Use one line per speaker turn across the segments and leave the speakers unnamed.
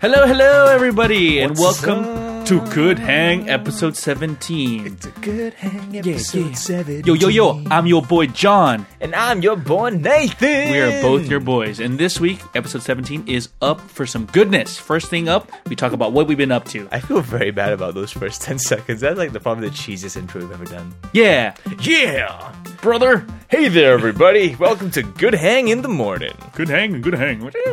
Hello, hello, everybody, and
What's
welcome
up?
to Good Hang episode 17.
It's a good hang
Yeah,
episode
yeah.
seven.
Yo, yo, yo, I'm your boy John.
and I'm your boy Nathan.
We are both your boys, and this week, episode 17 is up for some goodness. First thing up, we talk about what we've been up to.
I feel very bad about those first ten seconds. That's like the probably the cheesiest intro we've ever done.
Yeah,
Yeah.
brother.
Hey there, everybody. Welcome to Good Hang in the Morning.
Good hang, good hang. Okay.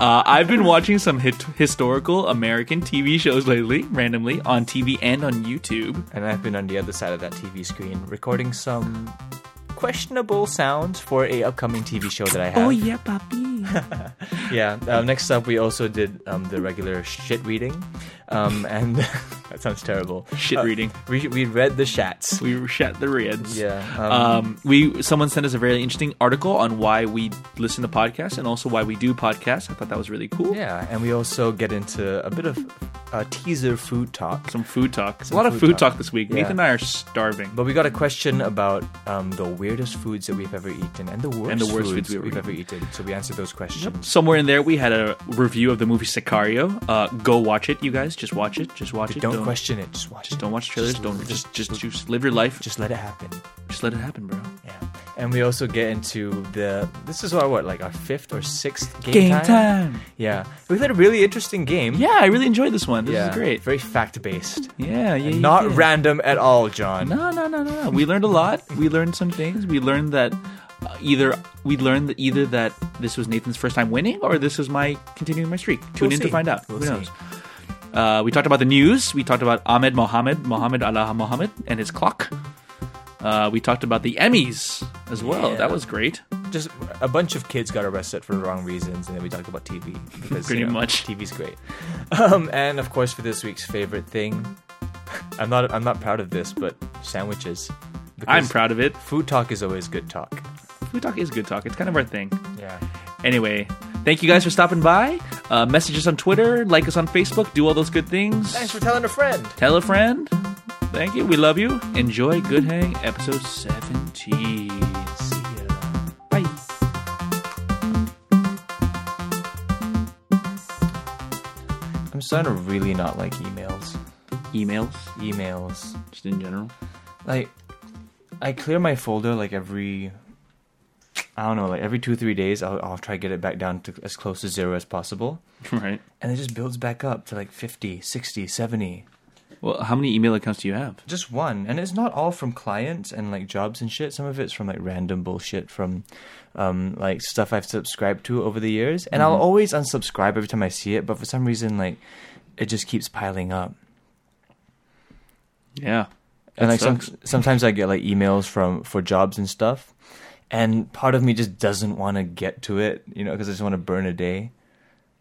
uh, I've been watching some hit- historical American TV shows lately, randomly, on TV and on YouTube.
And I've been on the other side of that TV screen recording some questionable sounds for a upcoming TV show that I have.
Oh, yeah, papi.
Yeah. Um, next up, we also did um, the regular shit reading, um, and that sounds terrible.
Shit
Uh,
reading.
we we read the shats.
We shut the reds.
Yeah.
Um, we someone sent us a very interesting article on why we listen to podcasts and also why we do podcasts. I thought that was really cool.
Yeah, and we also get into a bit of uh, teaser food talk.
Some food talk.
Some
a lot of
food
food talk.
talk.
this week.
Yeah.
Nathan and I are starving.
But we got a question about um, the weirdest foods that we've ever eaten and the worst,
the worst foods we've
we've,
ever
ever eaten. So we answered those questions.
Somewhere in there, we had a review of the movie Sicario. Uh, go watch it, you guys. Just watch it. Just watch it.
Don't, question it. Just watch it.
Don't watch trailers.
Just-
don't just, just just live your life. Just
Just let it happen.
just let it happen, bro.
Yeah. And we also get into the. This is our what, like our fifth or sixth game, Yeah, we had a really interesting game.
Yeah, I really enjoyed this one. This
yeah,
is great.
Very fact based.
Yeah, yeah. you
Not
did.
random at all, John.
No, no, no, no, no. We learned a lot. We learned some things. We learned that uh, either we learned that either that this was Nathan's first time winning, or this was my continuing my streak. Tune
We'll
in
see.
to find out.
We'll
Who
see.
knows? Uh, we talked about the news. We talked about Ahmed Mohammed, Mohammed Allah Mohammed, and his clock. Uh, we talked about the Emmys as well.
Yeah.
That was great.
just a bunch of kids got arrested for the wrong reasons, and then we talked about TV. Because,
Pretty much.
TV's great. Um, and of course, for this week's favorite thing, I'm not I'm not proud of this, but sandwiches.
I'm
Because
proud of it.
Food talk is always good talk.
Food talk is good talk. It's kind of our thing.
Yeah.
Anyway, thank you guys for stopping by. Uh, message us on Twitter, like us on Facebook, do all those good things.
Thanks for telling a friend.
Tell a friend. Thank you. We love you. Enjoy Good Hang episode 17.
See ya.
Bye.
I'm starting to really not like emails.
Emails,
Emails.
just in general.
Like, I clear my folder like every. I don't know, like every two three days, I'll, I'll try to get it back down to as close to zero as possible.
Right.
and it just builds back up to like 50 60 70
Well, how many email accounts do you have?
just one and it's not all from clients and like jobs and shit some of it's from like random bullshit from um like stuff i've subscribed to over the years and i'll always unsubscribe every time i see it but for some reason like it just keeps piling up
Yeah.
and
That
like some,
sucks.
sometimes i get like emails from for jobs and stuff and part of me just doesn't want to get to it you know because i just want to burn a day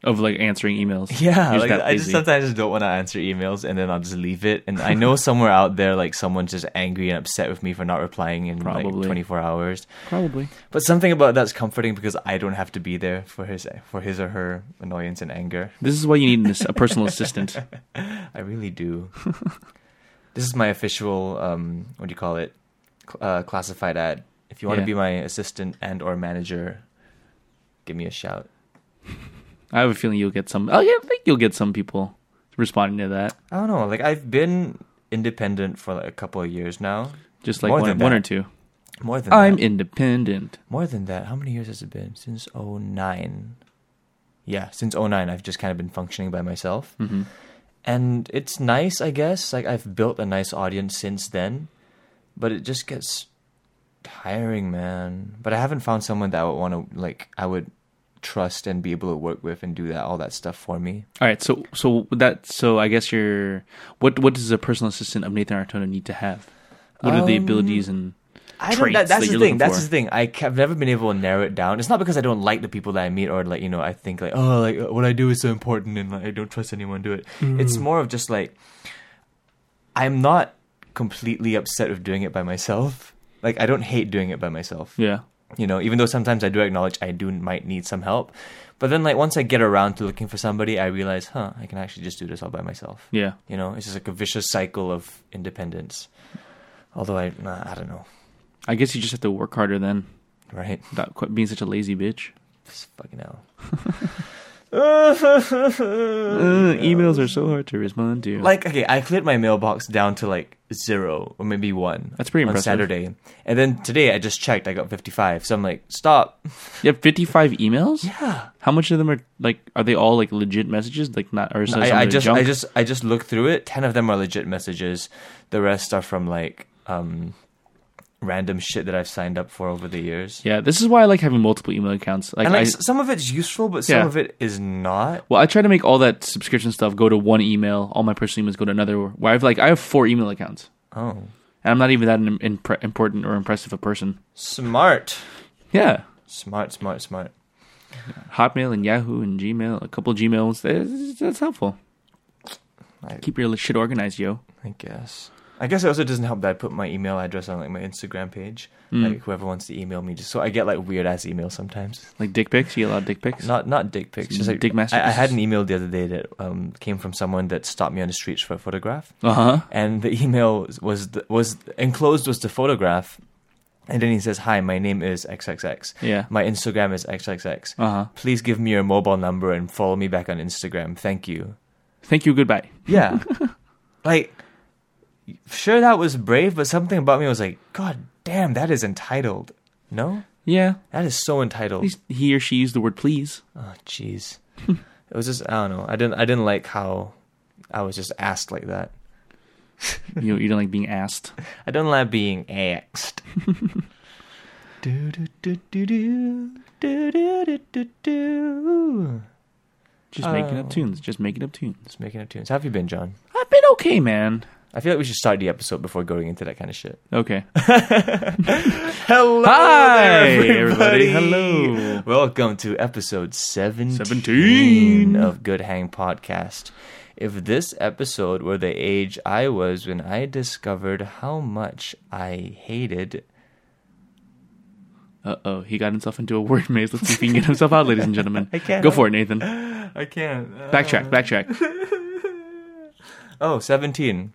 Of like answering emails.
Yeah,
You're
like,
that
I just
busy.
sometimes just don't want to answer emails, and then I'll just leave it. And I know somewhere out there, like someone's just angry and upset with me for not replying in
Probably.
like 24 hours.
Probably.
But something about that's comforting because I don't have to be there for his for his or her annoyance and anger.
This is why you need an ass- a personal assistant.
I really do. this is my official um, what do you call it? Cl- uh, classified ad. If you want
Yeah.
to be my assistant and or manager, give me a shout.
I have a feeling you'll get some. Oh, yeah, I think you'll get some people responding to that.
I don't know. Like I've been independent for like a couple of years now.
Just like
More
one,
than
one
that.
or two.
More than
I'm
that.
independent.
More than that, how many years has it been? Since 09. Yeah, since 09, I've just kind of been functioning by myself.
hmm
And it's nice, I guess. Like, I've built a nice audience since then, but it just gets tiring, man. But I haven't found someone that I would want to, like, I would trust and be able to work with and do that all that stuff for me.
All right, so so that so I guess you're what what does a personal assistant of Nathan Artona need to have? What are the
Um,
abilities and
I
traits
don't, that,
that
that's the
you're looking
thing. That's
for.
the thing. I ca- I've never been able to narrow it down. It's not because I don't like the people that I meet or like you know I think like oh like what I do is so important and like, I don't trust anyone to do it. It's more of just like I'm not completely upset with doing it by myself. Like I don't hate doing it by myself.
yeah?
You know, even though sometimes I do acknowledge I do might need some help. But then like once I get around to looking for somebody, I realize, huh, I can actually just do this all by myself.
Yeah.
You know, it's just like a vicious cycle of independence. Although I, nah, I don't know,
I guess you just have to work harder then.
right?
Stop qu- being such a lazy bitch.
Just fucking hell.
Uh, emails are so hard to respond to.
Like okay, I cleared my mailbox down to like zero or maybe one.
That's pretty
on
impressive.
Saturday, and then today I just checked. I got fifty five. So I'm like, stop.
you have 55 emails?
Yeah.
How much of them are like are they all like legit messages? Like not or is there some
I, I
that are
just
junk?
I just I just looked through it. Ten of them are legit messages. The rest are from like um random shit that I've signed up for over the years.
Yeah, this is why I like having multiple email accounts. Like,
And like
I,
s- some of it's useful, but some
Yeah.
of it is not.
well, I try to make all that subscription stuff go to one email. All my personal emails go to another. Where I've like I have four email accounts,
Oh,
and I'm not even that im- impre- important or impressive a person.
smart,
Yeah,
smart, smart, smart.
Hotmail and Yahoo and Gmail, a couple Gmails. That's, that's helpful.
I-
Keep your shit organized, yo.
I guess. I guess it also doesn't help that I put my email address on like my Instagram page.
Mm.
Like whoever wants to email me, just so I get like weird ass emails sometimes.
Like dick pics, you get a lot of dick pics.
Not not dick pics, just like
Dick
I, I
messages.
had an email the other day that um, came from someone that stopped me on the streets for a photograph,
Uh huh.
and the email was the, was enclosed was the photograph, and then he says, "Hi, my name is XXX.
Yeah.
My Instagram is XXX.
Uh huh.
Please give me your mobile number and follow me back on Instagram. Thank you."
Thank you. Goodbye.
Yeah. like, sure, that was brave, but something about me was like, God damn, that is entitled. No?
Yeah.
That is so
At
entitled.
least he or she used the word please.
Oh, jeez. it was just, I don't know. I didn't, I didn't like how I was just asked like that.
you you don't like being asked.
I don't like being asked. do, do, do, do, do. Do, do, do, do, do.
Just making
Oh.
up tunes. Just making up tunes.
Just making up tunes. How have you been, John?
I've been okay, man.
I feel like we should start the episode before going into that kind of shit.
Okay.
Hello
Hi,
there, everybody.
everybody. Hello.
Welcome to episode 17,
17.
of Good Hang Podcast. If this episode were the age I was when I discovered how much I hated.
Uh oh, he got himself into a word maze. Let's see if he can get himself out, ladies and gentlemen. I
can't.
Go for it, Nathan.
I can't.
Backtrack, backtrack.
Oh, 17.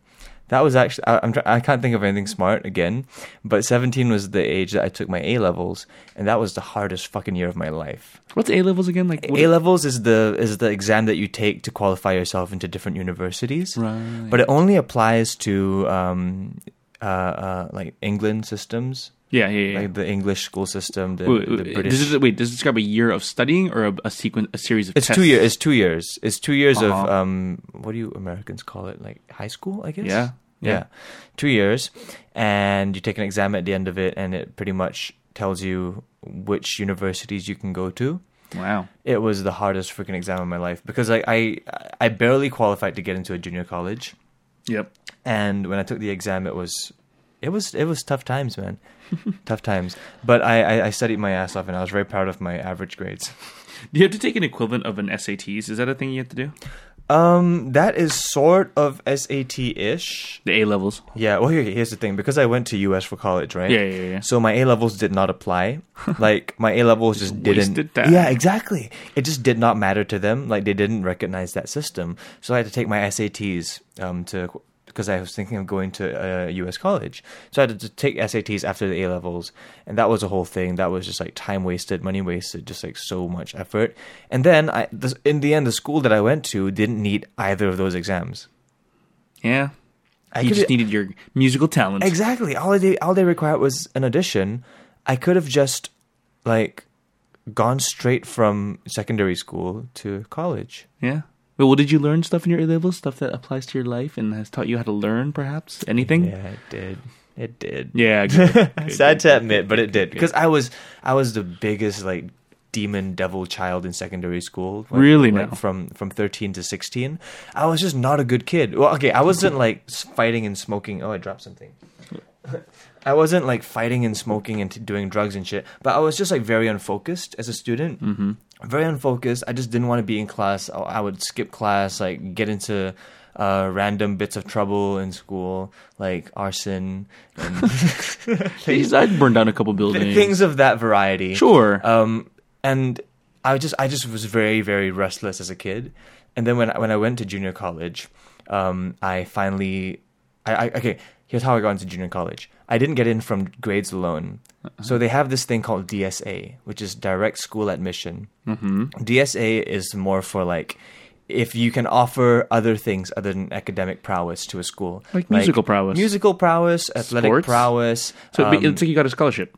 That was actually I, I'm try- I can't think of anything smart again, but 17 was the age that I took my A levels and that was the hardest fucking year of my life.
What's A levels again? Like what-
A levels is the is the exam that you take to qualify yourself into different universities,
Right.
but it only applies to um, uh, uh, like England systems,
yeah, yeah, yeah.
like the English school system, the,
wait,
the
wait,
British.
does it, wait, does it describe a year of studying or a, a sequence, a series of
it's
tests?
two years. It's two years. It's two years of
Uh-huh.
um, what do you Americans call it? Like high school, I guess.
Yeah,
yeah,
yeah.
two years, and you take an exam at the end of it, and it pretty much tells you which universities you can go to.
Wow.
it was the hardest freaking exam of my life because I, I I barely qualified to get into a junior college,
Yep.
and when I took the exam, it was it was it was tough times, man, tough times. But I, I I studied my ass off, and I was very proud of my average grades.
Do you have to take an equivalent of an SATs? Is that a thing you have to do?
Um, that is sort of SAT ish.
The A levels.
Yeah. Well, here, here's the thing: because I went to US for college, right?
Yeah, yeah, yeah.
So my A levels did not apply. Like my A levels just didn't.
wasted time.
Yeah, exactly. It just did not matter to them. Like they didn't recognize that system. So I had to take my SATs um, to because I was thinking of going to uh, US college. So I had to take SATs after the A levels, and that was a whole thing. That was just like time wasted, money wasted, just like so much effort. And then I, this, in the end, the school that I went to didn't need either of those exams.
Yeah.
I
you
could-
just needed your musical talent.
Exactly. All they all they required was an audition. I could have just like gone straight from secondary school to college.
Yeah. Well, did you learn stuff in your A levels? Stuff that applies to your life and has taught you how to learn, perhaps? Anything?
Yeah, it did. It did.
Yeah. good. Good,
Sad
good,
to
good,
admit,
good,
but
good,
it did
good,
because I was I was the biggest like demon devil child in secondary school. Like,
Really
like,
now?
from from thirteen to sixteen, I was just not a good kid. Well, okay, I wasn't like s- fighting and smoking. Oh, I dropped something. I wasn't like fighting and smoking and t- doing drugs and shit, but I was just like very unfocused as a student. Mm-hmm. Very unfocused. I just didn't want to be in class. I, I would skip class, like get into uh, random bits of trouble in school, like arson and
Jeez, I'd burn down a couple buildings.
Th- things of that variety.
Sure.
Um, and I just I just was very very restless as a kid, and then when I, when I went to junior college, um, I finally, I, I okay. here's how I got into junior college. I didn't get in from grades alone.
Uh-huh.
So they have this thing called DSA, which is direct school admission. Mm-hmm. DSA is more for like if you can offer other things other than academic prowess to a school,
Like musical prowess.
musical prowess, athletic
Sports?
prowess.
So it'd be-
um,
it's like you got a scholarship.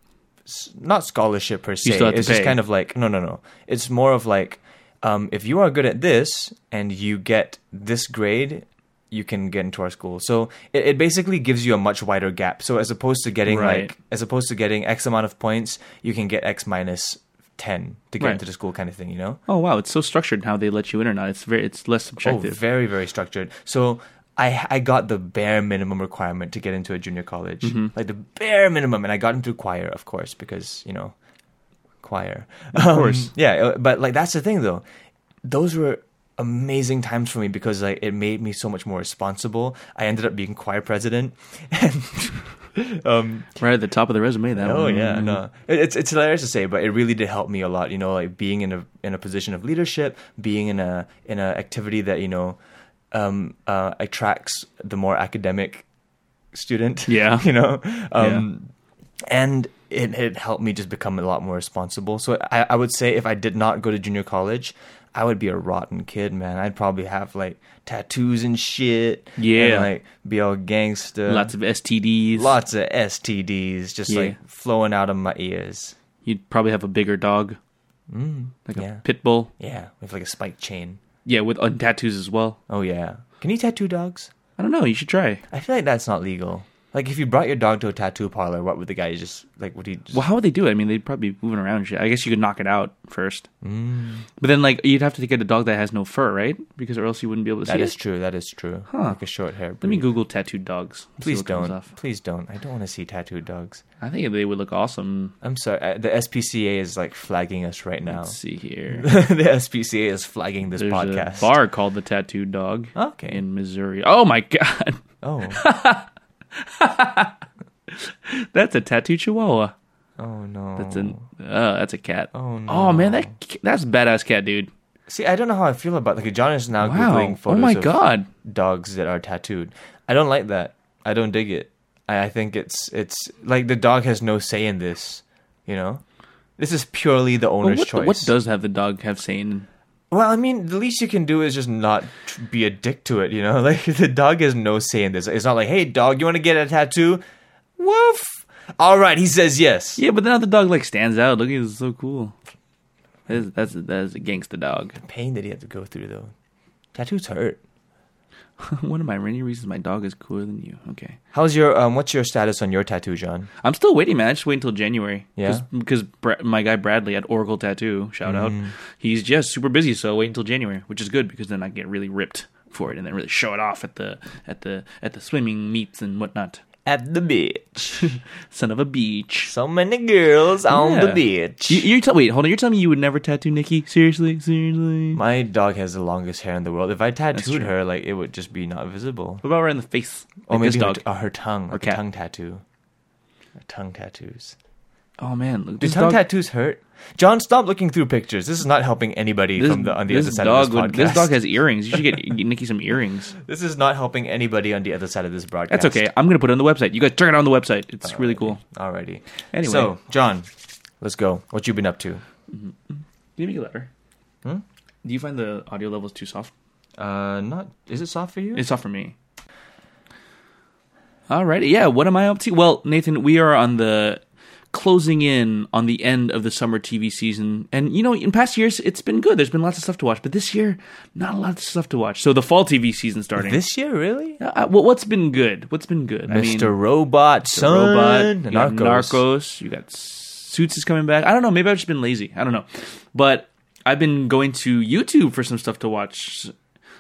not scholarship per se.
still have to
It's just
pay.
kind of like no, no, no. It's more of like um, if you are good at this and you get this grade, you can get into our school. So it, it basically gives you a much wider gap. So as opposed to getting
Right.
like as opposed to getting X amount of points, you can get X minus ten to get
Right.
into the school, kind of thing. You know.
Oh wow, it's so structured how they let you in or not. It's very it's less
Oh,
subjective.
very very structured. So I I got the bare minimum requirement to get into a junior college, like the bare minimum, and I got into choir, of course, because you know, choir. Of
course.
yeah. uh, But like that's the thing though, those were amazing times for me because like it made me so much more responsible. I ended up being choir president, and um,
right at the top of the resume that
Oh
one. Mm-hmm.
yeah, no, It- it's it's hilarious to say, but it really did help me a lot. You know, like being in a in a position of leadership, being in a in a activity that you know um, uh, attracts the more academic student.
Yeah.
you know, um, and it it helped me just become a lot more responsible. So I I would say if I did not go to junior college. I would be a rotten kid, man. I'd probably have like tattoos and shit.
Yeah.
and, like be all gangster
Lots of STDs.
lots of STDs just
Yeah.
like flowing out of my ears.
You'd probably have a bigger dog, mm, like
yeah.
a pit bull.
Yeah, with like a spike chain.
Yeah, with on tattoos as well.
Oh yeah. Can you tattoo dogs?
I don't know. You should try.
I feel like that's not legal. Like if you brought your dog to a tattoo parlor, what would the guy just like? Would he? Just,
Well, how would they do it? I mean, they'd probably be moving around and shit. I guess you could knock it out first.
Mm,
But then, like, you'd have to get a dog that has no fur, right? Because or else you wouldn't be able to
That
see
is
it.
true. That is true. Like a short hair.
Let me Google tattooed dogs. and see
Please
what comes
don't.
off.
Please don't. I don't want to see tattooed dogs.
I think they would look awesome.
I'm sorry. uh, The SPCA is like flagging us right now.
Let's see here.
the SPCA is flagging this
There's
podcast.
a bar called the Tattooed Dog
Okay.
in Missouri. Oh my god,
oh.
that's a tattooed Chihuahua.
Oh no.
That's an uh, that's a cat.
Oh, no.
Oh man, that c- that's a badass cat, dude.
See, I don't know how I feel about like John is now
Wow.
googling
Oh
photos
my
of
god.
dogs that are tattooed. I don't like that. I don't dig it. I, I think it's it's like the dog has no say in this. You know, this is purely the
Well,
owner's
what,
choice.
what does have the dog have saying?
well, I mean, the least you can do is just not tr- be a dick to it. You know, like the dog has no say in this. It's not like, hey, dog, you want to get a tattoo? Woof. All right, he says yes.
Yeah, but now the dog like stands out. Look, it's so cool. That's that's that's a gangsta dog.
Pain that he had to go through though. Tattoos hurt.
One of my many reasons my dog is cooler than you. Okay,
How's your um? What's your status on your tattoo, John?
I'm still waiting, man. I just wait until January.
Yeah.
because Bra- my guy Bradley at Oracle Tattoo, shout
Mm-hmm.
out, he's just super busy. So wait until January, which is good because then I get really ripped for it and then really show it off at the at the at the swimming meets and whatnot.
At the beach.
Son of a beach.
So many girls on the
Yeah.
beach.
You, you're tell wait, hold on. You're telling me you would never tattoo Nikki? Seriously, seriously.
My dog has the longest hair in the world. If I tattooed
true.
her, like it would just be not visible.
what about right in the face? Like
or
this
maybe her,
dog.
uh, her tongue, like a
cat.
tongue tattoo. Her tongue tattoos.
oh man, look,
Do
this
tongue
dog.
tattoos hurt? John, stop looking through pictures. This is not helping anybody from the on the other side of this
would-
podcast.
this dog has earrings. You should get get Nikki some earrings.
This is not helping anybody on the other side of this broadcast.
That's okay. I'm gonna put it on the website. You guys check it out on the website. It's
Oh,
really cool.
Alrighty.
Anyway.
so John, let's go. What you been up to?
Do you make it louder? Do you find the audio levels too soft?
Uh, not. Is it soft for you?
It's soft for me. Alrighty, yeah. What am I up to? Well, Nathan, we are on the closing in on the end of the summer TV season, and you know, in past years, it's been good. There's been lots of stuff to watch, but this year, not a lot of stuff to watch. So the fall TV season starting.
this year, really?
Uh, uh, well, what's been good? What's been good? I mean-
Mr. Robot, son,
Robot, you got
Narcos.
Narcos, you got Suits is coming back. I don't know. Maybe I've just been lazy. I don't know. But I've been going to YouTube for some stuff to watch.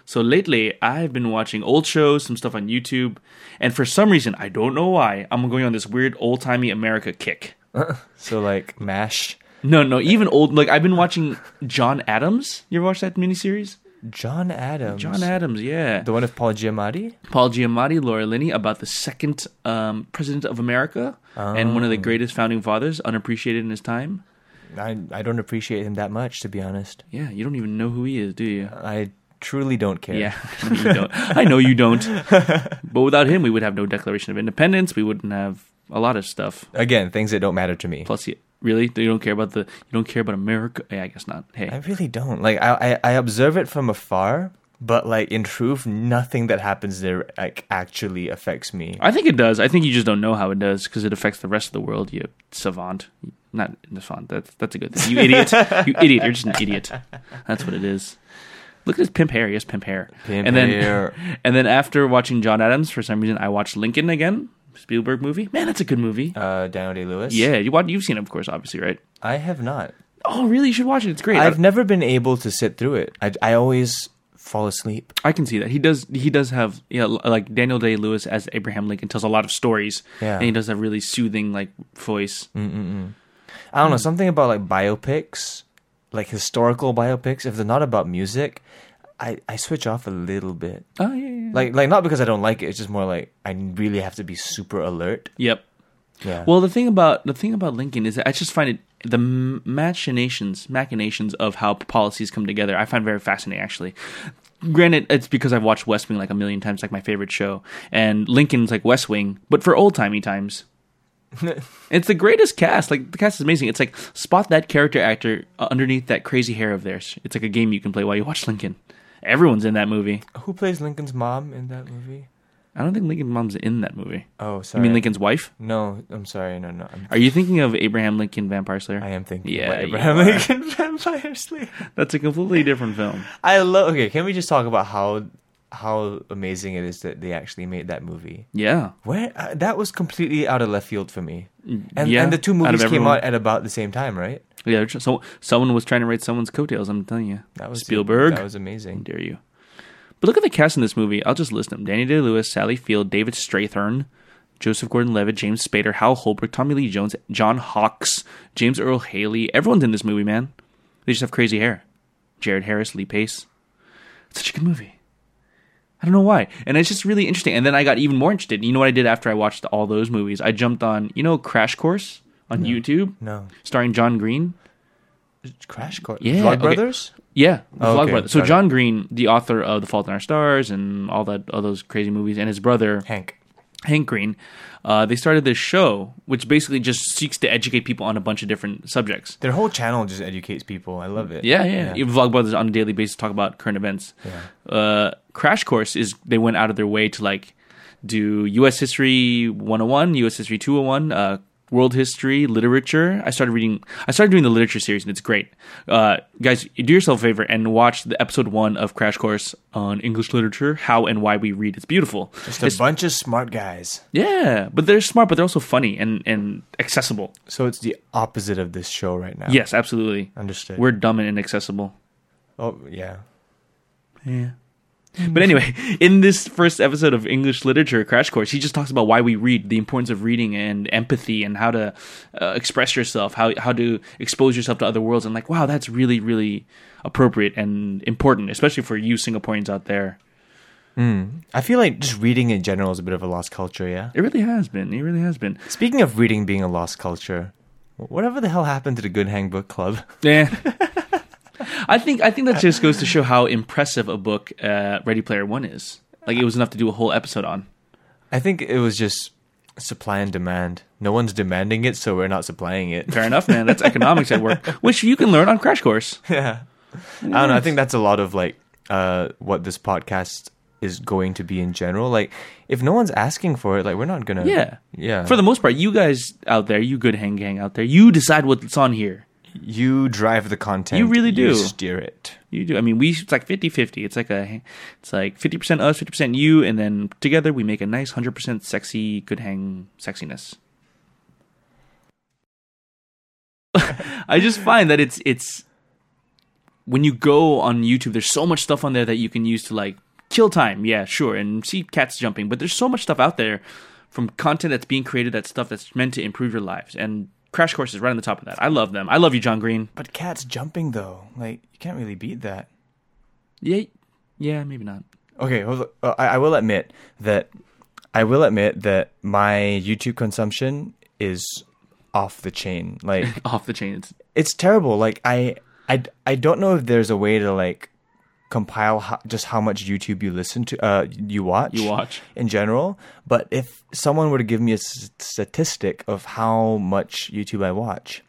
So lately, I've been watching old shows, some stuff on YouTube, and for some reason, I don't know why, I'm going on this weird old timey America kick.
So like Mash,
No, no, even old like I've been watching John Adams. You ever watch that miniseries?
John Adams,
John Adams, yeah.
the one of Paul Giamatti.
Paul Giamatti, Laura Linney about the second um, president of America and one of the greatest founding fathers, unappreciated in his time.
I I don't appreciate him that much, to be honest. Uh,
Yeah, you don't even know who he is, do you?
I truly don't care.
Yeah, you don't. I know you don't. But without him, we would have no Declaration of Independence. We wouldn't have a lot of stuff.
Again, things that don't matter to me.
Plus, you, really, you don't care about the you don't care about America. Yeah, I guess not. Hey,
I really don't. Like I, I, I observe it from afar, but like in truth, nothing that happens there like actually affects me.
I think it does. I think you just don't know how it does because it affects the rest of the world. You savant, not savant. That's that's a good thing. You idiot. you idiot. You're just an idiot. That's what it is. Look at his pimp hair. He has pimp hair.
Pimp
and then,
hair.
And then after watching John Adams, for some reason, I watched Lincoln again. Spielberg movie. Man, that's a good movie.
Uh, Daniel Day Lewis.
yeah, you watch, you've seen it, of course, obviously, right?
I have not.
Oh, really? You should watch it. It's great. I,
I've never been able to sit through it. I, I always fall asleep.
I can see that he does. He does have you know, like Daniel Day Lewis as Abraham Lincoln tells a lot of stories,
Yeah. Mm.
and he does that really soothing like voice.
I
Hmm.
don't know something about like biopics, like historical biopics. If they're not about music, I I switch off a little bit.
Oh yeah, yeah.
Like like not because I don't like it. It's just more like I really have to be super alert.
Yep.
Yeah.
Well, the thing about the thing about Lincoln is that I just find it the m- machinations machinations of how p- policies come together. I find very fascinating, actually. Granted, it's because I've watched West Wing like a million times, like my favorite show, and Lincoln's like West Wing, but for old timey times. it's the greatest cast. Like the cast is amazing. It's like spot that character actor uh, underneath that crazy hair of theirs. It's like a game you can play while you watch Lincoln. Everyone's in that movie.
Who plays Lincoln's mom in that movie?
I don't think Lincoln's mom's in that movie.
Oh,
You
sorry.
mean Lincoln's wife?
No, I'm sorry. No, no. I'm,
Are you thinking of Abraham Lincoln Vampire Slayer?
I am thinking
Yeah,
about
you
Abraham
are.
Lincoln Vampire Slayer.
That's a completely different film.
I love. Okay, can we just talk about how how amazing it is that they actually made that movie?
Yeah.
Where uh, that was completely out of left field for me. And
yeah,
and the two
out of
movies came
everyone.
out at about the same time, right?
Yeah, tr- so someone was trying to write someone's coattails, I'm telling you.
That was
Spielberg.
That was
How
amazing.
dare you. But look at the cast in this movie. I'll just list them. Danny Day-Lewis, Sally Field, David Strathern, Joseph Gordon-Levitt, James Spader, Hal Holbrook, Tommy Lee Jones, John Hawkes, James Earl Haley. Everyone's in this movie, man. They just have crazy hair. Jared Harris, Lee Pace. It's such a good movie. I don't know why. And it's just really interesting. And then I got even more interested. You know what I did after I watched all those movies? I jumped on, you know, Crash Course on YouTube?
No,
starring John Green.
Crash Course.
Yeah,
Vlog
okay.
Brothers.
Yeah, the
Oh,
Vlog
okay.
Brothers. So
Got it.
John Green, the author of The Fault in Our Stars and all that, all those crazy movies, and his brother
Hank.
Hank Green, uh, they started this show which basically just seeks to educate people on a bunch of different subjects.
Their whole channel just educates people. I love it.
Yeah, yeah. yeah. Vlogbrothers on a daily basis talk about current events. Uh, Crash Course is they went out of their way to like do U.S. History 101, U.S. History 201, uh, World History, Literature. I started reading. I started doing the literature series, and it's great. Uh, guys, do yourself a favor and watch the episode one of Crash Course on English Literature: How and Why We Read. It's beautiful.
Just a bunch of smart guys.
Yeah, but they're smart, but they're also funny and and accessible.
So it's the opposite of this show right now.
Yes, absolutely.
Understood.
We're dumb and inaccessible.
oh yeah.
Yeah. But anyway, in this first episode of English Literature Crash Course, he just talks about why we read, the importance of reading and empathy, and how to uh, express yourself, how how to expose yourself to other worlds. And like, wow, that's really really appropriate and important, especially for you Singaporeans out there.
I feel like just reading in general is a bit of a lost culture. Yeah.
It really has been. It really has been.
Speaking of reading being a lost culture, whatever the hell happened to the Good Hang Book Club?
Yeah. Eh. I think I think that just goes to show how impressive a book uh, Ready Player One is. Like it was enough to do a whole episode on.
I think it was just supply and demand. No one's demanding it, so we're not supplying it.
Fair enough, man. That's economics at work, which you can learn on Crash Course.
yeah. I don't know. I think that's a lot of like uh, what this podcast is going to be in general. Like, if no one's asking for it, like we're not gonna.
Yeah.
Yeah.
For the most part, you guys out there, you good hang gang out there, you decide what's on here.
you drive the content.
You really do.
steer it.
You do. I mean, we it's like 50-50. It's like a it's like 50% us, 50% you, and then together we make a nice 100% sexy good hang sexiness. I just find that it's it's when you go on YouTube, there's so much stuff on there that you can use to like kill time. Yeah, sure, and see cats jumping, but there's so much stuff out there from content that's being created, that stuff that's meant to improve your lives. And Crash Course is right on the top of that. I love them. I love you, John Green.
But cats jumping though, like you can't really beat that.
Yeah, yeah, maybe not.
Okay, well, uh, I, I will admit that I will admit that my YouTube consumption is off the chain. Like
off the chain. It's,
it's terrible. Like I, I, I don't know if there's a way to like compile ho- just how much YouTube you listen to, uh, you watch,
You watch.
in general. But if someone were to give me a s- statistic of how much YouTube I watch,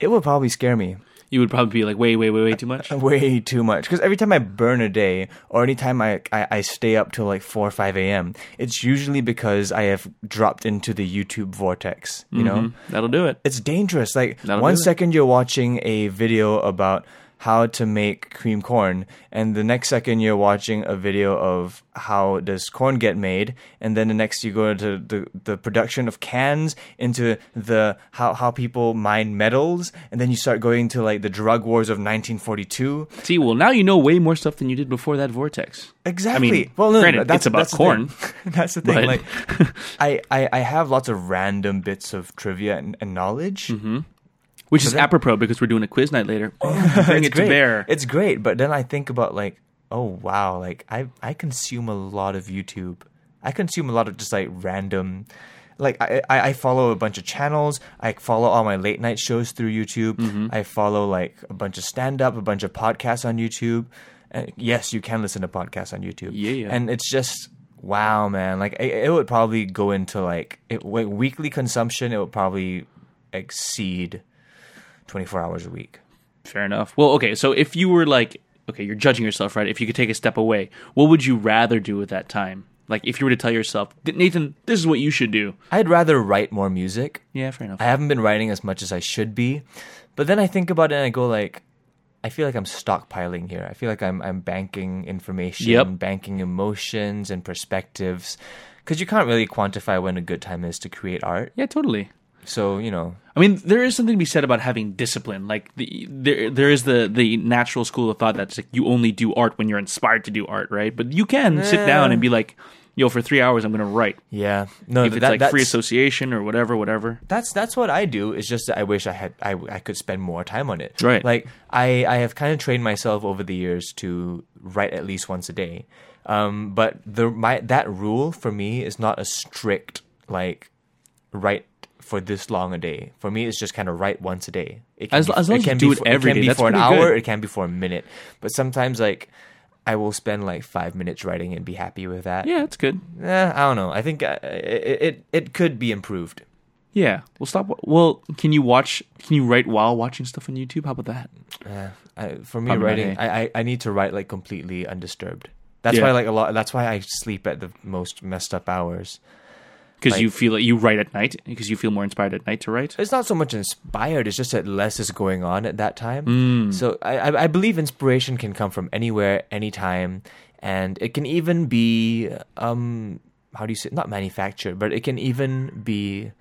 it would probably scare me
You would probably be like, way, way, way, way too much.
way too much because every time I burn a day or anytime I, I, I stay up till like 4 or 5 a.m., it's usually because I have dropped into the YouTube vortex, you know?
Um, That'll do it.
It's dangerous. Like,
That'll
one
do it.
second you're watching a video about how to make cream corn, and the next second you're watching a video of how does corn get made, and then the next you go into the, the production of cans, into the how, how people mine metals, and then you start going to like the drug wars of 1942.
See, well, now you know way more stuff than you did before that vortex.
Exactly.
I mean,
well, no,
granted,
no, that's,
it's about
that's the
corn.
thing. that's the thing.
but-
Like, I, I, I have lots of random bits of trivia and, and knowledge.
Mm-hmm. Which is apropos because we're doing a quiz night later. bring it
It's great.
to bear.
It's great, but then I think about like, oh wow, like I, I consume a lot of YouTube. I consume a lot of just like random. Like I, I I follow a bunch of channels. I follow all my late night shows through YouTube.
Mm-hmm.
I follow like a bunch of stand up, a bunch of podcasts on YouTube. And yes, you can listen to podcasts on YouTube.
Yeah, yeah.
And it's just wow, man. Like it, it would probably go into like it, like, weekly consumption. It would probably exceed twenty four hours a week.
Fair enough. Well, okay, so if you were like, okay, you're judging yourself, right? If you could take a step away, what would you rather do with that time? Like, if you were to tell yourself, Nathan, this is what you should do.
I'd rather write more music.
Yeah, fair enough.
I haven't been writing as much as I should be. But then I think about it and I go like I feel like I'm stockpiling here. I feel like I'm I'm banking information,
Yep.
banking emotions and perspectives cuz you can't really quantify when a good time is to create art.
yeah, totally.
So, you know,
I mean, there is something to be said about having discipline. Like the, there, there is the the natural school of thought that's like you only do art when you're inspired to do art, right? But you can sit down and be like, "Yo, for three hours, I'm going to write."
yeah. No,
If it's
that-
like free
that's-
association or whatever, whatever.
that's that's what I do. It's just that I wish I had I, I could spend more time on it.
Right.
Like I I have kind of trained myself over the years to write at least once a day. Um, but the my that rule for me is not a strict like write for this long a day. For me, it's just kind of write once a day. It
As- as long as you
can
do
be
it
for,
every
can
day,
be
that's
for an
pretty
hour.
good.
It can be for a minute. But sometimes like. I will spend like five minutes writing and be happy with that.
Yeah, it's good.
Eh, I don't know. I think uh, it, it it could be improved.
Yeah, well, stop. wa- Well, can you watch? Can you write while watching stuff on YouTube? How about that?
Yeah, I, for me,
Probably not,
writing,
eh?
I, I I need to write like completely undisturbed. That's
Yeah.
why like a lot. That's why I sleep at the most messed up hours.
Because
Like-
you feel like you write at night because you feel more inspired at night to write.
It's not so much inspired. It's just that less is going on at that time.
Mm.
So I I- I believe inspiration can come from anywhere, anytime, and it can even be um how do you say not manufactured, but it can even be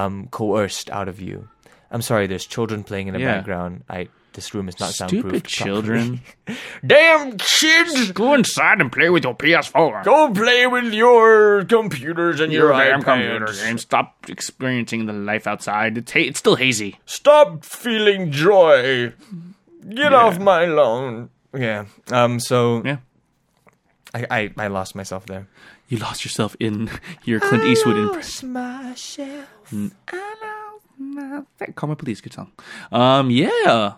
um coerced out of you. I'm sorry. There's children playing in the
Yeah.
background. I this room is not soundproof.
Stupid children.
Damn kids.
Go inside and play with your PS4.
Go play with your computers and your, iPads.
eh? Stop experiencing the life outside. It's, ha- it's still hazy.
Stop feeling joy. Get off my lawn. Yeah. Um. So
Yeah.
I, I I lost myself there.
You lost yourself in your Clint Eastwood Mm. impression. Karma, please, good song. Um, yeah.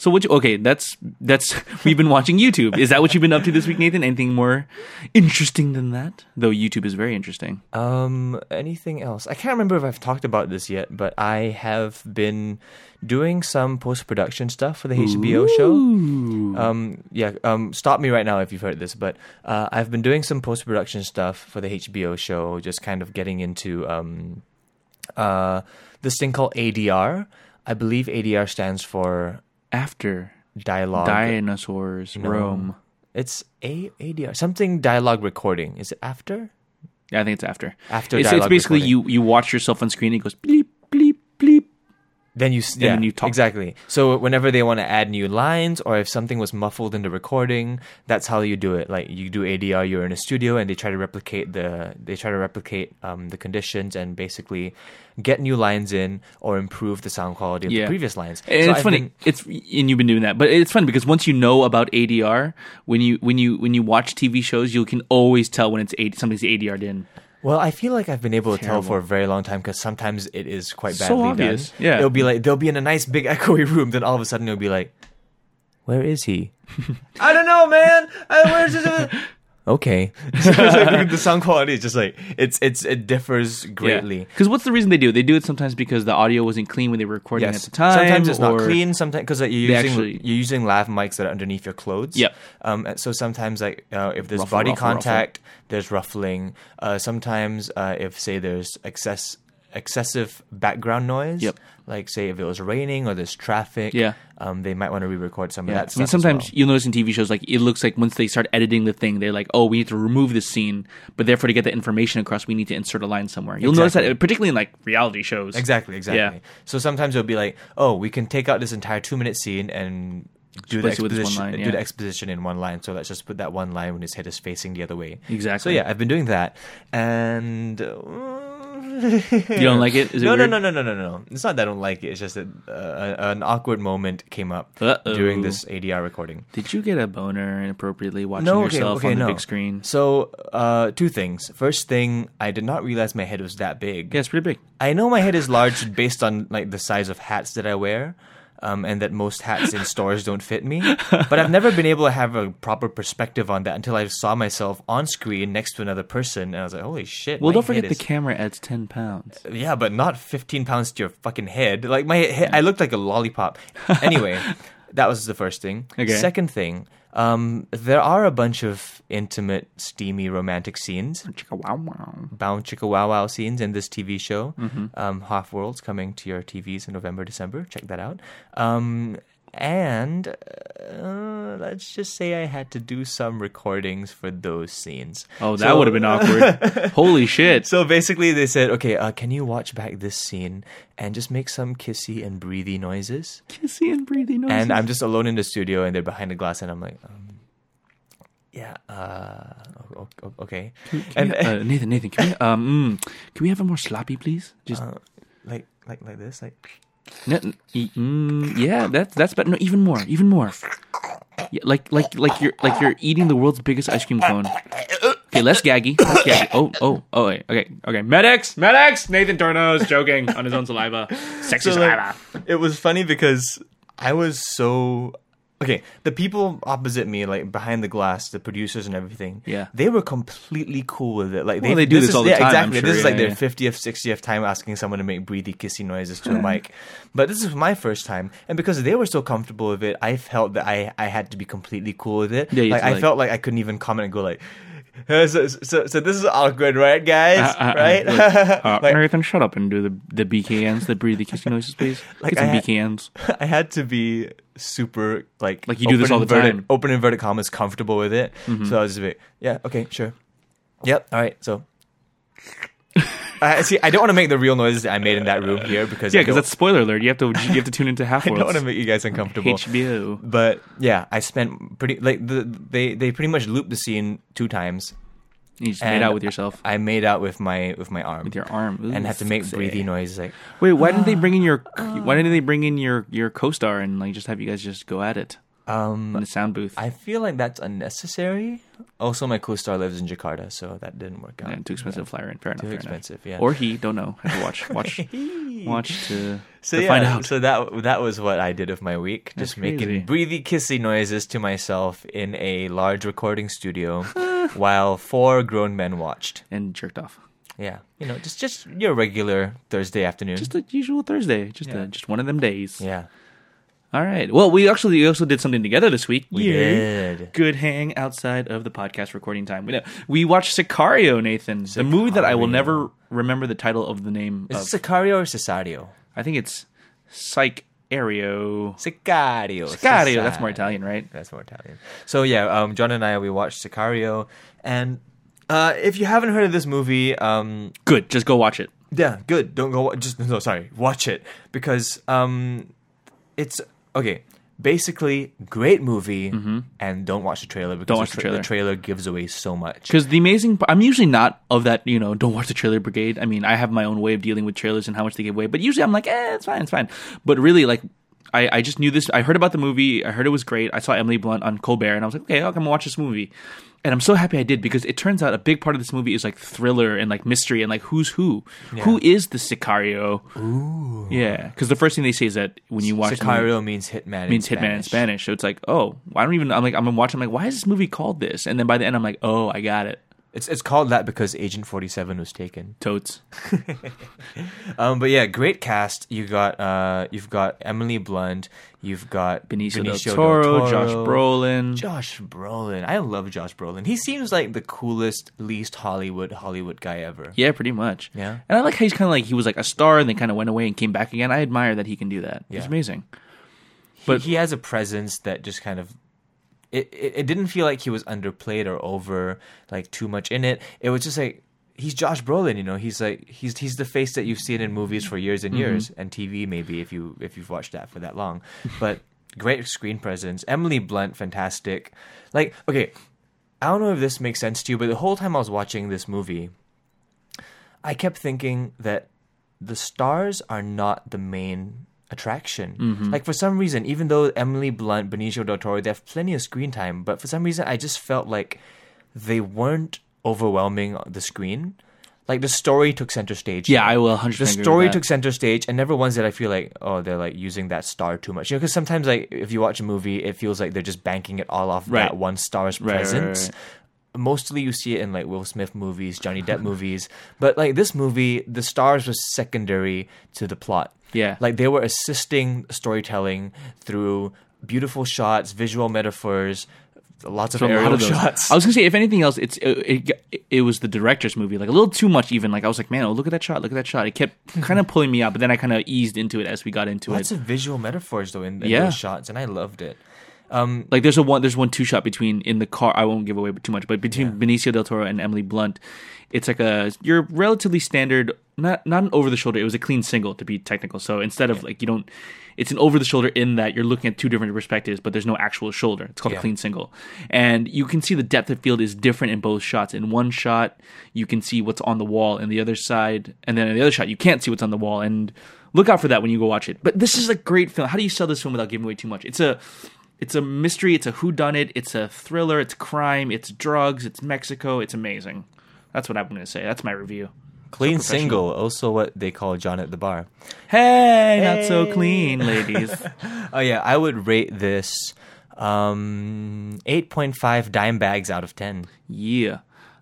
So what you okay, that's that's we've been watching YouTube. Is that what you've been up to this week, Nathan? Anything more interesting than that? Though YouTube is very interesting.
Um. Anything else? I can't remember if I've talked about this yet, but I have been doing some post production stuff for the HBO show.
Ooh.
Um, yeah, um, stop me right now if you've heard this, but uh, I've been doing some post production stuff for the HBO show, just kind of getting into um, uh, this thing called ADR. I believe ADR stands for
After
dialogue.
dinosaurs roam.
it's a ADR something dialogue recording. Is it after?
Yeah, I think it's after.
After
it's, it's
dialogue
basically
recording.
you you watch yourself on screen and it goes bleep bleep bleep.
Then you, s- yeah,
then you talk.
exactly. So whenever they want to add new lines, or if something was muffled in the recording, that's how you do it. Like you do ADR, you're in a studio, and they try to replicate the they try to replicate um, the conditions and basically get new lines in or improve the sound quality of the
Yeah.
previous lines.
And
So
it's
I've
funny.
been-
It's and you've been doing that, but it's funny because once you know about ADR, when you when you when you watch TV shows, you can always tell when it's AD, something's ADR'd in.
Well, I feel like I've been able to tell for a very long time because sometimes it is quite
So
badly
obvious.
done.
Yeah.
It'll be like they'll be in a nice big echoey room, then all of a sudden it'll be like, where is he? I don't know, man. I, where's his? okay. So it's like the sound quality is just like it's it's it differs greatly.
Because what's the reason they do it? They do it sometimes because the audio wasn't clean when they were recording
Yes.
at the time.
sometimes it's not
or-
clean. Sometimes because like, you're
They
using
actually-
you're using lav mics that are underneath your clothes.
Yep.
Um. and So sometimes like uh, if there's
Ruffle,
body
ruffle, ruffle.
contact, there's ruffling. Uh. Sometimes uh, if say there's excess excessive background noise.
Yep.
Like say if it was raining or there's traffic.
Yeah.
Um. They might want to re-record some
Yeah.
of that.
I mean,
stuff as
sometimes
well.
you'll notice in TV shows, like, it looks like once they start editing the thing, they're like, oh, we need to remove this scene, but therefore to get the information across, we need to insert a line somewhere. You'll notice
Exactly.
that, particularly in, like, reality shows.
Exactly, exactly. So sometimes it'll be like, oh, we can take out this entire two minute scene and do the,
Replace it with this one
exposition,
line,
do the
yeah.
exposition in one line. So let's just put that one line when his head is facing the other way.
Exactly.
So yeah, I've been doing that, and you
don't like it? Is it
no,
weird?
no, no, no, no, no, no. It's not that I don't like it. It's just that uh, an awkward moment came up
Uh-oh.
during this ADR recording
Did you get a boner inappropriately watching yourself on the big screen?
So, uh, two things. First thing, I did not realize my head was that big.
Yeah, it's pretty big.
I know my head is large based on like the size of hats that I wear, um, and that most hats in stores don't fit me. But I've never been able to have a proper perspective on that until I saw myself on screen next to another person, and I was like, "Holy shit!"
Well,
my
don't forget
head
the
is-
camera adds 10 pounds.
yeah, but not 15 pounds to your fucking head. Like my head, I looked like a lollipop. Anyway, that was the first thing.
Okay.
Second thing, um, there are a bunch of intimate, steamy, romantic scenes
Chicka wow wow.
bound chicka wow wow scenes in this TV show,
Mm-hmm.
um, Half Worlds, coming to your TVs in November, December. Check that out. Um, and uh, let's just say I had to do some recordings for those scenes.
Oh, that
So-
would have been awkward. Holy shit.
So basically, they said, okay, uh, can you watch back this scene and just make some kissy and breathy noises?
Kissy and breathy noises.
And I'm just alone in the studio, and they're behind the glass, and I'm like, um, yeah, uh, o- o- okay.
Can
And
we- uh, Nathan, Nathan, can we, um, mm, can we have a more sloppy, please? Just
uh, like, like, like this, like.
No, n- e- mm, yeah, that's that's better. No, even more, even more. Yeah, like like like you're like you're eating the world's biggest ice cream cone. Okay, less gaggy. Less gaggy. Oh oh oh. Wait, okay okay. Medics, medics. Nathan Turner's joking on his own saliva. Sexy
So,
saliva.
like, it was funny because I was so okay. The people opposite me, like behind the glass, the producers and everything,
Yeah.
they were completely cool with it. Like
Well, they do this
is-
all the
yeah,
time, I'm
Exactly,
sure.
this is like
Yeah,
their
yeah.
fiftieth, sixtieth time asking someone to make breathy, kissy noises to a mic. But this is my first time, and because they were so comfortable with it, I felt that I I had to be completely cool with it.
Yeah, you
like
had to,
I
like-
felt like I couldn't even comment and go like. "Uh, So, so, so this is awkward, right, guys?
Uh, uh, uh,
right?
look, uh,
Like-
Nathan, shut up and do the the BKNs, the breathy kissing noises, please.
Like,
Get some
I had-
BKNs.
I had to be super like
Like, you do this
open
all the
inverted,
time. Mm-hmm.
Open inverted commas, comfortable with it. So I was just like, yeah, okay, sure, yep, all right. So I see. I don't want to make the real noises that I made in that room here because
Yeah,
I
because
don't-
that's spoiler alert. You have to you have to tune into half
I don't want to
worlds.
make you guys uncomfortable.
HBO.
But yeah, I spent pretty like the, they they pretty much looped the scene two times.
You just made
and
out with yourself
I made out with my with my arm
with your arm Ooh,
and had to make
sexy.
breathy noises like.
Wait, why didn't they bring in your why didn't they bring in your your co-star and like just have you guys just go at it
Um,
in the sound booth?
I feel like that's unnecessary. Also, my co-star lives in Jakarta, so that didn't work out.
Yeah, too expensive to fly in. Fair enough.
Too
fair
expensive,
Enough.
yeah.
Or he, don't know. Have to watch, watch, watch to,
so
to
yeah,
find out.
so that that was what I did of my week, just making breathy, kissy noises to myself in a large recording studio, while four grown men watched.
And jerked off.
Yeah, you know, just just your regular Thursday afternoon.
Just a usual Thursday. Just
Yeah.
a, just one of them days.
yeah,
All right. Well, we actually we also did something together this week.
we
Yay.
did.
Good hang outside of the podcast recording time. We know, we watched Sicario, Nathan, the movie that I will
Sicario.
never remember the title of the name of.
Is it Sicario or Cesario?
I think it's Psych Ario.
Sicario.
Sicario. That's more
Cesario.
Italian, right?
That's more Italian. So yeah, um, John and I we watched Sicario, and uh, if you haven't heard of this movie, um,
Good. Just go watch it.
yeah, good. Don't go. wa- Just no, sorry, watch it because um, it's okay. Basically, great movie, and don't watch the trailer because
Mm-hmm. watch the
tra-
trailer.
the trailer gives away so much.
Because the amazing, p- I'm usually not of that, you know, don't watch the trailer brigade. I mean, I have my own way of dealing with trailers and how much they give away, but usually I'm like, eh, it's fine, it's fine. But really, like, I, I just knew this. I heard about the movie. I heard it was great. I saw Emily Blunt on Colbert, and I was like, okay, I'm gonna watch this movie. And I'm so happy I did because it turns out a big part of this movie is like thriller and like mystery and like who's who, who is the Sicario? Ooh, yeah. Because the first thing they say is that when you watch the movie-
Sicario means hitman.
means
in
Hitman in Spanish. So it's like, oh, I don't even. I'm like, I'm watching. I'm like, why is this movie called this? And then by the end, I'm like, oh, I got it.
It's it's called that because Agent Forty Seven was taken.
Totes.
Um, but yeah, great cast. You got uh, you've got Emily Blunt. You've got
Benicio, del, Toro, Josh Brolin.
Josh Brolin. I love Josh Brolin. He seems like the coolest, least Hollywood Hollywood guy ever.
yeah, pretty much.
Yeah.
And I like how he's kind of like he was like a star and then kind of went away and came back again. I admire that he can do that. It's
Yeah.
amazing.
but
But-
he, has a presence that just kind of it, it it didn't feel like he was underplayed or over like too much in it it was just like he's Josh Brolin you know he's like he's he's the face that you've seen in movies for years
Mm-hmm.
and years and TV maybe if you if you've watched that for that long but great screen presence Emily Blunt fantastic like okay I don't know if this makes sense to you but the whole time I was watching this movie I kept thinking that the stars are not the main attraction. Like for some reason, even though Emily Blunt, Benicio del Toro, they have plenty of screen time, but for some reason, I just felt like they weren't overwhelming on the screen. Like the story took center stage.
Yeah, I will 100.
The story took center stage, and never once did I feel like, oh, they're like using that star too much. You know, because sometimes, like, if you watch a movie, it feels like they're just banking it all off that
Right.
one star's
Right, right, right,
presence. Mostly, you see it in like Will Smith movies, Johnny Depp movies, but like this movie, the stars were secondary to the plot.
Yeah.
like they were assisting storytelling through beautiful shots, visual metaphors, lots of
a
aerial
lot of those.
shots.
I was gonna say, if anything else, it's it, it, it was the director's movie, like a little too much. Even like I was like, man, oh look at that shot, look at that shot. It kept kind of pulling me out, but then I kind of eased into it as we got into it.
lots of visual metaphors though in, in
Yeah.
those shots, and I loved it.
Mm-hmm. like there's a one there's one two shot between in the car I won't give away too much but between Benicio del Toro and Emily Blunt it's like a you're relatively standard not not an over the shoulder it was a clean single to be technical so instead of like you don't it's an over the shoulder in that you're looking at two different perspectives but there's no actual shoulder it's called
Yeah.
a clean single and you can see the depth of field is different in both shots in one shot you can see what's on the wall in the other side and then in the other shot you can't see what's on the wall and look out for that when you go watch it but this is a great film how do you sell this film without giving away too much it's a it's a mystery. It's a whodunit. It's a thriller. It's crime. It's drugs. It's Mexico. It's amazing. That's what I'm going to say. That's my review.
Clean single, also what they call John at the bar.
Hey, not so clean, ladies.
Oh yeah, I would rate this um 8.5 dime bags out of 10.
yeah,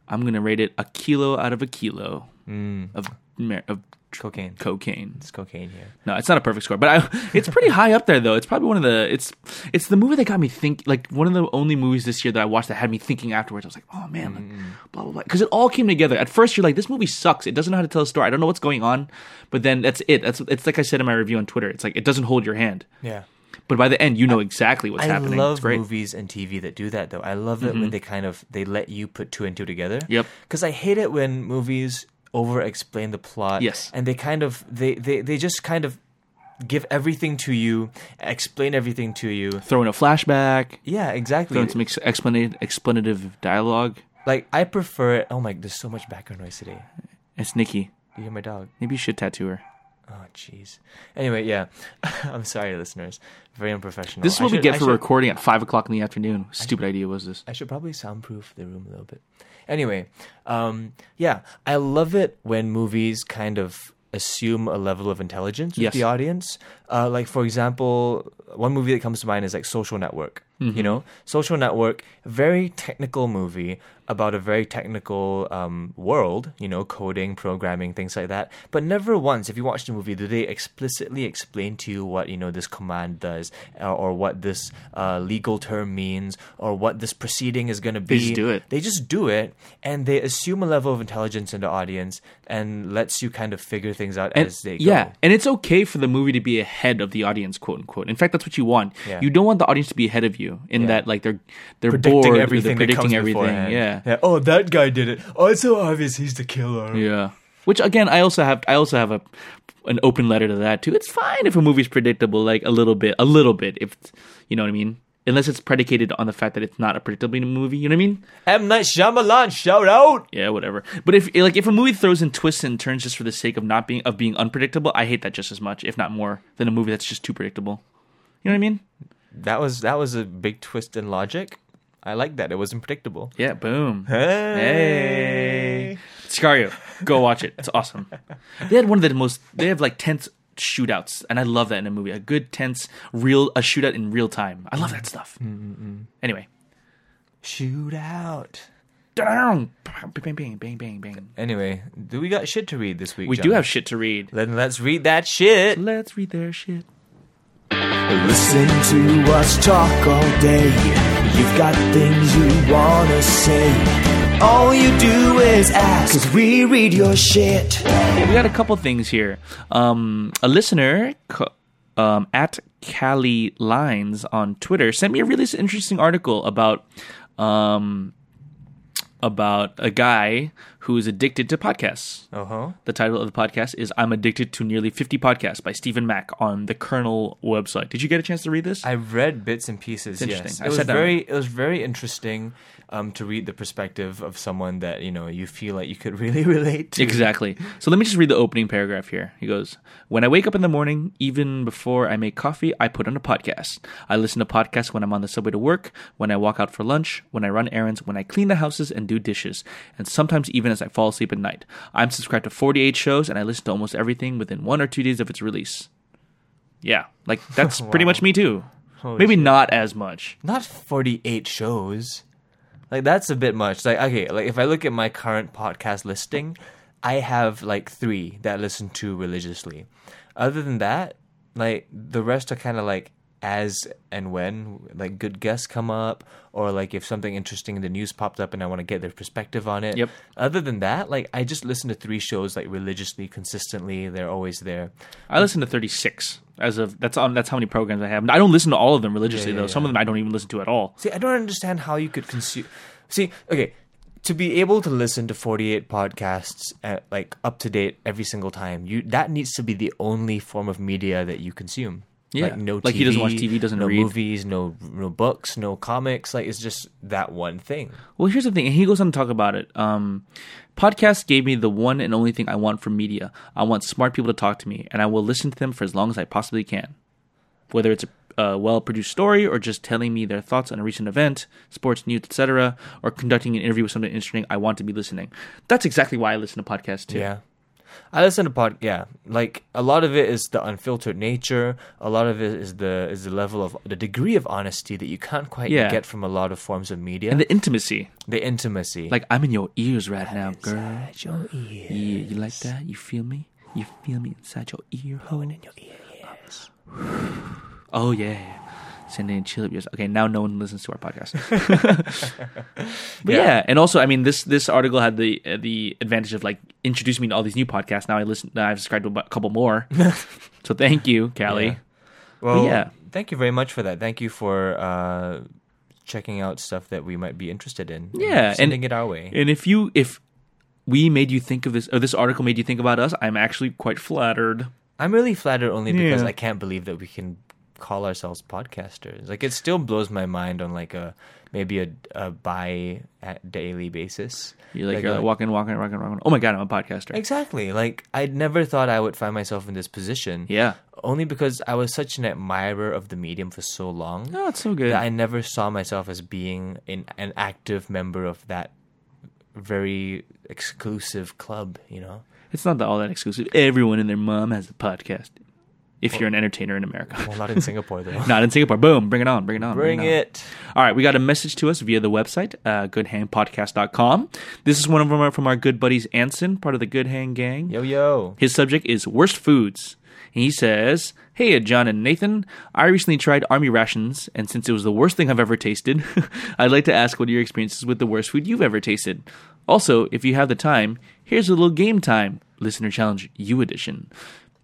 I'm going to rate it a kilo out of a kilo of mer- of
Cocaine.
cocaine.
It's cocaine here.
No, it's not a perfect score, but I, it's pretty high up there though. It's probably one of the it's it's the movie that got me think like one of the only movies this year that I watched that had me thinking afterwards. I was like, oh man, like,
Mm-hmm.
blah blah blah, because it all came together. At first, you're like, this movie sucks. It doesn't know how to tell a story. I don't know what's going on, but then that's it. That's it's like I said in my review on Twitter. It's like it doesn't hold your hand,
Yeah.
but by the end, you know exactly what's
I
happening.
love
it's great. Mm-hmm.
movies and TV that do that though. I love it when they kind of they let you put two and two together.
Yep.
Cuz I hate it when movies over explain the plot
Yes.
and they kind of they they they just kind of give everything to you, explain everything to you.
Throw in a flashback,
Yeah,
throw
exactly.
in some ex- explanative explanative dialogue.
Like I prefer it. Oh my, there's so much background noise today.
It's Nikki.
You hear my dog?
Maybe you should tattoo her.
Oh, jeez. Anyway, yeah. I'm sorry, listeners. Very unprofessional.
This is
I
what we
should-
get
I
for
should-
recording at five o'clock in the afternoon. Stupid idea was this.
I should probably soundproof the room a little bit. Anyway, um, yeah, I love it when movies kind of assume a level of intelligence with
Yes.
the audience. Uh, like, for example, one movie that comes to mind is like Social Network.
Mm-hmm.
You know, Social Network, very technical movie about a very technical um, world. You know, coding, programming, things like that. But never once, if you watch the movie, do they explicitly explain to you what you know this command does, or, or what this uh, legal term means, or what this proceeding is going to be.
just do it.
They just do it, and they assume a level of intelligence in the audience, and lets you kind of figure things out
and,
as they go.
yeah and it's okay for the movie to be ahead of the audience quote unquote in fact that's what you want
Yeah.
you don't want the audience to be ahead of you in that like they're they're
predicting
bored or
everything.
they're predicting
that comes
everything
beforehand.
yeah
Oh, that guy did it. Oh, it's so obvious he's the killer.
yeah which again i also have i also have a an open letter to that too it's fine if a movie's predictable like a little bit a little bit if you know what i mean unless it's predicated on the fact that it's not a predictable movie you know what i mean
M Night Shyamalan, shout out.
yeah whatever but if like if a movie throws in twists and turns just for the sake of not being of being unpredictable i hate that just as much if not more than a movie that's just too predictable You know what I mean?
That was that was a big twist in logic. I like that. It wasn't predictable.
Yeah, boom.
Hey.
Hey. Sicario, go watch it. It's awesome. They had one of the most. They have like tense shootouts, and I love that in a movie. A good tense real a shootout in real time. I love that stuff. Anyway,
Shoot out.
down, bang, bang, bang, bang, bang.
Anyway, do we got shit to read this week?
We
John?
do have shit to read.
Then let's read that shit.
Let's read their shit.
Listen to us talk all day. You've got things you wanna say. All you do is ask, cause we read your shit.
we got a couple things here. Um, a listener co- um, at Cali Lines on Twitter sent me a really interesting article about um, about a guy who is addicted to podcasts.
Uh huh.
The title of the podcast is "I'm Addicted to Nearly 50 Podcasts" by Stephen Mack on the Kernel website. Did you get a chance to read this?
I read bits and pieces.
It's interesting.
Yes,
I
it was
sat down.
very it was very interesting um, to read the perspective of someone that you know you feel like you could really relate to.
Exactly. So let me just read the opening paragraph here. He goes, When I wake up in the morning, even before I make coffee, I put on a podcast. I listen to podcasts when I'm on the subway to work, when I walk out for lunch, when I run errands, when I clean the houses and do dishes, and sometimes even as I fall asleep at night. I'm subscribed to 48 shows and I listen to almost everything within one or two days of its release. Yeah, like that's pretty much me too. Maybe not as much.
Not forty eight shows. Like that's a bit much. Like okay, like if I look at my current podcast listing, I have like three that I listen to religiously. Other than that, like the rest are kind of like as and when like good guests come up or like if something interesting in the news popped up and I want to get their perspective on it.
Yep.
Other than that, like I just listen to three shows like religiously, consistently. They're always there.
I listen to 36 as of that's on that's how many programs I have. I don't listen to all of them religiously
yeah,
though. Some of them I don't even listen to at all.
See, I don't understand how you could consume. See, okay, to be able to listen to forty-eight podcasts at, like up to date every single time, you that needs to be the only form of media that you consume.
Yeah.
like no, TV,
Like, he doesn't watch TV, doesn't
no
read.
movies, no no books, no comics. Like it's just that one thing.
Well, here's the thing, and he goes on to talk about it. Um, podcasts gave me the one and only thing I want from media. I want smart people to talk to me, and I will listen to them for as long as I possibly can. Whether it's a, a well-produced story, or just telling me their thoughts on a recent event, sports news, etc., or conducting an interview with something interesting, I want to be listening. That's exactly why I listen to podcasts too.
Yeah. I listen to pod yeah. Like a lot of it is the unfiltered nature. A lot of it is the is the level of the degree of honesty that you can't quite
Yeah.
get from a lot of forms of media.
And the intimacy,
the intimacy.
like I'm in your ears right now, girl.
Your ear,
Yeah, you like that? You feel me? You feel me inside your ear hole?
in your ear.
Oh yeah, sending a chill up yours. Okay, now no one listens to our podcast. but yeah. and also, I mean this this article had the uh, the advantage of like introducing me to all these new podcasts. Now I listen. Now I've subscribed to a bu- couple more. so thank you, Callie.
Yeah. Well,
yeah.
Thank you very much for that. Thank you for uh, checking out stuff that we might be interested in.
Yeah, and-
sending it our way.
And if you if we made you think of this or this article made you think about us, I'm actually quite flattered.
I'm really flattered only because
Yeah.
I can't believe that we can call ourselves podcasters. Like it still blows my mind on like a maybe a, a bi at daily basis.
You're like,
Like,
you're
uh,
like walking, walking, walking, walking. Oh my god, I'm a podcaster.
Exactly. Like I never thought I would find myself in this position.
Yeah.
Only because I was such an admirer of the medium for so long.
Oh, it's so good.
that I never saw myself as being in, an active member of that very exclusive club, you know?
It's not that all that exclusive. Everyone and their mom has a podcast. If you're an entertainer in America.
Well, not in Singapore, though.
Not in Singapore. Boom. Bring it on. Bring it on.
Bring
on.
it.
All right. We got a message to us via the website, uh, goodhangpodcast.com. This is one of them are from our good buddies, Anson, part of the Good Hang gang.
Yo, yo.
His subject is worst foods. And he says, Hey, John and Nathan, I recently tried army rations, and since it was the worst thing I've ever tasted, I'd like to ask what are your experiences with the worst food you've ever tasted. Also, if you have the time, here's a little game time listener challenge, you edition.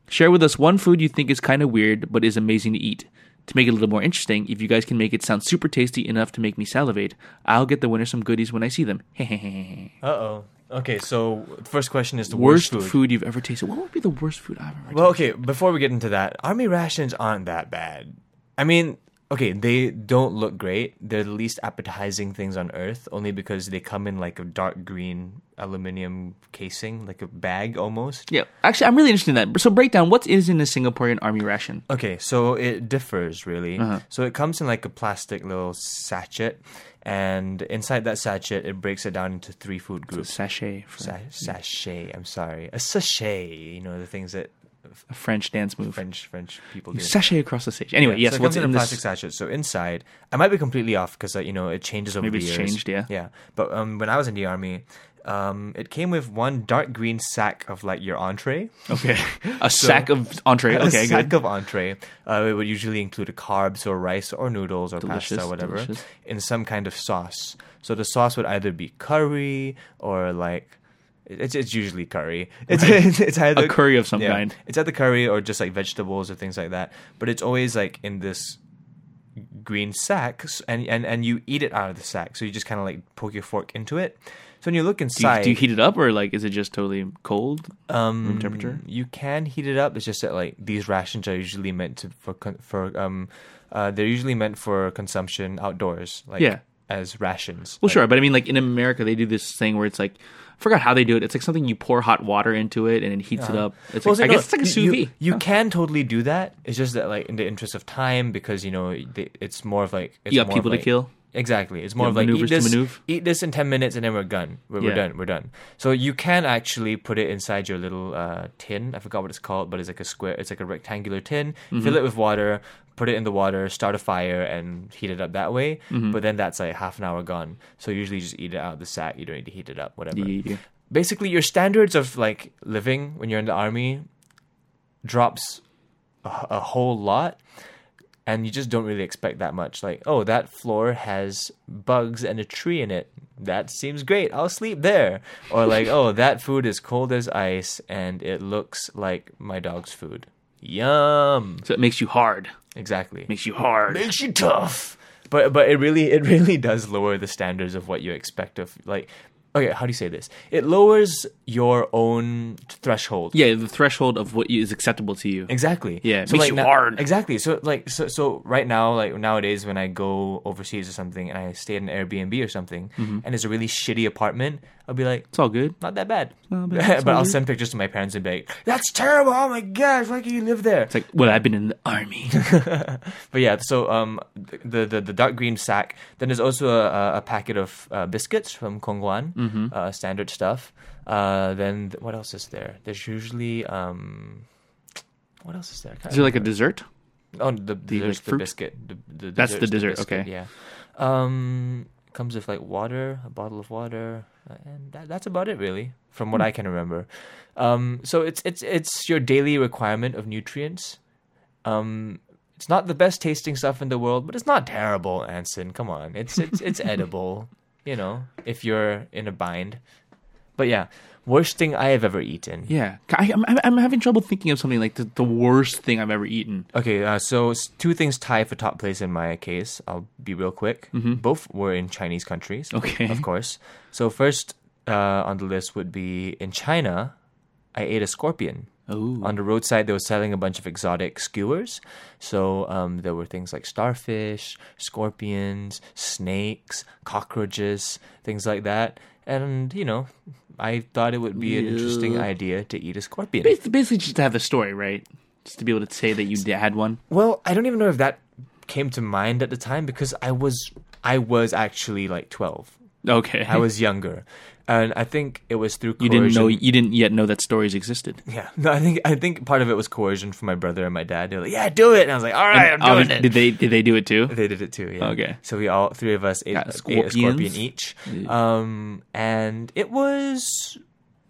Share with us one food you think is kind of weird but is amazing to eat. To make it a little more interesting, if you guys can make it sound super tasty enough to make me salivate, I'll get the winner some goodies when I see them.
Uh oh. Okay, so first question is the
worst
worst,
food. you've ever tasted. What would be the worst food I've ever tasted?
Well, okay, before we get into that, army rations aren't that bad. I mean, okay, they don't look great. They're the least appetizing things on earth, only because they come in like a dark green aluminium casing, like a bag almost.
Yeah, actually, I'm really interested in that. So, breakdown. What is in a Singaporean army ration?
Okay, so it differs really.
Uh-huh.
So it comes in like a plastic little sachet, and inside that sachet, it breaks it down into three food groups.
Sachet, for
Sa- sachet, I'm sorry, a sachet. You know the things that
a French dance move.
French French people do.
Sachet across the stage. Anyway,
Yeah,
yes.
so it
what's
comes
in
in a plastic
this?
sachet. So inside, I might be completely off because you know it changes over
Maybe
the
it's
years.
changed, yeah.
yeah. But um, when I was in the army, um, it came with one dark green sack of like your entree.
Okay, a sack of entree.
a
Okay,
sack
good.
of entree. Uh, it would usually include a carbs or rice or noodles or pasta
Delicious,
or whatever
delicious.
in some kind of sauce. So the sauce would either be curry or like. It's, it's usually curry. It's, it's, either
A curry of some kind.
It's either curry or just like vegetables or things like that. But it's always like in this green sack, s- and and, and you eat it out of the sack. So you just kind of like poke your fork into it. So when you look
Do
inside,
you, do you heat it up or like is it just totally cold? Um, room temperature.
you can heat it up. It's just that like these rations are usually meant to for con- for um uh they're usually meant for consumption outdoors like
Yeah.
as rations.
Well,
Like,
sure, but I mean, like in America, they do this thing where it's like, I forgot how they do it. It's like something you pour hot water into it and it heats it up. It's
Uh-huh. well,
like,
so
I
no,
guess it's like a
you-
sous vide.
You, you can totally do that. It's just that like in the interest of time because you know they, it's more of like it's
You got
more of,
people to
like-
kill?
Exactly. It's more
Yeah,
of like eat
maneuvers to
this,
maneuver.
eat this in ten minutes and then we're done. We're, we're
Yeah.
done. We're done. So you can actually put it inside your little uh, tin. I forgot what it's called, but it's like a square. It's like a rectangular tin.
Mm-hmm.
Fill it with water. Put it in the water. Start a fire and heat it up that way.
Mm-hmm.
But then that's like half an hour gone. So usually you just eat it out of the sack. You don't need to heat it up. Whatever
Yeah, yeah, yeah.
basically your standards of like living when you're in the army drops a, a whole lot and you just don't really expect that much like oh that floor has bugs and a tree in it that seems great i'll sleep there or like oh that food is cold as ice and it looks like my dog's food yum
So it makes you hard.
exactly
Makes you hard.
makes you tough. But but it really it really does lower the standards of what you expect of like okay how do you say this? It lowers your own threshold.
yeah, the threshold of what you- is acceptable to you.
Exactly.
Yeah, it makes
like,
you
now-
hard.
Exactly. So like so so right now like nowadays when I go overseas or something and I stay at an Airbnb or something
Mm-hmm.
and it's a really shitty apartment, I'll be like
It's all good.
not that bad.
but
but
that's all
I'll
good.
send pictures to my parents and be like, "That's terrible! Oh my gosh! Why can you live there?"
It's like, well, I've been in the army.
But yeah, so um, the the, the dark green sack. Then there's also a, a packet of uh, biscuits from Kongguan,
Mm-hmm.
uh, standard stuff. Uh, then th- what else is there? There's usually um, what else is there? I can't
is there like a dessert?
Oh, the the,
like,
there's the
fruit?
biscuit. The, the
That's the
desserts,
dessert,
biscuit,
okay.
Yeah. Um, comes with like water, a bottle of water, uh, and that, that's about it really, from
Hmm.
what I can remember. Um, so it's it's it's your daily requirement of nutrients. Um, it's not the best tasting stuff in the world, but it's not terrible, Anson. Come on, it's it's it's edible. You know, if you're in a bind. But yeah, worst thing I have ever eaten.
Yeah, I, I'm, I'm- I'm having trouble thinking of something like the, the worst thing I've ever eaten.
Okay, uh, so s- two things tie for top place in my case. I'll be real quick. Both were in Chinese countries.
Okay.
Of course. So, first uh, on the list would be in China, I ate a scorpion.
Oh,
On the roadside, they were selling a bunch of exotic skewers. So, um, there were things like starfish, scorpions, snakes, cockroaches, things like that. And, you know, I thought it would be an interesting idea to eat a scorpion.
basically, basically just to have a story, right? Just to be able to say that you d- had one.
Well, I don't even know if that came to mind at the time because I was I was actually like twelve.
Okay,
I was younger, and I think it was through
Hmm. you
coercion.
didn't know you didn't yet know that stories existed.
Yeah, no, I think I think part of it was coercion from my brother and my dad. They're like, "Yeah, do it," and I was like, "All right,
Oh,
I'm doing it."
Did they did they do it too?
They did it too. Yeah.
Okay.
So we all three of us ate,
Got
ate a scorpion
scorpions.
each, um, and it was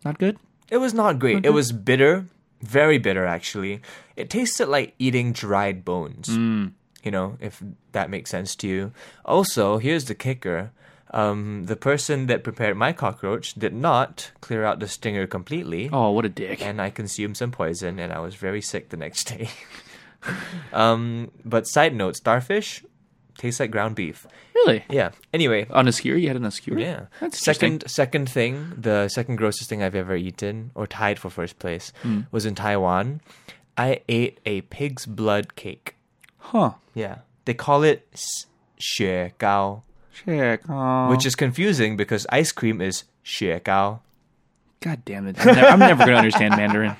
Not good.
It was not great. It was bitter, very bitter actually. It tasted like eating dried bones. You know, if that makes sense to you. Also, here's the kicker. Um, the person that prepared my cockroach did not clear out the stinger completely,
Oh, what a dick.
and I consumed some poison, and I was very sick the next day. um, but side note, starfish tastes like ground beef.
Really?
Yeah. Anyway,
On a skewer? You had an skewer?
yeah.
That's
second second thing, the second grossest thing I've ever eaten or tied for first place
Hmm.
was in Taiwan. I ate a pig's blood cake.
Huh.
Yeah. They call it s- 雪糕,
Check. Oh.
which is confusing because ice cream is 雪糕.
God damn it! I'm, ne- I'm never gonna understand Mandarin.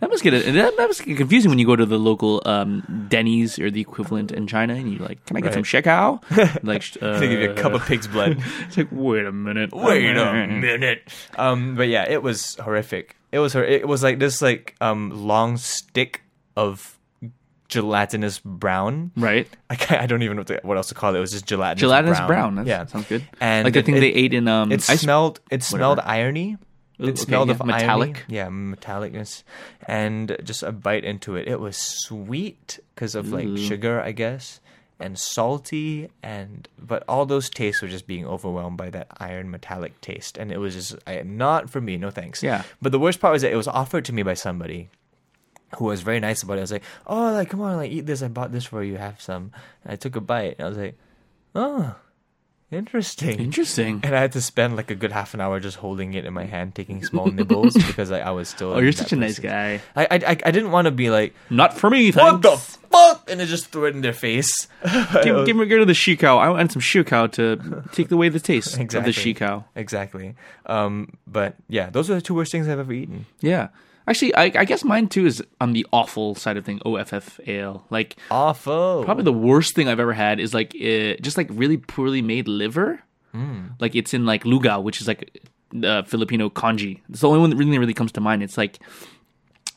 That must get a, that that must get confusing when you go to the local um, Denny's or the equivalent in China, and you're like, "Can I get some shekau?" Like, sh- uh,
They give you a cup of pig's blood.
It's like, wait a minute.
Wait a minute. Um, but yeah, it was horrific. It was hor- it was like this like um long stick of gelatinous brown.
Right,
I can't, I don't even know what, to, what else to call it. It was just gelatinous.
gelatinous brown. That's,
yeah,
sounds good.
And
like the
it-
thing
it-
they ate in um,
It
ice-
smelled. It smelled irony. It
Ooh, okay,
smelled
yeah,
of
metallic.
Irony. Yeah, metallicness, and just a bite into it. It was sweet because of like sugar, I guess, and salty, and but all those tastes were just being overwhelmed by that iron metallic taste, and it was just I, not for me. No thanks.
Yeah.
But the worst part was that it was offered to me by somebody who was very nice about it. I was like, "Oh, like come on, like eat this. I bought this for you. Have some." And I took a bite, and I was like, "Oh, interesting."
Interesting.
And I had to spend like a good half an hour just holding it in my hand, taking small nibbles because like, I was still.
Oh, you're such a nice guy.
I I I I didn't want to be like
Not for me.
what the
thanks.
fuck, and I just threw it in their face.
Give, give me rid of the shikao. I want some shikao to take away the taste
Exactly.
of the shikao.
exactly. Um, but yeah, those are the two worst things I've ever eaten.
Yeah. Actually, I, I guess mine too is on the awful side of thing. O F F A L. Like
Awful.
probably the worst thing I've ever had is like uh, just like really poorly made liver. Like it's in like lugao, which is like uh, Filipino kanji. It's the only one that really really comes to mind. It's like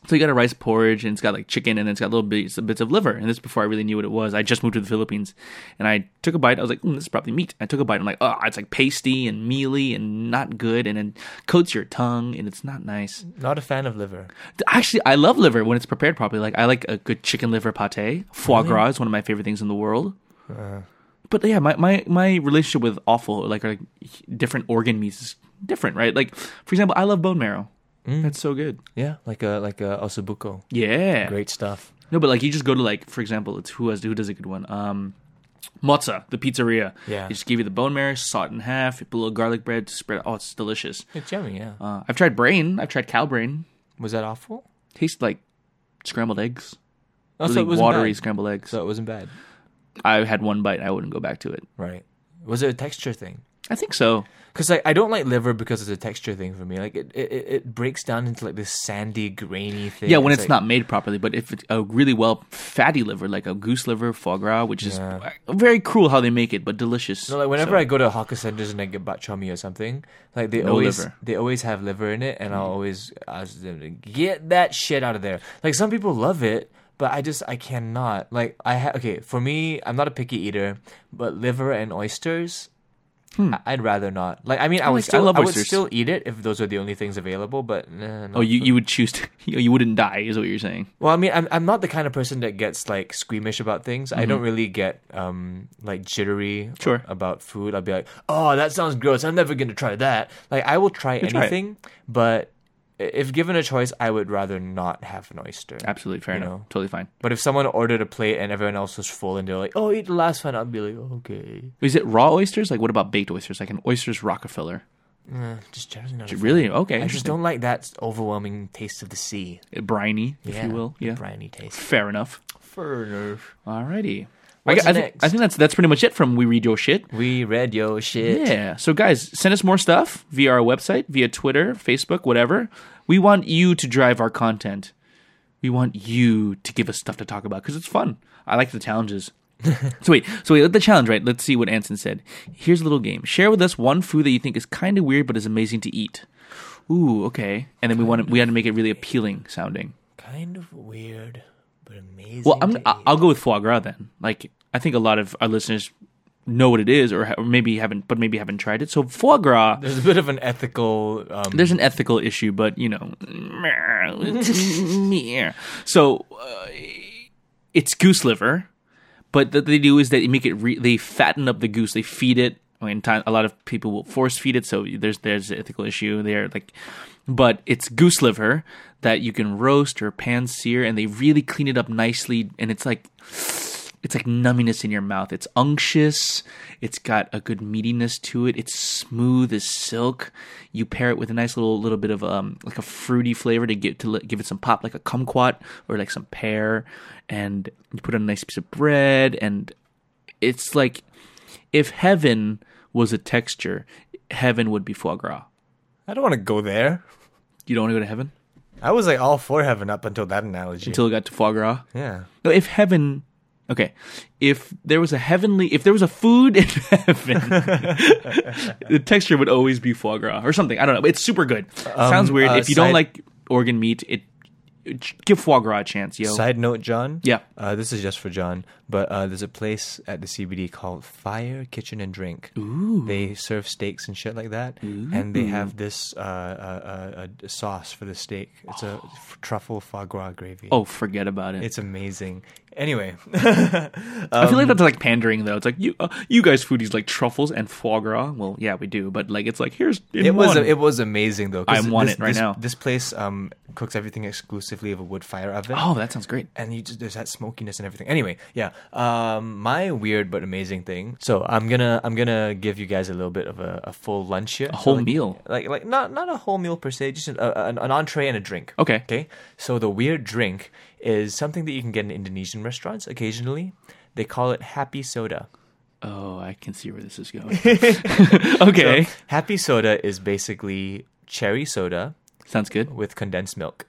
so you got a rice porridge and it's got like chicken and it's got little bits, bits of liver. And this before I really knew what it was. I just moved to the Philippines and I took a bite. I was like, mm, this is probably meat. I took a bite. I'm like, oh, it's like pasty and mealy and not good. And then coats your tongue and it's not nice.
Not a fan of liver.
Actually, I love liver when it's prepared properly. Like I like a good chicken liver pate. Foie gras is one of my favorite things in the world.
Uh-huh.
But yeah, my, my, my relationship with awful like, or, like different organ meats is different, right? Like for example, I love bone marrow.
Mm.
That's so good.
Yeah, like a like a osabuco.
Yeah.
Great stuff.
No, but like you just go to like for example, it's who has who does a good one. Um Mozza, the pizzeria.
Yeah.
They just give you the bone marrow, saw it in half, put a little garlic bread to spread it. Oh, it's delicious.
It's yummy. Yeah.
Uh, I've tried brain. I've tried cow brain.
was that awful?
Tastes like scrambled eggs.
Oh,
really
so it wasn't
watery
bad.
scrambled eggs.
So it wasn't bad.
I had one bite. I wouldn't go back to it.
Right. Was it a texture thing?
I think so.
Because like I don't like liver because it's a texture thing for me. Like it, it, it- it breaks down into like this sandy, grainy thing.
Yeah, when it's
like-
not made properly, but if it's a really well fatty liver, like a goose liver foie gras, which is
Yeah.
very cruel how they make it, but delicious.
No, like whenever
So-
I go to hawker centers and I get bak chor mee or something, like they
No
always
liver. Mm.
they always have liver in it, and I'll always ask them to get that shit out of there. Like some people love it, but I just I cannot. Like I ha- okay for me, I'm not a picky eater, but liver and oysters. I- I'd rather not. Like, I mean, I, would
like- Hmm. I
still,
love
I would
oysters.
still eat it if those are the only things available. But nah,
oh, you, you would choose to, you, you wouldn't die, is what you're saying.
Well, I mean, I'm I'm not the kind of person that gets like squeamish about things. I don't really get um like jittery
Mm-hmm. Sure.
about food. I'll be like, oh, that sounds gross. I'm never gonna try that. Like, I will try
try it.
anything, but i- if given a choice, I would rather not have an oyster.
Absolutely fair
You
enough.
know.
Totally fine.
But if someone ordered a plate and everyone else was full and they're like, oh, eat the last one, I'll be like, okay,
Is it raw oysters? Like, what about baked oysters? Like an oysters Rockefeller?
Eh, just generally not. a fan.
Really? Okay.
I just
Interesting.
don't like that overwhelming taste of the sea,
Briny, if
Yeah,
you will.
the
Yeah.
briny taste.
Fair enough.
Fair enough.
Alrighty.
What's
I, I, thi-
next?
I think that's that's pretty much it from We Read Your Shit.
We read yo shit.
Yeah. So, guys, send us more stuff via our website, via Twitter, Facebook, whatever. We want you to drive our content. We want you to give us stuff to talk about because it's fun. I like the challenges. so wait, so wait, let the challenge right. Let's see what Anson said. Here's a little game. Share with us one food that you think is kind of weird but is amazing to eat. Ooh, okay. And then we want to, we had to make it really appealing sounding.
kind of weird, but amazing.
Well, I'm,
to
I-
eat.
I'll go with foie gras then. Like, I think a lot of our listeners know what it is, or, ha- or maybe haven't, but maybe haven't tried it. So foie gras.
There's a bit of an ethical. Um,
there's an ethical issue, but you know, meh. so uh, it's goose liver. But what they do is they make it re- they fatten up the goose. They feed it. I mean, time, a lot of people will force feed it, so there's there's an ethical issue there. Like, but it's goose liver that you can roast or pan sear, and they really clean it up nicely, and it's like it's like numbiness in your mouth. It's unctuous. It's got a good meatiness to it. It's smooth as silk. You pair it with a nice little little bit of um like a fruity flavor to get to li- give it some pop, like a kumquat or like some pear, and you put on a nice piece of bread, and it's like if heaven was a texture, heaven would be foie gras.
I don't want to go there.
You don't want to go to heaven
I was like all for heaven up until that analogy.
until it got to foie gras.
yeah.
No, if heaven, okay, if there was a heavenly, if there was a food in heaven, the texture would always be foie gras or something. I don't know. It's super good. Sounds weird.
uh,
if you don't
side-
like organ meat, it, it- give foie gras a chance, yo.
Side note, John.
Yeah.
Uh, this is just for John, but uh, there's a place at the CBD called Fire Kitchen and Drink. Ooh. They serve steaks and shit like that, and they have this uh, uh, uh, uh, sauce for the steak. It's a f- truffle foie gras gravy.
oh, forget about it.
It's amazing. Anyway,
I
Um,
feel like that's like pandering though. It's like you, uh, you guys foodies like truffles and foie gras. Well, yeah, we do, but like it's like here's in
it was
one.
it was amazing though. 'cause
I'm on
this-
it right
this-
now.
This place um, cooks everything exclusively of a wood fire oven.
oh, that sounds great.
and you just there's that smokiness and everything. Anyway, yeah. Um, my weird but amazing thing. So I'm gonna I'm gonna give you guys a little bit of a, a full lunch here. A
whole meal?
like like not not a whole meal per se, just an, a, an, an entree and a drink.
Okay.
Okay. So the weird drink is something that you can get in Indonesian restaurants occasionally. They call it happy soda.
Oh, I can see where this is going. okay,
Happy soda is basically cherry soda
sounds good.
with condensed milk.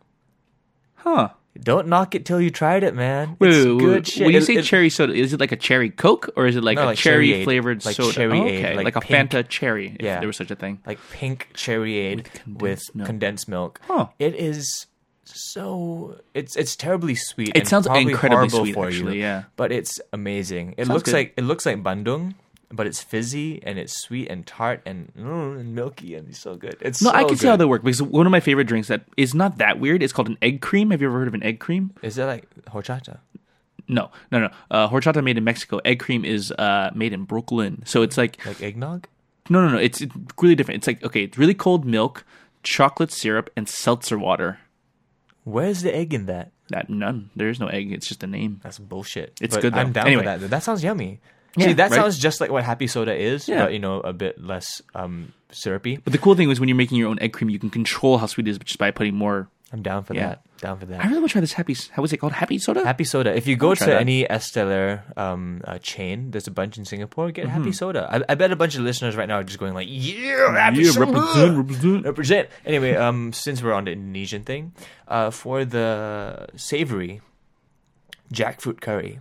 Huh?
Don't knock it till you tried it, man.
Wait,
it's
wait, wait,
good
wait.
shit.
When you
It-
say
it-
cherry soda, is it like a cherry Coke or is it like
No,
a
like
cherry
Cherryade,
flavored
like
soda?
Cherryade,
okay,
like
like, a
pink.
Fanta cherry, if
Yeah.
there was such a thing.
like pink cherryade with condensed,
condensed milk.
milk.
Huh.
It is so it's it's terribly sweet.
It
and
sounds
probably
incredibly
horrible
sweet,
for
actually,
you,
yeah.
but it's amazing. It
Sounds
looks
good.
like it looks like bandung, but it's fizzy and it's sweet and tart and, mm, and milky and it's so good. It's
No,
so
I can see how
good.
that works because one of my favorite drinks that is not that weird is called an egg cream. Have you ever heard of an egg cream?
Is that like horchata?
No, no, no. Uh, horchata made in Mexico. Egg cream is uh, made in Brooklyn. So it's like
Like eggnog?
No, no, no. It's, it's really different. It's like okay, it's really cold milk, chocolate syrup, and seltzer water.
Where's the egg in that?
That none. There is no egg. It's just a name.
That's bullshit.
It's
But
good, though.
I'm down
Anyway.
with that. though. That sounds yummy.
Yeah,
See, that
right?
sounds just like what happy soda is,
Yeah.
but you know, a bit less um, syrupy.
But the cool thing is when you're making your own egg cream, you can control how sweet it is just by putting more.
I'm down for
Yeah.
that. Down for that.
I really want to try this happy. How is it called? Happy soda.
Happy Soda. If you go to
try that.
any Esteller um, uh, chain, there's a bunch in Singapore. Get Happy Soda. I, I bet a bunch of listeners right now are just going like, "Yeah,
Mm-hmm.
Happy
yeah,
Soda,
represent, represent.
represent." Anyway, um, since we're on the Indonesian thing, uh, for the savory jackfruit curry.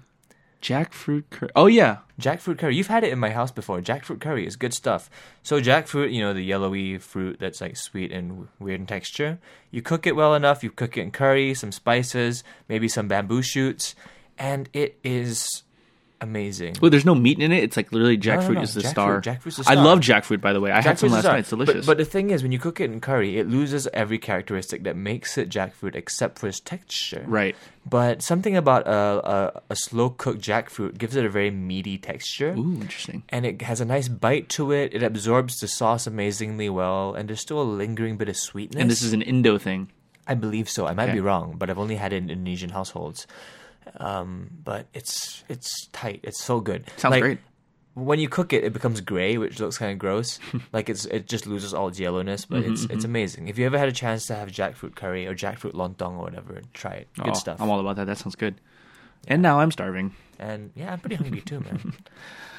Jackfruit. Cur- oh yeah,
Jackfruit curry. You've had it in my house before. Jackfruit curry is good stuff. So jackfruit, you know, the yellowy fruit that's like sweet and w- weird in texture. You cook it well enough. You cook it in curry, some spices, maybe some bamboo shoots, and it is amazing.
Well, there's no meat in it. It's like literally jackfruit
no,
is the
jackfruit-
star.
jackfruit's the
I
star.
love jackfruit, by the way. I had some
Jackfruit
last
is not-
night. It's delicious.
But, but the thing is, when you cook it in curry, it loses every characteristic that makes it jackfruit except for its texture.
right.
But something about a, a, a slow cooked jackfruit gives it a very meaty texture.
Ooh, interesting.
and it has a nice bite to it. It absorbs the sauce amazingly well, and there's still a lingering bit of sweetness.
And this is an Indo thing.
I believe so. I might
Okay.
be wrong, but I've only had it in Indonesian households. Um, but it's it's tight. It's so good.
Sounds
Like,
great.
When you cook it, it becomes gray, which looks kind of gross. like it's it just loses all its yellowness, but it's
Mm-hmm,
it's amazing. If you ever had a chance to have jackfruit curry or jackfruit lontong or whatever, try it. Good
Oh,
stuff.
I'm all about that. That sounds good. And now I'm starving.
and yeah, I'm pretty hungry too, man.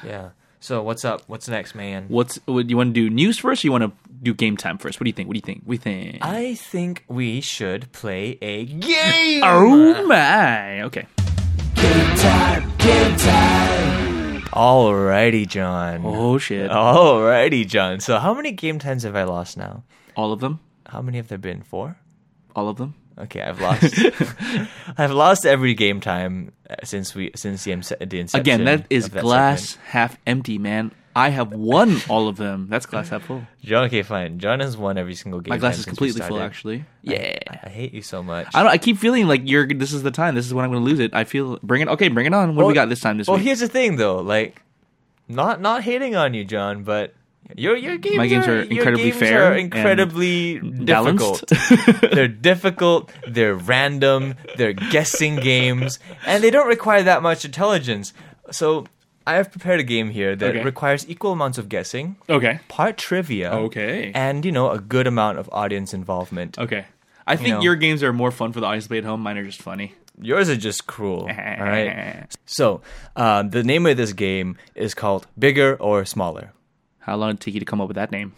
yeah. So what's up? What's next, man?
What's what, do you want to do? News first? Or you want to do game time first? What do you think? What do you think? We think.
I think we should play a game.
oh my. Okay.
Alrighty, John.
Oh shit.
Alrighty, John. So, how many game times have I lost now?
All of them.
How many have there been? Four.
All of them.
Okay, I've lost. I've lost every game time uh, since we since the, ince- the inception.
Again, that is
of that
glass
segment.
half empty, man. I have won all of them. That's glass half full.
John, okay, fine. John has won every single game.
My glass
time
is
since we
completely full,
started.
actually.
I- I, I hate you so much.
I don't. I keep feeling like you're. This is the time. This is when I'm going to lose it. I feel. Bring it. Okay, bring it on. What do we
Well-
got this time? This
Well,
week.
here's the thing, though. Like, not not hating on you, John, but Your your games
My games are
your
incredibly
games
fair
Are
and
incredibly
balanced.
difficult. they're difficult. They're random. They're guessing games, and they don't require that much intelligence. So I have prepared a game here that
Okay.
requires equal amounts of guessing,
Okay.
part trivia,
Okay.
and you know a good amount of audience involvement.
Okay. I think
know.
your games are more fun for the audience to play at home. Mine are just funny.
Yours are just cruel. All right. So um, the name of this game is called Bigger or Smaller.
How long did it take you to come up with that name?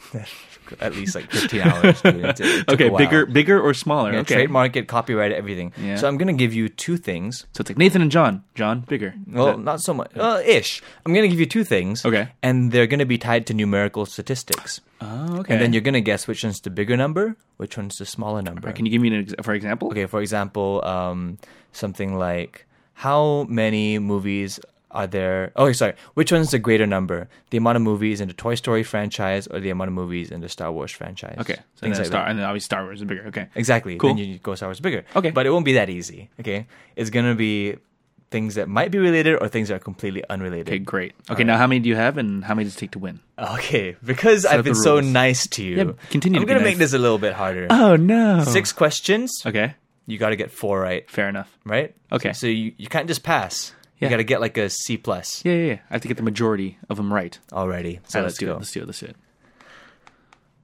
At least like fifteen hours. dude. It t- it took
Okay,
a while.
bigger, bigger or smaller?
Yeah,
okay.
trademark it, copyright it, everything.
Yeah.
So I'm gonna give you two things.
So it's like Nathan and John. John, bigger.
Well, not so much. Well, ish. I'm gonna give you two things.
Okay.
And they're gonna be tied to numerical statistics.
oh, okay.
And then you're gonna guess which one's the bigger number, which one's the smaller number.
Can you give me an ex- for example?
Okay. For example, um, something like how many movies are there? Oh, sorry. Which one's the greater number? The amount of movies in the Toy Story franchise, or the amount of movies in the Star Wars franchise?
Okay. So then
Things like
Star,
that.
and then obviously Star Wars is bigger. Okay.
Exactly.
Cool.
Then you go Star Wars bigger.
Okay.
But it won't be that easy. Okay. It's gonna be things that might be related or things that are completely unrelated.
Okay, great. Okay, now how many do you have, and how many does it take to win?
Okay, Because I've been
the
so
rules.
nice to you.
Yeah, continue
I'm
to be
gonna make
nice.
this a little bit harder.
Oh no.
Six questions.
Okay.
You got to get four right.
Fair enough.
Right.
Okay.
So you, you can't just pass.
Yeah.
You got to get like a C plus
Yeah, yeah, yeah. I have to get the majority of them right.
already. So
All right,
let's,
do
go.
it. Let's do it. Let's do it.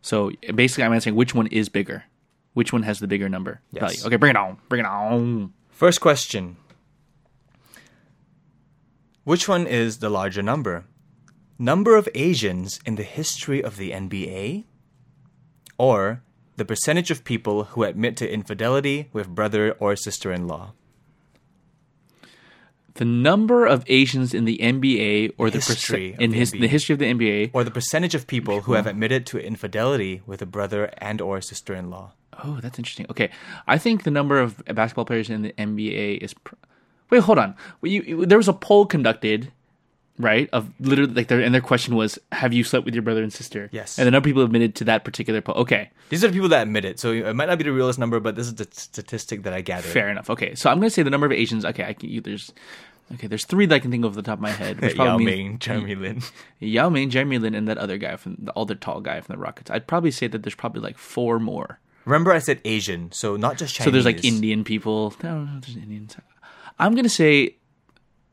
So basically, I'm answering which one is bigger, which one has the bigger number
Yes.
value. Okay, bring it on. Bring it on.
First question. Which one is the larger number? Number of Asians in the history of the NBA? Or the percentage of people who admit to infidelity with brother or sister in law?
The number of Asians in the NBA or the
History
perce-
of
in
the
his,
NBA.
the history of the NBA.
Or the percentage of people who have admitted to infidelity with a brother and or sister in law?
Oh, that's interesting. Okay, I think the number of basketball players in the NBA is. Pr- Wait, hold on. Well, You, you- there was a poll conducted, right? Of literally, like, their, and their question was, "Have you slept with your brother and sister?"
Yes.
And the number of people admitted to that particular poll. Okay,
These are the people that admit it, so it might not be the realest number, but this is the statistic that I gathered.
fair enough. Okay, so I'm gonna say the number of Asians. Okay, I can. You, there's, okay, there's three that I can think of off the top of my head. Which
Yao
probably means-
Ming, Jeremy Lin.
Yao Ming, Jeremy Lin, and that other guy from the other tall guy from the Rockets. I'd probably say that there's probably like four more.
Remember, I said Asian, so not just Chinese.
So there's like Indian people. I don't know if there's Indians. I'm gonna say,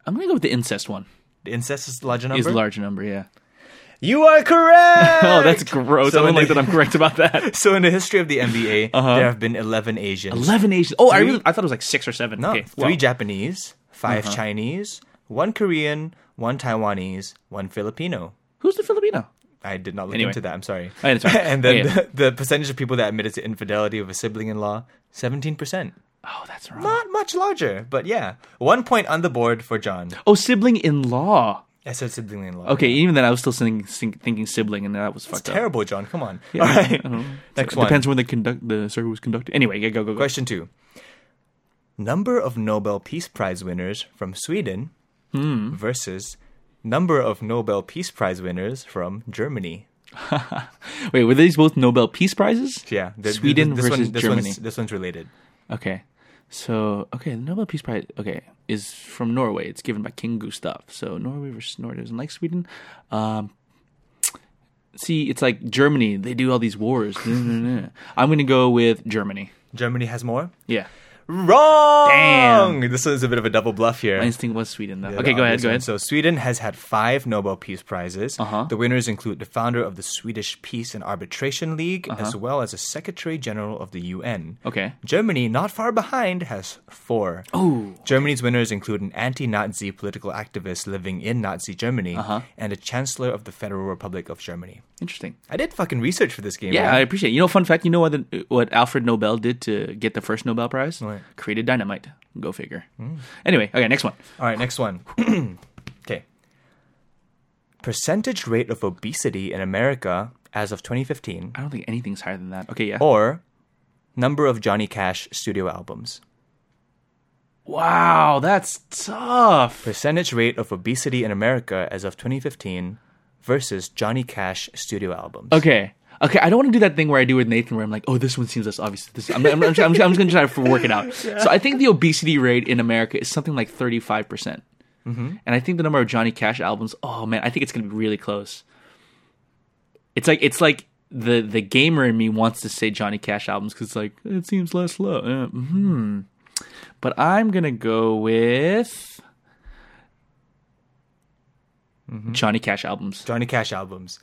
I'm gonna go with the incest one.
The incest is the larger number.
Is a large number, yeah.
You are correct.
Oh, that's gross. I
So
don't
in
like
the-
that I'm correct about that.
so in the history of the NBA, there have been eleven Asians,
Uh-huh. Eleven Asians. Oh, I
Three-
really, I thought it was like six or seven.
no,
okay, Uh-huh.
three Japanese, 5 Chinese, one Korean, one Taiwanese, one Filipino.
Who's the Filipino?
I did not look
Anyway.
into that. I'm sorry.
Oh, it's all right.
and then
Okay.
the, the percentage of people that admitted to infidelity with a sibling-in-law, seventeen percent.
Oh, that's wrong.
Not much larger, but yeah, one point on the board for John.
Oh, sibling in law.
I said sibling-in-law.
Okay, even then I was still thinking, thinking sibling, and that was
It's
fucked up.
terrible, John. Come on.
Yeah,
All right.
I don't know.
Next
it
one.
depends when the conduct the survey was conducted. Anyway, yeah, go go go.
Question two. Number of Nobel Peace Prize winners from Sweden
Hmm.
versus number of Nobel Peace Prize winners from Germany.
Wait, were these both Nobel Peace Prizes?
Yeah, th- th-
Sweden
this
versus
one, this
Germany.
One's, this one's related.
Okay, so okay, the Nobel Peace Prize okay is from Norway. It's given by King Gustav. So Norway versus Norway doesn't like Sweden. Um, see, it's like Germany. They do all these wars. I'm gonna go with Germany.
Germany has more.
Yeah,
Wrong. This one's a bit of a double bluff here.
my instinct was Sweden. Though.
Yeah,
okay,
the
go ahead.
obvious
Go
one.
ahead.
So Sweden has had five Nobel Peace Prizes.
Uh-huh.
The winners include the founder of the Swedish Peace and Arbitration League,
Uh-huh.
as well as the Secretary General of the UN.
okay.
Germany, not far behind, has four.
Ooh.
Germany's winners include an anti-Nazi political activist living in Nazi Germany
Uh-huh.
and a Chancellor of the Federal Republic of Germany.
Interesting.
I did fucking research for this game.
Yeah, I
man.
appreciate. It. You know, fun fact. You know what the, what Alfred Nobel did to get the first Nobel Prize?
What? Mm.
Created dynamite. Go figure. Anyway, okay, next one.
All right, next one. okay. Percentage rate of obesity in America as of 2015,
I don't think anything's higher than that. Okay, yeah.
or number of Johnny Cash studio albums.
Wow, that's tough.
Percentage rate of obesity in America as of 2015 versus Johnny Cash studio albums.
Okay. Okay, I don't want to do that thing where I do with Nathan, where I'm like, "Oh, this one seems less obvious." This, I'm, I'm, I'm, just- I'm just going to try to work it out. So I think the obesity rate in America is something like 35 percent, and I think the number of Johnny Cash albums. Oh man, I think it's going to be really close. It's like it's like the the gamer in me wants to say Johnny Cash albums because it's like it seems less low. Uh, hmm. But I'm gonna go with Johnny Cash albums.
Johnny Cash albums.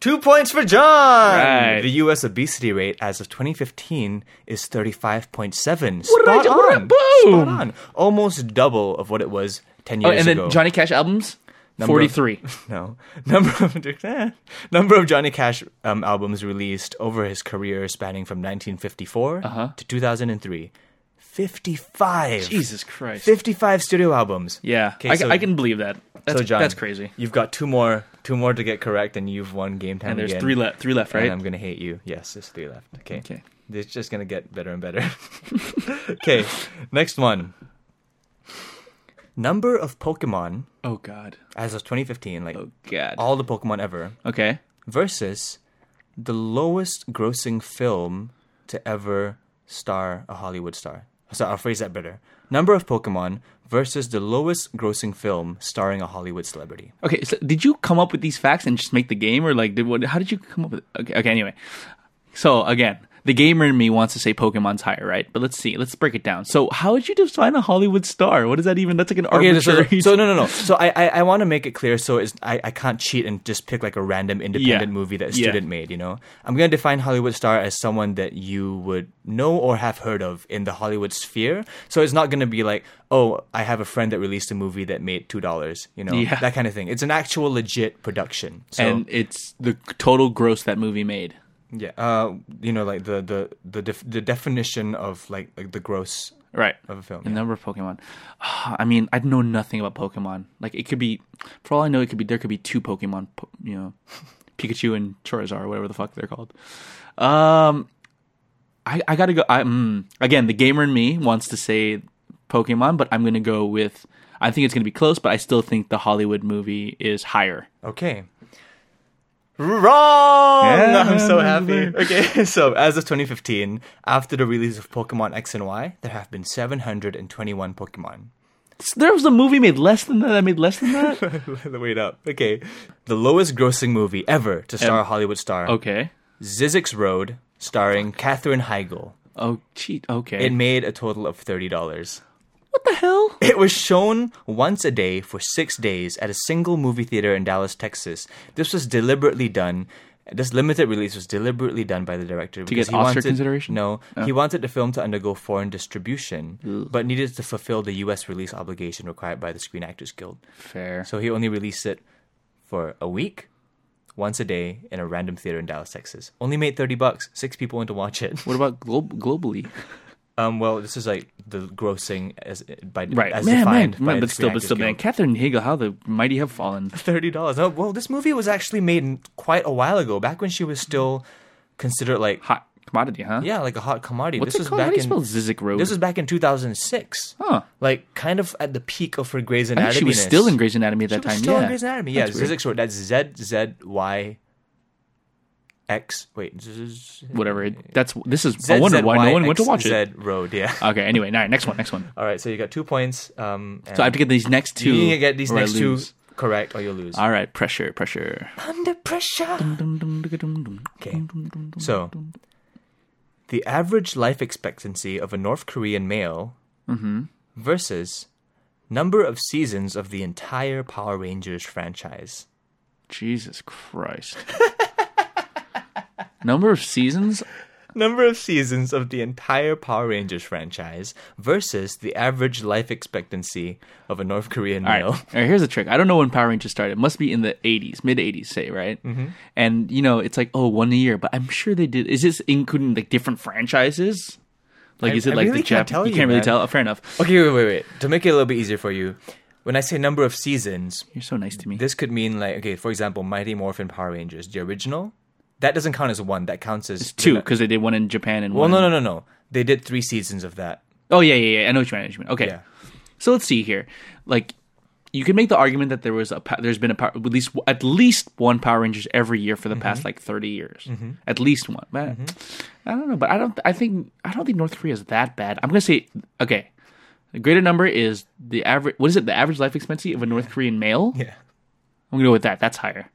Two points for John.
Right.
The U.S. obesity rate as of 2015 is 35.7.
What did I
Spot
do? What did I-
on.
boom.
Spot on. Almost double of what it was 10
Oh,
years
and
ago.
then Johnny Cash albums,
Number-
forty three.
No. Number of eh. number of Johnny Cash um, albums released over his career spanning from 1954
Uh-huh.
to 2003. 55.
Jesus Christ.
55 studio albums.
Yeah,
Okay,
I,
so-
I can believe that. That's,
so John,
that's crazy.
You've got two more two more to get correct and you've won game time
And there's
again.
three left. Three left, right?
And I'm gonna hate you. Yes, there's three left. Okay.
Okay.
It's just gonna get better and better. okay. Next one. Number of Pokemon
oh God.
as of 2015, like
Oh God.
all the Pokemon ever,
okay.
versus the lowest grossing film to ever star a Hollywood star. Sorry, I'll phrase that better. Number of Pokemon versus the lowest grossing film starring a Hollywood celebrity.
Okay. So did you come up with these facts and just make the game, or like, did what? How did you come up with? Okay. Okay. Anyway, so again, the gamer in me wants to say Pokemon's higher, right? But let's see. Let's break it down. So how would you define a Hollywood star? What is that even? That's like an
Okay, so,
arbitrary.
so no, no, no. So I, I, I want to make it clear. So it's, I, I can't cheat and just pick like a random independent
Yeah.
movie that a
Yeah.
student made. You know, I'm gonna define Hollywood star as someone that you would know or have heard of in the Hollywood sphere. So it's not gonna be like, oh, I have a friend that released a movie that made two dollars. You know,
Yeah.
that kind of thing. It's an actual legit production. So
and it's the total gross that movie made.
yeah, uh, you know, like the the the def- the definition of like, like the gross
Right.
of a film.
The
yeah.
number of Pokemon. Ah, I mean, I know nothing about Pokemon. Like it could be, for all I know, it could be there could be two Pokemon. po- You know, Pikachu and Charizard, whatever the fuck they're called. Um, I I gotta go. I mm, again, the gamer in me wants to say Pokemon, but I'm gonna go with. I think it's gonna be close, but I still think the Hollywood movie is higher.
Okay. Wrong!
Yeah,
I'm so
man,
happy.
man.
Okay, so as of 2015, after the release of Pokemon X and Y, there have been 721 Pokemon.
There was a movie made less than that. That made less than that.
Wait up. Okay. The lowest grossing movie ever to star a Hollywood star
okay.
Zizix Road, starring Katherine Heigl.
Oh, cheat. Okay.
It made a total of $30.
what the hell?
It was shown once a day for six days at a single movie theater in Dallas, Texas. This was deliberately done. This limited release was deliberately done by the director to
get Oscar consideration? Oh.
No, he wanted the film to undergo foreign distribution, but needed to fulfill the U.S. release obligation required by the Screen Actors Guild.
Fair.
So he only released it for a week, once a day, in a random theater in Dallas, Texas. Only made thirty bucks. Six people went to watch it.
What about glo- globally?
Um, well, this is like the grossing as by
Right,
as
man,
defined
man,
by
man,
the
but
Screen
still, but
Actors
still, man,
Guild.
Catherine Hegel, how the mighty have fallen.
thirty dollars. Oh, well, this movie was actually made quite a while ago, back when she was still considered like
Hot commodity, huh?
yeah, like a hot commodity.
What's it
this was
called?
back
How do you
in
spell Zizek Road?
this was back in two thousand six.
Huh.
Like kind of at the peak of her Grey's
I
Anatomy.
think she was still in Grey's Anatomy at that time.
Still
yeah.
in Grey's Anatomy. Yeah,
That's weird.
Zizek short. That's Z Z Y X. Wait, Z Z
Whatever. It, that's this is. I wonder why no one went to watch it.
Z Road. Yeah.
Okay. Anyway, all right. Next one. Next one.
All right. So you got two points. Um,
So I have to get these next two.
You need to get these
or I
next two
lose.
correct, or you'll lose.
All right. Pressure. Pressure.
Under pressure. Okay. So, the average life expectancy of a North Korean male Mm-hmm. versus number of seasons of the entire Power Rangers franchise.
Jesus Christ. Number of seasons.
Number of seasons of the entire Power Rangers franchise versus the average life expectancy of a North Korean
All right.
male.
All right, here's a trick. I don't know when Power Rangers started. It must be in the 80s, mid 80s, say, right?
Mm-hmm.
And, you know, it's like, oh, one a year, but I'm sure they did. Is this including like different franchises? Like,
I-
is it
I
like
really
the
can't
Japanese?
tell
You
you,
can't really
man.
tell. Oh, fair enough.
Okay, wait, wait, wait. To make it a little bit easier for you, when I say number of seasons,
You're so nice to me.
this could mean like, okay, for example, Mighty Morphin Power Rangers, the original. That doesn't count as one. That counts as
Two, because they did one in Japan and
Well,
one.
no, no, no, no. They did three seasons of that.
Oh, yeah, yeah, yeah. I know what you mean. I know what you mean. Okay.
Yeah.
So let's see here. Like, you can make the argument that there was a pa- there's been a power, at least at least one Power Rangers every year
Mm-hmm.
for the past like 30 years, at least one. But
Mm-hmm.
I don't know, but I don't I think I don't think North Korea is that bad. I'm gonna say okay, the greater number is the average. What is it? The average life expectancy of a North Korean male?
Yeah.
I'm gonna go with that. That's higher.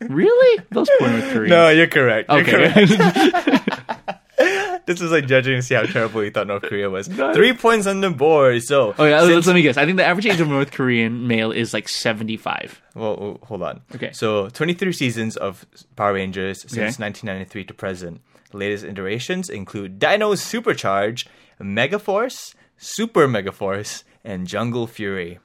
really? Those porn with Koreans.
No, you're correct. You're correct.
okay.
This is like judging to see how terrible you thought North Korea was. Three points on the board. So,
okay, let- let me guess. I think the average age of a North Korean male is like 75.
well, well, hold on.
Okay.
So, 23 seasons of Power Rangers since
Okay.
1993 to present. The latest iterations include Dino Supercharge, Megaforce, Super Megaforce, and Jungle Fury.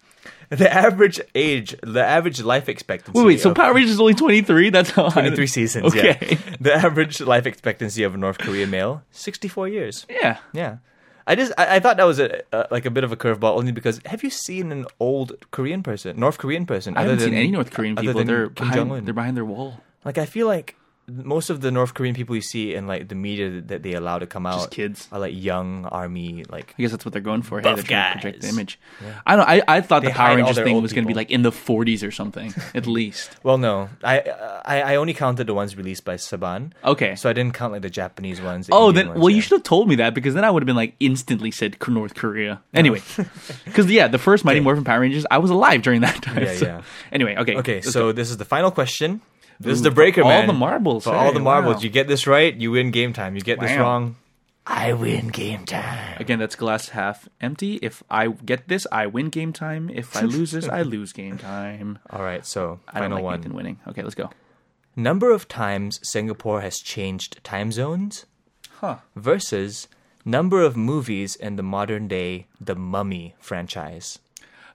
The average age, the average life expectancy.
Wait, wait, so
of-
Power Rangers is only 23? That's how
23 seasons.
Okay.
Yeah. The average life expectancy of a North Korean male, 64 years.
Yeah.
Yeah. I just I, I thought that was a, a like a bit of a curveball only because have you seen an old Korean person, North Korean person?
I haven't
other
seen
than-
any North Korean
other
people.
than
They're
Kim
behind,
Jong-un?
they're behind their wall.
Like I feel like most of the North Korean people you see in like the media that- that they allow to come out
Just kids.
are like young army like
I guess that's what they're going for. hey,
Buff
they're trying to project the
guys.
image. I don't. I, I thought
They
the Power
hide all
Rangers
their
thing
old
was going to be
people.
like in the 40s or something, at least.
well no I, I I only counted the ones released by Saban
Okay.
so I didn't count like the Japanese ones the
oh,
Indian
then
ones,
well,
yeah.
you should have told me that because then I would have been like instantly said K- North Korea. Anyway, because yeah, the first Mighty Morphin Power Rangers, I was alive during that time.
Yeah,
so-
yeah.
Anyway, okay.
Okay,
let's
so
go.
this is the final question. This is
Ooh,
the breaker,
for all
man.
the marbles,
For all
hey,
the marbles,
wow.
you get this right, you win game time. You get this
Wow.
wrong, I win game time.
again, that's glass half empty. If I get this, I win game time. If I lose this, I lose game time.
All right, so
I don't
final
like
one.
Nathan winning. Okay, let's go.
Number of times Singapore has changed time zones
Huh.
versus number of movies in the modern day The Mummy franchise.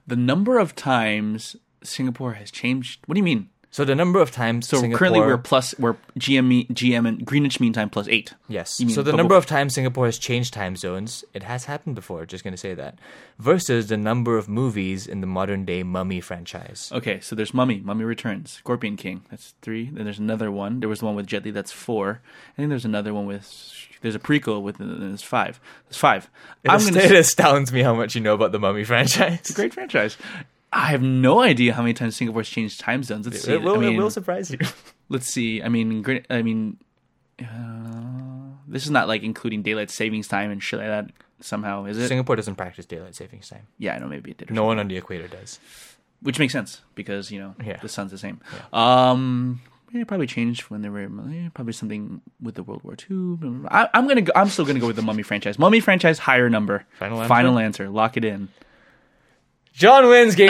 The number of times Singapore has changed. What do you mean?
So the number of times
So
Singapore
currently we're plus we're GM GM and Greenwich Mean Time plus eight.
Yes.
You mean
So the
double-
number of times Singapore has changed time zones, it has happened before, just going to say that, versus the number of movies in the modern day Mummy franchise.
Okay, so there's Mummy, Mummy Returns, Scorpion King. That's three. Then there's another one. There was the one with Jet Li. That's four. I think there's another one with. There's a prequel with. and There's five. There's five.
It,
I'm
ast-
gonna.
it
say-
astounds me how much you know about the Mummy franchise.
Great franchise. I have no idea how many times Singapore's changed time zones. Let's see.
It will,
I mean,
it will surprise you.
let's see. I mean, Gre- I mean, uh, this is not like including daylight savings time and shit like that. Somehow, is it?
Singapore doesn't practice daylight savings time.
yeah, I know. Maybe it did. or
No one on the equator does.
which makes sense because you know
Yeah.
the sun's the same. Um, yeah, it probably changed when they were eh, probably something with the World War II. I, I'm gonna go, I'm still gonna go with the Mummy franchise. Mummy franchise higher number.
Final answer?
Final answer. Lock it in.
John wins game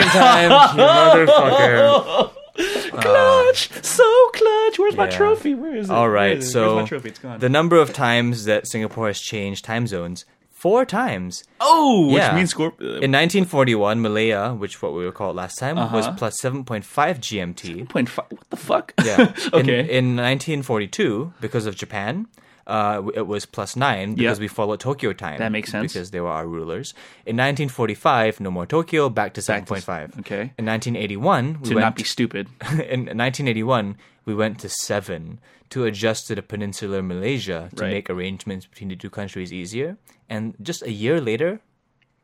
time. you motherfucker.
Clutch, so clutch. Where's my
Uh, yeah.
trophy? Where is it?
All
Where
right,
is it?
so
Where's my trophy? It's gone.
the number of times that Singapore has changed time zones, four times.
oh,
Yeah.
which means Scorp- uh,
In 1941, Malaya, which what we were called last time, was
Uh-huh.
plus 7.5 GMT.
point five. What the fuck?
Yeah.
okay.
In, in 1942, because of Japan, uh, w- it was plus nine because we followed Tokyo time.
That makes sense.
Because they were our rulers. In 1945, no more Tokyo, back to 7.5.
okay.
In 1981, we
to
went
not be stupid.
in 1981, we went to seven to adjust to the peninsular Malaysia to
Right.
make arrangements between the two countries easier. And just a year later,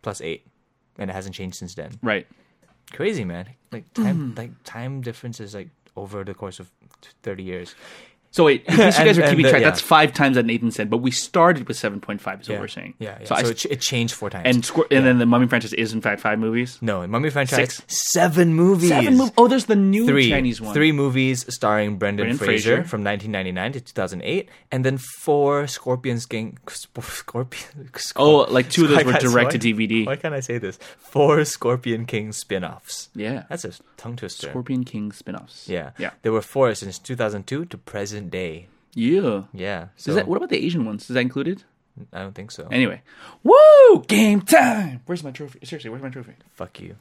plus eight, and it hasn't changed since then.
Right.
Crazy man, like time,
Mm.
like time differences, like over the course of 30 years.
So wait, in case you guys are
And- and
keeping
the-
track,
yeah.
that's five times that Nathan said, but we started with seven point five. Is what we're saying.
Yeah, yeah.
So,
So,
I,
it, ch- it changed four times.
and Squir- and then the Mummy franchise is in fact five movies.
no, in Mummy franchise,
Six.
seven movies.
Seven mov- Oh, there's the new
Three
Chinese one.
Three movies starring Brendan,
Brendan Fraser.
Fraser, from 1999 to 2008, and then four Scorpions Gang. Sp- Scorpion.
Oh, like two of those
Why
were
can't-
direct to
why-
DVD.
Why can't I say this? Four Scorpion King spin offs.
Yeah.
That's a tongue twister.
Scorpion King spin-offs.
yeah.
Yeah.
There were four since 2002 to present day.
Yeah.
Yeah. So
Is that what about the Asian ones? Is that included?
I don't think so.
Anyway. Woo! Game time. Where's my trophy? Seriously, where's my trophy?
Fuck you.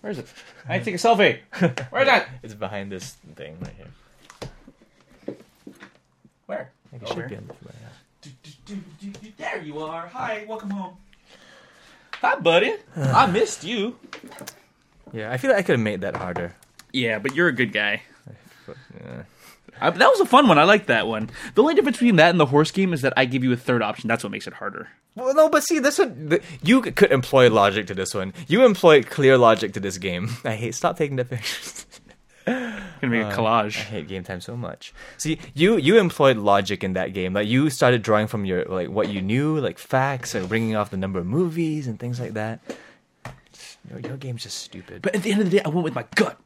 Where is it? I need to take a selfie. Where's that?
It's behind this thing right here.
Where?
It
Oh,
should
here.
be on the floor. yeah.
Do, do, do, do, do. There you are. Hi, welcome home. Hi, buddy. I missed you.
Yeah, I feel like I could have made that harder.
Yeah, but you're a good guy.
Yeah.
I, that was a fun one. I like that one. The only difference between that and the horse game is that I give you a third option. That's what makes it harder.
Well, no, but see, this one th- you c- could employ logic to this one. You employ clear logic to this game. I hate. Stop taking the pictures.
Gonna make a
I
collage.
hate game time so much. See, you you employed logic in that game. Like you started drawing from your like what you knew, like facts, or bringing off the number of movies and things like that. Your, your game's just stupid.
But at the end of the day, I went with my gut.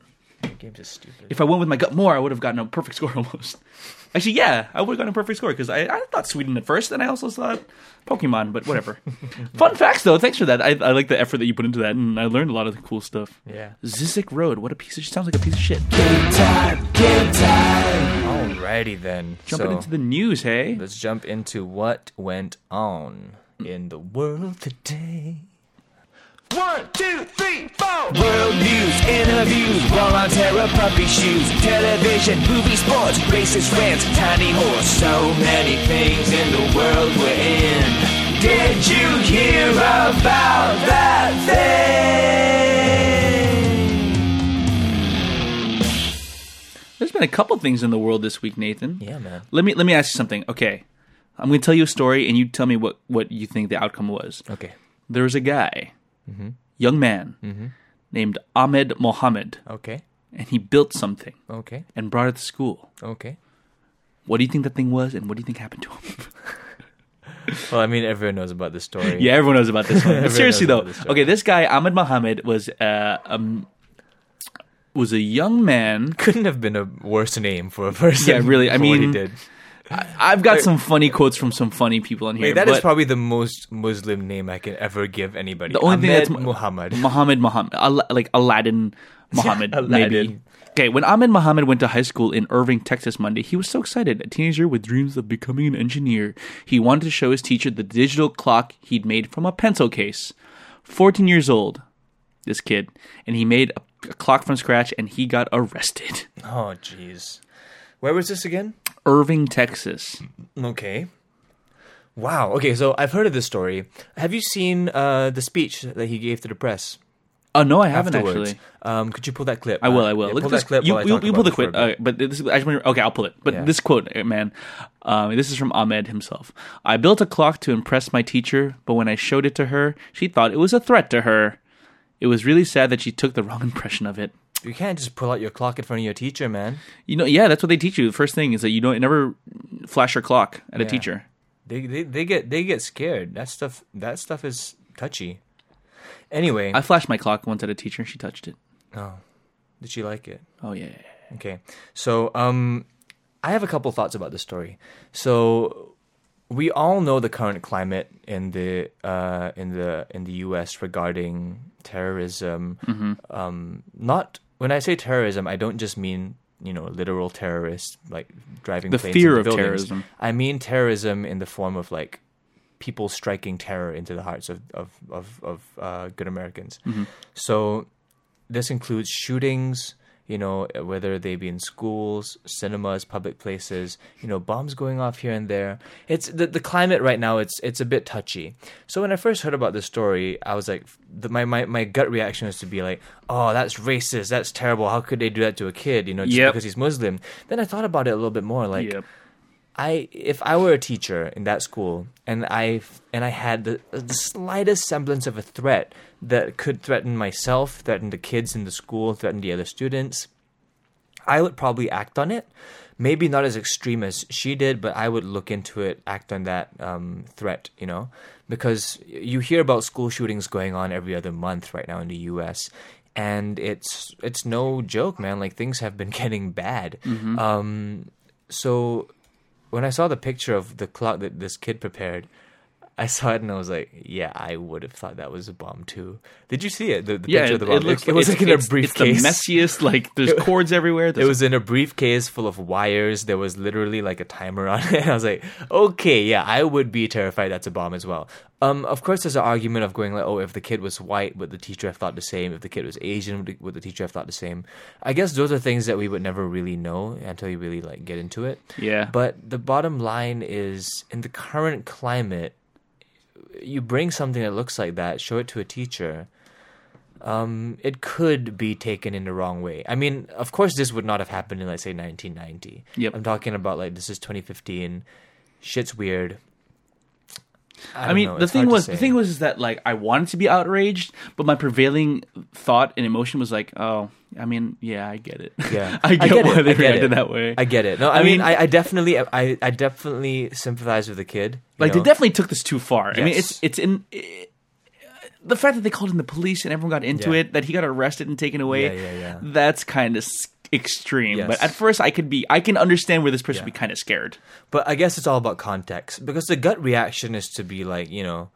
game's just stupid.
If I went with my gut more, I would have gotten a perfect score almost. Actually, yeah, I would have gotten a perfect score because I, I thought Sweden at first, and I also thought Pokemon, but whatever. Fun facts, though. Thanks for that. I, I like the effort that you put into that, and I learned a lot of the cool stuff.
Yeah.
Zizek Road. What a piece of sounds like a piece of shit.
Alrighty then.
Jumping
so
into the news, hey.
let's jump into what went on in the world today.
One, two, three, four. World news, interviews, while on terror, puppy shoes, television, movie, sports, racist rants, tiny horse. So many things in the world we're in. Did you hear about that thing?
There's been a couple things in the world this week, Nathan.
Yeah, man.
Let me let me ask you something. Okay, I'm going to tell you a story, and you tell me what what you think the outcome was.
Okay.
There was a guy,
Mm-hmm.
young man, named Ahmed Mohammed,
Okay.
and he built something
Okay.
and brought it to school.
Okay.
What do you think that thing was, and what do you think happened to him?
Well, I mean, everyone knows about this story.
yeah, everyone knows about this one. But seriously,
knows
though,
about this story.
okay, this guy Ahmed Mohammed was uh, um was a young man.
Couldn't have been a worse name for a person.
Yeah, really. I
for what he
mean,
did.
I've got some funny quotes from some funny people in here.
Wait, that is
but-
probably the most Muslim name I can ever give anybody.
The only thing that's
Muhammad.
Muhammad Muhammad, Al- like Aladdin Muhammad, maybe.
Aladdin.
Okay, when Ahmed Muhammad went to high school in Irving, Texas, Monday, he was so excited, a teenager with dreams of becoming an engineer. He wanted to show his teacher the digital clock he'd made from a pencil case. 14 years old, this kid, and he made a, a clock from scratch and he got arrested.
oh, jeez. Where was this again?
Irving, Texas.
Okay. Wow. Okay, so I've heard of this story. Have you seen uh, the speech that he gave to the press?
Oh, no, I haven't
afterwards?
actually.
Um, could you pull that clip?
I will. I will.
Yeah,
Look at
pull that
this
clip.
You,
while I
you,
talk
you pull the
about it
clip.
for a
Uh,
bit.
but this, I just want to, okay, I'll pull it. But
Yeah.
this quote, eh, man, um, this is from Ahmed himself. I built a clock to impress my teacher, but when I showed it to her, she thought it was a threat to her. It was really sad that she took the wrong impression of it.
you can't just pull out your clock in front of your teacher, man.
You know, yeah, that's what they teach you. The first thing is that you don't never flash your clock at a
Yeah.
teacher.
They, they they get they get scared. That stuff that stuff is touchy. Anyway,
I flashed my clock once at a teacher, and she touched it.
did you like it?
Oh yeah, yeah, yeah.
Okay. So, um, I have a couple thoughts about this story. So, we all know the current climate in the uh, in the in the U.S. regarding terrorism.
Mm-hmm.
Um, not when I say terrorism, I don't just mean you know literal terrorists like driving
The
planes
fear
into
of
buildings.
terrorism.
I mean terrorism in the form of like people striking terror into the hearts of of of, of uh, good Americans.
Mm-hmm.
So this includes shootings, you know, whether they be in schools, cinemas, public places, you know, bombs going off here and there. It's the, the climate right now. It's it's a bit touchy. So when I first heard about this story, I was like, the, my, my my gut reaction was to be like, oh, that's racist. That's terrible. How could they do that to a kid? You know, just
Yep.
because he's Muslim. Then I thought about it a little bit more. Like,
Yep.
I if I were a teacher in that school and I and I had the, the slightest semblance of a threat that could threaten myself, threaten the kids in the school, threaten the other students, I would probably act on it. Maybe not as extreme as she did, but I would look into it, act on that um, threat, you know? Because you hear about school shootings going on every other month right now in the US. And it's it's no joke, man. Like things have been getting bad.
Mm-hmm.
Um, so when I saw the picture of the clock that this kid prepared, I saw it and I was like, "Yeah, I would have thought that was a bomb too." Did you see it? The, the
Yeah,
picture
it,
of the bomb.
it looks.
it was
it's-
like in a
it's-
briefcase.
It's the messiest. Like there's cords everywhere.
It
There's
was in a briefcase full of wires. There was literally like a timer on it. I was like, okay, yeah, I would be terrified that's a bomb as well. Um, of course, there's an argument of going like, oh, if the kid was white, would the teacher have thought the same? If the kid was Asian, would the, would the teacher have thought the same? I guess those are things that we would never really know until you really like get into it.
Yeah.
But the bottom line is, in the current climate, you bring something that looks like that, show it to a teacher um, it could be taken in the wrong way. I mean, of course, this would not have happened in, like, say, 1990.
Yep.
I'm talking about, like, this is 2015. Shit's weird.
I,
don't
mean,
know.
the
It's
thing
hard to
was, the
say.
thing was, is that like I wanted to be outraged, but my prevailing thought and emotion was like, oh, I mean, yeah, I get it.
Yeah.
I get,
it.
why they
I get
reacted
it.
that way.
I get it. No, I, mean,
mean-
I, I definitely, I, I definitely sympathize with the kid. you
like
know?
they definitely took this too far. I mean,
Yes.
it's it's in. It, the fact that they called in the police and everyone got into
Yeah.
it, that he got arrested and taken away,
Yeah, yeah, yeah.
that's kind of extreme.
Yes.
But at first, I could be, I can understand where this person would
Yeah.
be kind of scared.
But I guess it's all about context because the gut reaction is to be like, you know,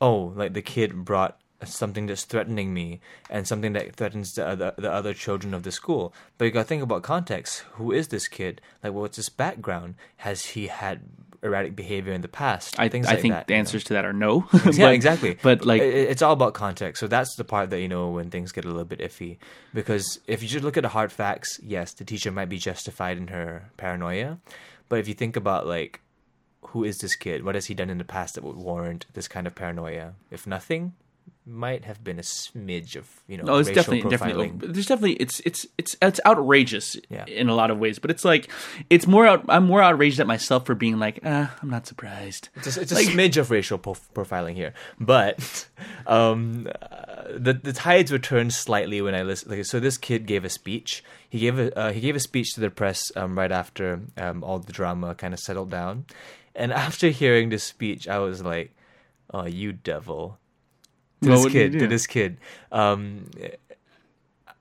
oh, like the kid brought something that's threatening me and something that threatens the other, the other children of the school. But you got to think about context. Who is this kid? Like, what's his background? Has he had erratic behavior in the past?
I,
Things
I
like
think
that,
the
you know.
answers to that are no.
yeah,
But-
exactly.
But like,
I- I- it's all about context. So that's the part that you know when things get a little bit iffy, because if you just look at the hard facts, yes, the teacher might be justified in her paranoia, but if you think about like, who is this kid? What has he done in the past that would warrant this kind of paranoia? If nothing, might have been a smidge of you know.
No, Oh, it's
racial
definitely definitely.
profiling.
There's definitely it's it's it's it's outrageous
Yeah.
in a lot of ways, but it's like it's more out. I'm more outraged at myself for being like, ah, I'm not surprised.
It's a, it's a smidge of racial prof- profiling here, but um, uh, the the tides were turned slightly when I listened. Like, so this kid gave a speech. He gave a uh, he gave a speech to the press um, right after um, all the drama kind of settled down, and after hearing this speech, I was like, "Oh, you devil!" To
Well,
this
what did
kid,
he
to
do?
this kid. Um,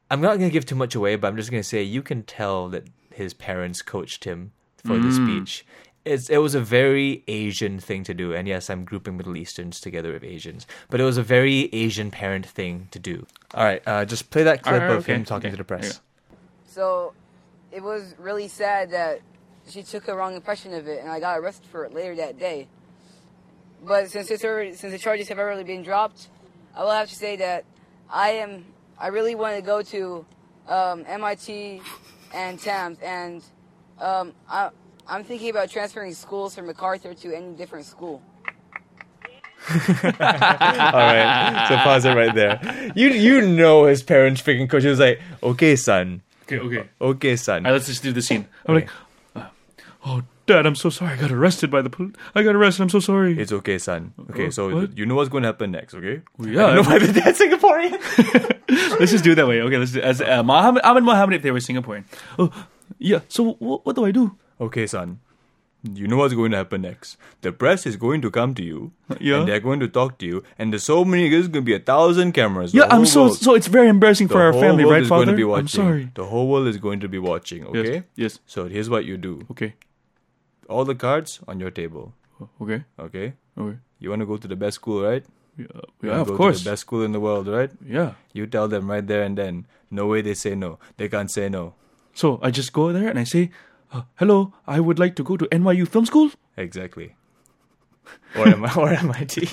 I'm not going to give too much away, but I'm just going to say you can tell that his parents coached him for the speech. It's, it was a very Asian thing to do. And yes, I'm grouping Middle Easterns together with Asians, but it was a very Asian parent thing to do. All right, uh, just play that clip
All right,
of
okay,
him talking
okay,
to the
there
press.
you
So it was really sad that she took a wrong impression of it, and I got arrested for it later that day. But since it's already, since the charges have already been dropped, I will have to say that I am I really want to go to um, MIT and TAMS, and um, I, I'm thinking about transferring schools from MacArthur to any different school.
All right, so pause it right there. You you know his parents freaking coach. He was like, okay, son,
Okay, okay. All
okay, son.
right, let's just do the scene. I'm like, oh, Dad, I'm so sorry. I got arrested by the police. I got arrested. I'm so sorry.
It's okay, son. Okay, so
Uh, what?
you know what's going to happen next, okay?
yeah,
I don't know why the dad's Singaporean.
let's just do it that way. Okay, let's do as uh, Muhammad, Ahmed Mohammed if they were Singaporean. Oh, yeah. So wh- what do I do?
Okay, son. You know what's going to happen next. The press is going to come to you,
Yeah.
and they're going to talk to you, and there's so many. There's going to be a thousand cameras.
Yeah,
The
I'm
whole
so
world-
so. It's very embarrassing
the
for our
whole
family,
world
right,
is going
Father?
to be watching.
I'm sorry.
The whole world is going to be watching.
Yes,
Okay.
Yes.
So here's what you do.
Okay.
All the cards on your table.
Okay.
Okay.
Okay.
You want to go to the best school, right?
Yeah,
You
yeah
wanna
of
go
course.
To the best school in the world, right?
Yeah.
You tell them right there and then. No way they say no. They can't say no.
So I just go there and I say, uh, "Hello, I would like to go to NYU Film School."
Exactly. or am I? Or am I?
Threw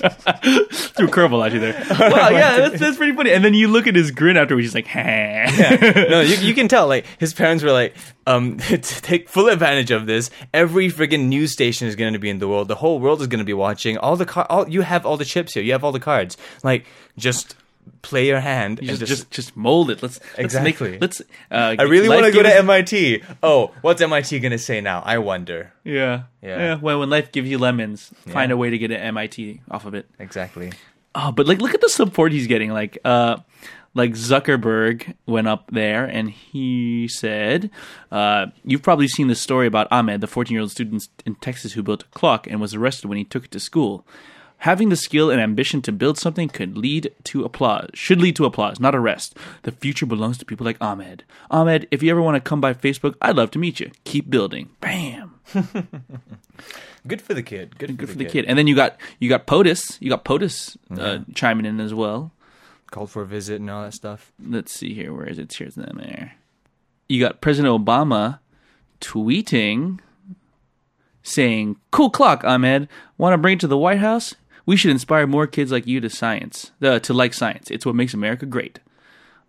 a curveball at you there. wow, yeah, that's, that's pretty funny. And then you look at his grin afterwards. He's like, "Ha."
no, you, you can tell. Like his parents were like, um, to take full advantage of this. Every friggin' news station is going to be in the world. The whole world is going to be watching. All the car, all you have all the chips here. You have all the cards. Like just play your hand and
Just,
just.
just, just mold it. Let's
Exactly.
Let's. Make, let's uh,
I really want to
life
go to
gives-
MIT. Oh, what's MIT going to say now? I wonder.
Yeah.
Yeah.
Yeah. Well, when life gives you lemons, find a way to get an MIT off of it.
Exactly.
Oh, but like, look at the support he's getting. Like, uh, like Zuckerberg went up there and he said, uh, "You've probably seen the story about Ahmed, the 14-year-old student in Texas who built a clock and was arrested when he took it to school. Having the skill and ambition to build something could lead to applause. Should lead to applause, not arrest. The future belongs to people like Ahmed. Ahmed, if you ever want to come by Facebook, I'd love to meet you. Keep building. Bam.
Good for the kid. Good,
Good for the kid. And then you got you got POTUS. You got POTUS uh, chiming in as well."
Called for a visit and all that stuff.
let's see here. Where is it? Here's them there. You got President Obama tweeting saying, "Cool clock, Ahmed. Want to bring it to the White House? We should inspire more kids like you to science, uh, to like science. It's what makes America great."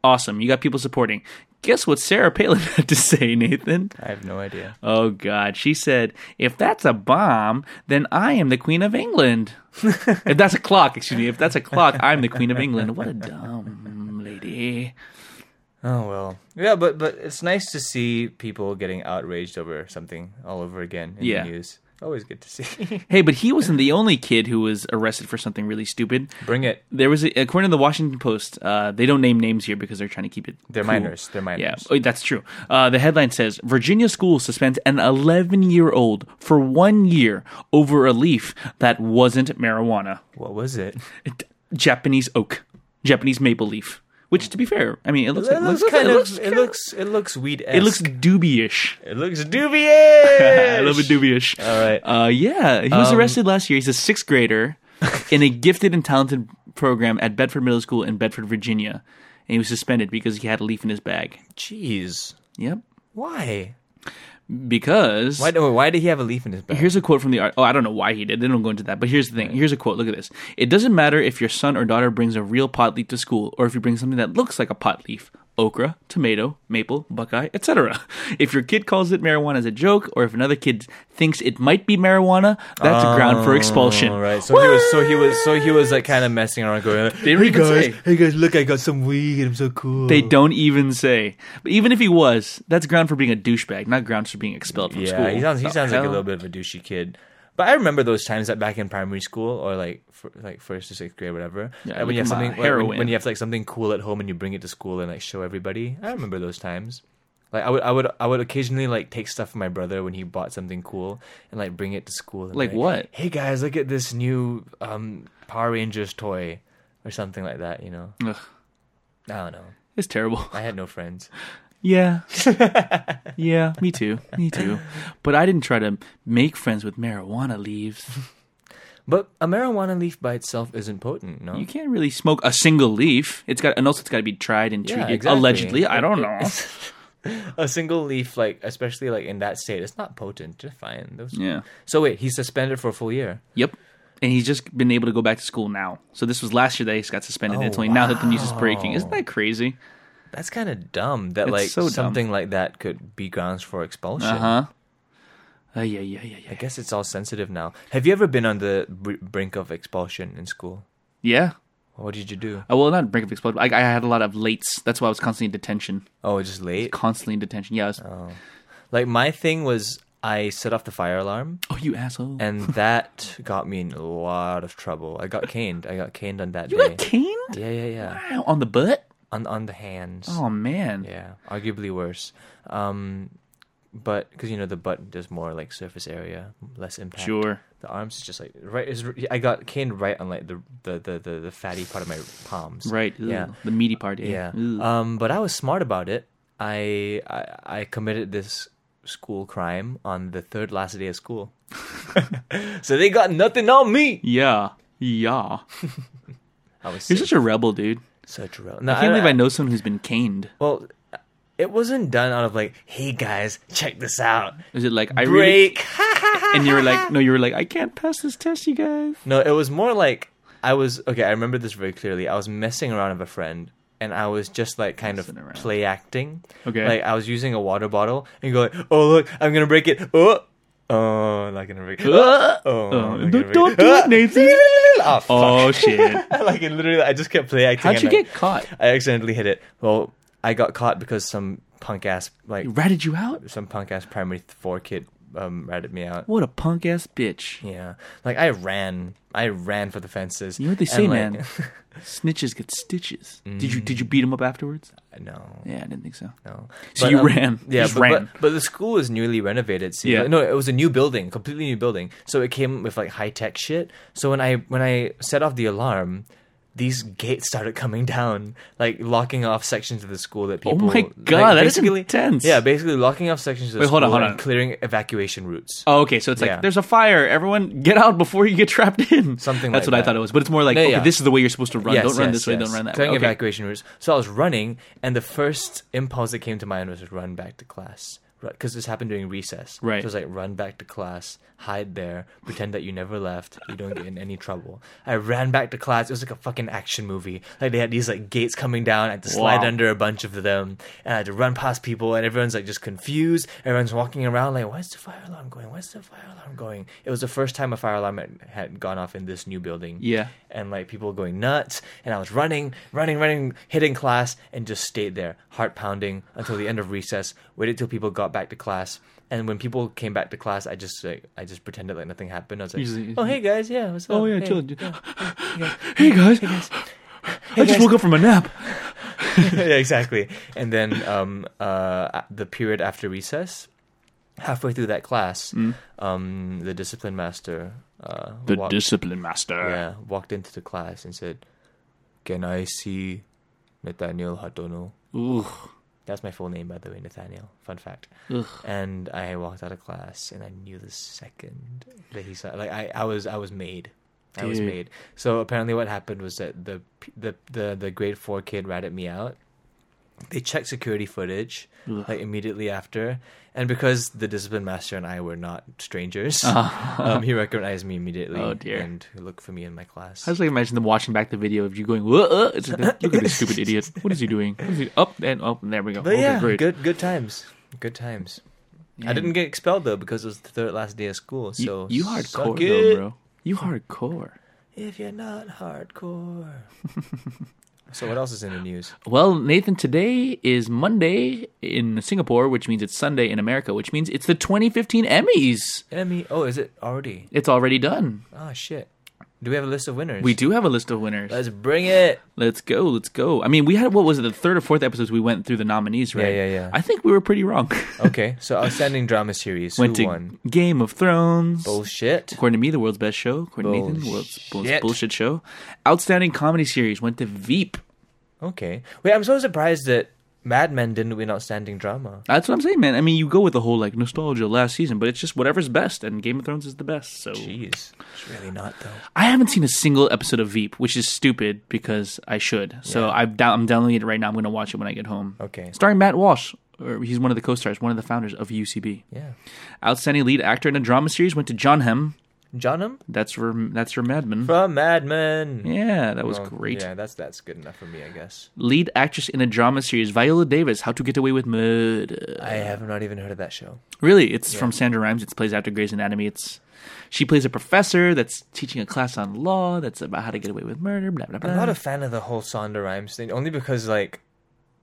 Awesome. You got people supporting. Guess what Sarah Palin had to say, Nathan?
I have no idea.
Oh God, she said, "If that's a bomb, then I am the Queen of England. if that's a clock, excuse me. If that's a clock, I'm the Queen of England. What a dumb lady."
Oh well, yeah, but but it's nice to see people getting outraged over something all over again in
Yeah.
the news. Always good to see.
Hey, but he wasn't the only kid who was arrested for something really stupid.
Bring it.
There was, a, according to the Washington Post, uh, they don't name names here because they're trying to keep it.
They're
cool.
minors. They're minors.
Yeah, oh, that's true. Uh, the headline says Virginia school suspends an 11 year old for one year over a leaf that wasn't marijuana.
What was it?
It- Japanese oak, Japanese maple leaf. Which, to be fair, I mean, it looks, like, looks
kind
it
of.
looks
it looks. It looks weed.
it looks doobyish.
It looks dubious.
a little bit dubious. All
right. Um,
Uh, yeah, he was arrested last year. He's a sixth grader in a gifted and talented program at Bedford Middle School in Bedford, Virginia, and he was suspended because he had a leaf in his bag.
Jeez.
Yep.
Why?
Because
Why? do- Why did he have a leaf in his bag?
Here's a quote from the art. Oh, I don't know why he did. They don't go into that. But here's the thing. Here's a quote. Look at this. It doesn't matter if your son or daughter brings a real pot leaf to school, or if you bring something that looks like a pot leaf: okra, tomato, maple, buckeye, etc. If your kid calls it marijuana as a joke, or if another kid thinks it might be marijuana, that's a ground for expulsion.
All Oh, right. So he was. So he was. So he was like kind of messing around, going. Like,
They don't even say.
Hey guys, look, I got some weed. I'm so cool.
They don't even say. But even if he was, that's ground for being a douchebag, not grounds for being expelled from
yeah.
school.
He sounds. He
The
sounds like a
hell?
little bit of a douchey kid. But I remember those times that back in primary school or like for, like first to sixth grade, whatever.
Yeah,
that when you
look
have
at my
something like, when-
heroin.
when you have like something cool at home and you bring it to school and like show everybody. I remember those times. Like I would, I would, I would occasionally like take stuff from my brother when he bought something cool and like bring it to school. And,
Like what?
Hey guys, look at this new um, Power Rangers toy or something like that. You know,
Ugh,
I don't know.
it's terrible.
I had no friends.
Yeah. yeah, me too. Me too. But I didn't try to make friends with marijuana leaves.
But a marijuana leaf by itself isn't potent, no?
You can't really smoke a single leaf. It's got and also it's got to be tried and
Yeah,
treated
exactly.
allegedly. I don't know.
a single leaf, like especially like in that state, it's not potent. You're fine. Those...
Yeah.
So wait, he's suspended for a full year.
Yep. And he's just been able to go back to school now. So this was last year that he got suspended.
Oh,
and it's only now that the news is breaking. Isn't that crazy?
That's kind of dumb. That
It's
like
so dumb.
something like that could be grounds for expulsion.
Uh huh. Uh, yeah, yeah, yeah,
I
yeah.
guess it's all sensitive now. Have you ever been on the br- brink of expulsion in school?
Yeah.
What did you do?
Uh, well, not brink of explosion. I, I had a lot of lates. That's why I was constantly in detention.
Oh, just late.
Constantly in detention. Yeah. I was, oh.
Like my thing was, I set off the fire alarm.
"Oh, you asshole.
And that got me in a lot of trouble. I got caned. I got caned on that
you
day.
got caned?
Yeah, yeah, yeah.
Wow, on the butt?
On on the hands.
Oh man.
Yeah, arguably worse. Um, but because you know the butt does more like surface area, less impact.
Sure.
The arms is just like right. Is I got caned right on like the the the the, the fatty part of my palms.
Right. ew,
Yeah.
The meaty part. Yeah.
Yeah.
Ew.
Um, but I was smart about it. I, I I committed this school crime on the third last day of school. so they got nothing on me.
yeah. Yeah.
I was
You're
such,
such a rebel, dude.
such a real. No,
I can't believe I know someone who's been caned.
Well, it wasn't done out of like, hey guys, check this out.
Is it like I really?
Break.
And you were like, no, you were like, I can't pass this test, you guys.
No, it was more like I was okay. I remember this very clearly. I was messing around with a friend, and I was just like kind of
Messing around.
play acting.
Okay.
like I was using a water bottle and going, "Oh look, I'm gonna break it." Oh, oh, I'm not gonna break it. Oh, oh,
Oh, don't,
I'm not gonna break it. Uh,
don't do it, Nathan.
Oh, fuck.
Oh shit!
like it literally, I just kept play acting.
How'd
and,
you
like,
get caught?
I accidentally hit it. Well, I got caught because some punk ass like
Ratted you out?
some punk ass primary four kid um ratted me out.
What a punk ass bitch!
Yeah, like I ran, I ran for the fences.
You know what they
And,
say,
like- Mm.
man. Snitches get stitches. Did you did you beat him up afterwards?
No,
Yeah, I didn't think so.
no. um,
So you ran. You
Yeah,
just
but,
ran.
But, but the school was newly renovated. See,
Yeah.
Like, no, it was a new building, completely new building. So it came with like high tech shit. So when I when I set off the alarm, these gates started coming down, like locking off sections of the school that
Oh
people.
my God,
like,
that is
basically-
intense.
Yeah, basically locking off sections of the
Wait,
school
hold on, hold
and
on.
clearing evacuation routes.
Oh, okay. So it's like
Yeah.
there's a fire. Everyone get out before you get trapped in.
Something
That's
like
what I
that.
thought it was. But it's more like
Yeah,
okay,
yeah.
this is the way you're supposed to run.
Yes,
don't run
yes,
this way.
yes.
Don't run that
Clearing
way. Okay.
evacuation routes. So I was running, and the first impulse that came to mind was run back to class. Because this happened during recess.
Right.
So it was like, run back to class, hide there, pretend that you never left, you don't get in any trouble. I ran back to class. It was like a fucking action movie. Like, they had these, like, gates coming down. I had to slide
Wow.
under a bunch of them, and I had to run past people, and everyone's, like, just confused. Everyone's walking around, like, where's the fire alarm going? Where's the fire alarm going? It was the first time a fire alarm had, had gone off in this new building
Yeah.
and like people going nuts and i was running running running hitting class and just stayed there heart pounding until the end of recess waited till people got back to class and when people came back to class i just like i just pretended like nothing happened i was like
Usually-
oh hey guys yeah what's up
Oh yeah,
hey.
chill. Hey guys, I just
guys.
woke up from a nap.
yeah, exactly. And then um, uh, the period after recess, halfway through that class, um, the discipline master, uh,
The
walked,
discipline master.
yeah, walked into the class and said, Can I see Nathaniel Hatono?
Ooh.
That's my full name, by the way, Nathaniel. Fun fact.
Ugh.
And I walked out of class, and I knew the second that he saw. Like I, I was, I was made. I was
Dude.
made. So apparently, what happened was that the p- the the the grade four kid ratted me out. They checked security footage
Ugh.
like immediately after, and because the discipline master and I were not strangers, um, he recognized me immediately.
Oh, dear.
And looked for me in my class.
I just like imagine them watching back the video of you going, "Whoa, uh," it's like, look at this stupid idiot. What is he doing? What is he, up and up, and there we go.
But
okay,
yeah,
great.
good good times. Good times. I didn't get expelled though because it was the third last day of school.
You,
So
you
suck
hardcore,
it
though, bro. You hardcore.
If you're not hardcore. so what else is in the news?
Well, Nathan, today is Monday in Singapore, which means it's Sunday in America, which means it's the 2015 Emmys.
Emmy. Oh, is it already?
It's already done.
Oh shit. Do we have a list of winners?
We do have a list of winners.
Let's bring it.
Let's go. Let's go. I mean, we had what was it? The third or fourth episodes we went through the nominees, right?
yeah, yeah.
I think we were pretty wrong.
Okay, so outstanding drama series.
Went
Who
to
won?
Game of Thrones.
Bullshit.
According to me, the world's best show. According to Nathan, the world's most
Bullshit.
bullshit show. Outstanding comedy series went to Veep.
Okay. Wait, I'm so surprised that Mad Men didn't win outstanding drama.
That's what I'm saying, man. I mean, you go with the whole like nostalgia last season, but it's just whatever's best, and Game of Thrones is the best. So
Jeez, it's really not though.
I haven't seen a single episode of Veep, which is stupid because I should. So I've down- I'm downloading it right now. I'm going to watch it when I get home.
Okay.
Starring Matt Walsh, or he's one of the co-stars, one of the founders of UCB.
Yeah.
Outstanding lead actor in a drama series went to John Hamm.
Johnham
That's for that's for Mad Men.
from Mad Men.
Yeah, that was
Well,
great.
Oh, Yeah, that's that's good enough for me, I guess.
Lead actress in a drama series, Viola Davis, How to Get Away with Murder.
I have not even heard of that show.
Really, it's from Sandra Rhimes. It plays after Grey's Anatomy. It's she plays a professor that's teaching a class on law that's about how to get away with murder. Blah blah blah.
I'm not a fan of the whole Sonda Rhimes thing, only because like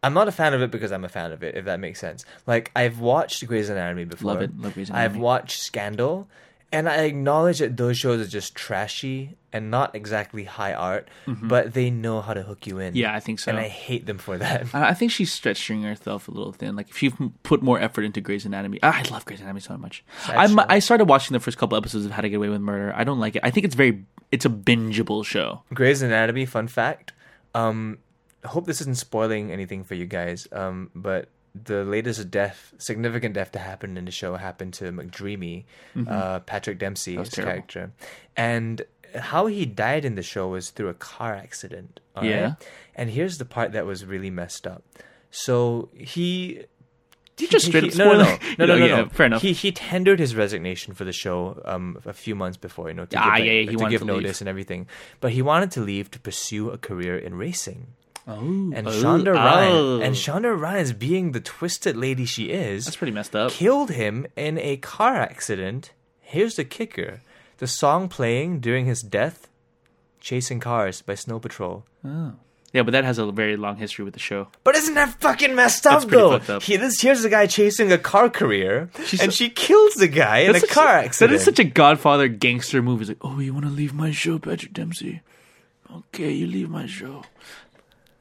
I'm not a fan of it because I'm a fan of it, if that makes sense. Like I've watched Grey's Anatomy before.
Love it. Love Grey's
I've
Anatomy.
watched Scandal, and I acknowledge that those shows are just trashy and not exactly high art, but they know how to hook you in.
Mm-hmm. Yeah, I think so.
And I hate them for that.
I I think she's stretching herself a little thin. Like if you put more effort into Grey's Anatomy, Ah, I love Grey's Anatomy so much. I
show.
I started watching the first couple episodes of How to Get Away with Murder. I don't like it. I think it's very it's a bingeable show.
Grey's Anatomy, fun fact. Um, I hope this isn't spoiling anything for you guys. Um, but the latest death, significant death to happen in the show happened to McDreamy, uh, Patrick Dempsey's
Mm-hmm. terrible.
character, and how he died in the show was through a car accident. all right?
Yeah.
And here's the part that was really messed up. So he
Did you just straight
he-
up
no,
spoil
no, no,
it?
no, no, no,
Yeah,
no.
Fair enough.
He he tendered his resignation for the show um a few months before, you know, to
Ah,
give,
yeah, yeah, he
to
wanted
give
to leave.
notice and everything. But he wanted to leave to pursue a career in racing.
oh,
And
oh,
Shonda
oh.
Rhimes, and Shonda Rhimes, being the twisted lady she is,
That's pretty messed up.
killed him in a car accident. Here's the kicker: the song playing during his death, "Chasing Cars" by Snow Patrol.
Yeah, but that has a very long history with the show.
But isn't that fucking messed up
That's pretty
though?
fucked up.
He, this, here's a guy chasing a car career, and
so-
she kills the guy in a
That's such-
car accident.
That is such a Godfather gangster movie. It's like, oh, you want to leave my show, Patrick Dempsey? Okay, you leave my show.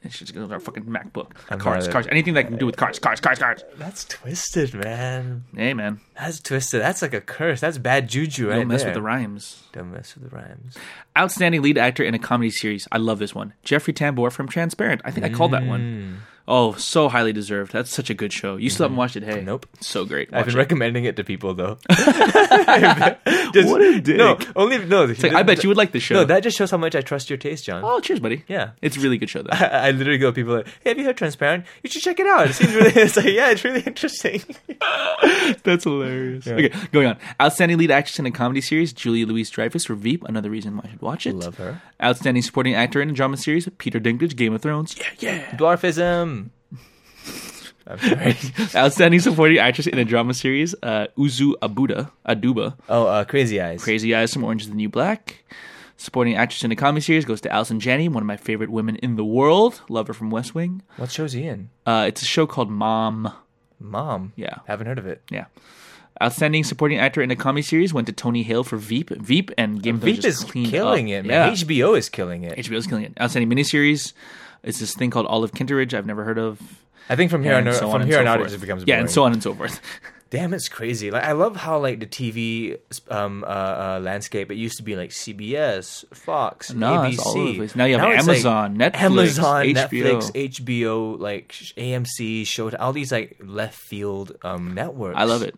And she's gonna our fucking MacBook, cars,
not a-
cars, anything that can do with cars, cars, cars, cars.
That's twisted, man.
Hey, man,
That's twisted. That's like a curse. That's bad juju right
don't mess
there.
with the rhymes.
Don't mess with the rhymes.
Outstanding lead actor in a comedy series. I love this one. Jeffrey Tambor from Transparent. I think I called that
Mm.
one. Oh, so highly deserved. That's such a good show. You still haven't watched it, hey?
Mm-hmm. Nope.
So great.
I've
Watch
been
it.
recommending it to people though. Just-
What a dick.
No, only no. It's
like, I bet you would like the show.
No, that just shows how much I trust your taste, John.
oh, cheers, buddy.
Yeah.
It's a really good show, though.
I, I literally go to people like, "Hey, have you heard Transparent? You should check it out. It seems really." It's like, yeah, it's really interesting.
That's hilarious. Okay, going on. Outstanding lead actress in a comedy series, Julia Louise Dreyfus for Veep, another reason why I should watch it.
Love her.
Outstanding supporting actor in a drama series, Peter Dinklage, Game of Thrones. Yeah, yeah.
Dwarfism. I'm sorry.
Outstanding supporting actress in a drama series, uh, Uzu Abuda, Aduba,
Oh, uh, Crazy Eyes.
Crazy Eyes from Orange is the New Black. Supporting actress in a comedy series goes to Alison Janney, one of my favorite women in the world. Love her from West Wing.
What show's he in?
Uh, it's a show called Mom.
Mom.
Yeah.
Haven't heard of it.
Yeah. Outstanding supporting actor in a comedy series went to Tony Hale for Veep. Veep and Game of Thrones
Veep
just
is
cleaned
killing
up.
it, man.
Yeah.
HBO is killing it.
HBO's killing it. Outstanding miniseries is this thing called Olive Kinderidge I've never heard of.
I think from here on,
and so
from
and
here on
so
out,
forth.
it just becomes
yeah,
boring.
and so on and so forth.
Damn, it's crazy. Like I love how like the TV um, uh, uh, landscape. It used to be like CBS, Fox,
No,
ABC.
it's all over the place. Now you have
it's, like,
Amazon, Netflix,
Amazon,
HBO.
Netflix, HBO, like sh- AMC, Showtime. All these like left field um, networks.
I love it.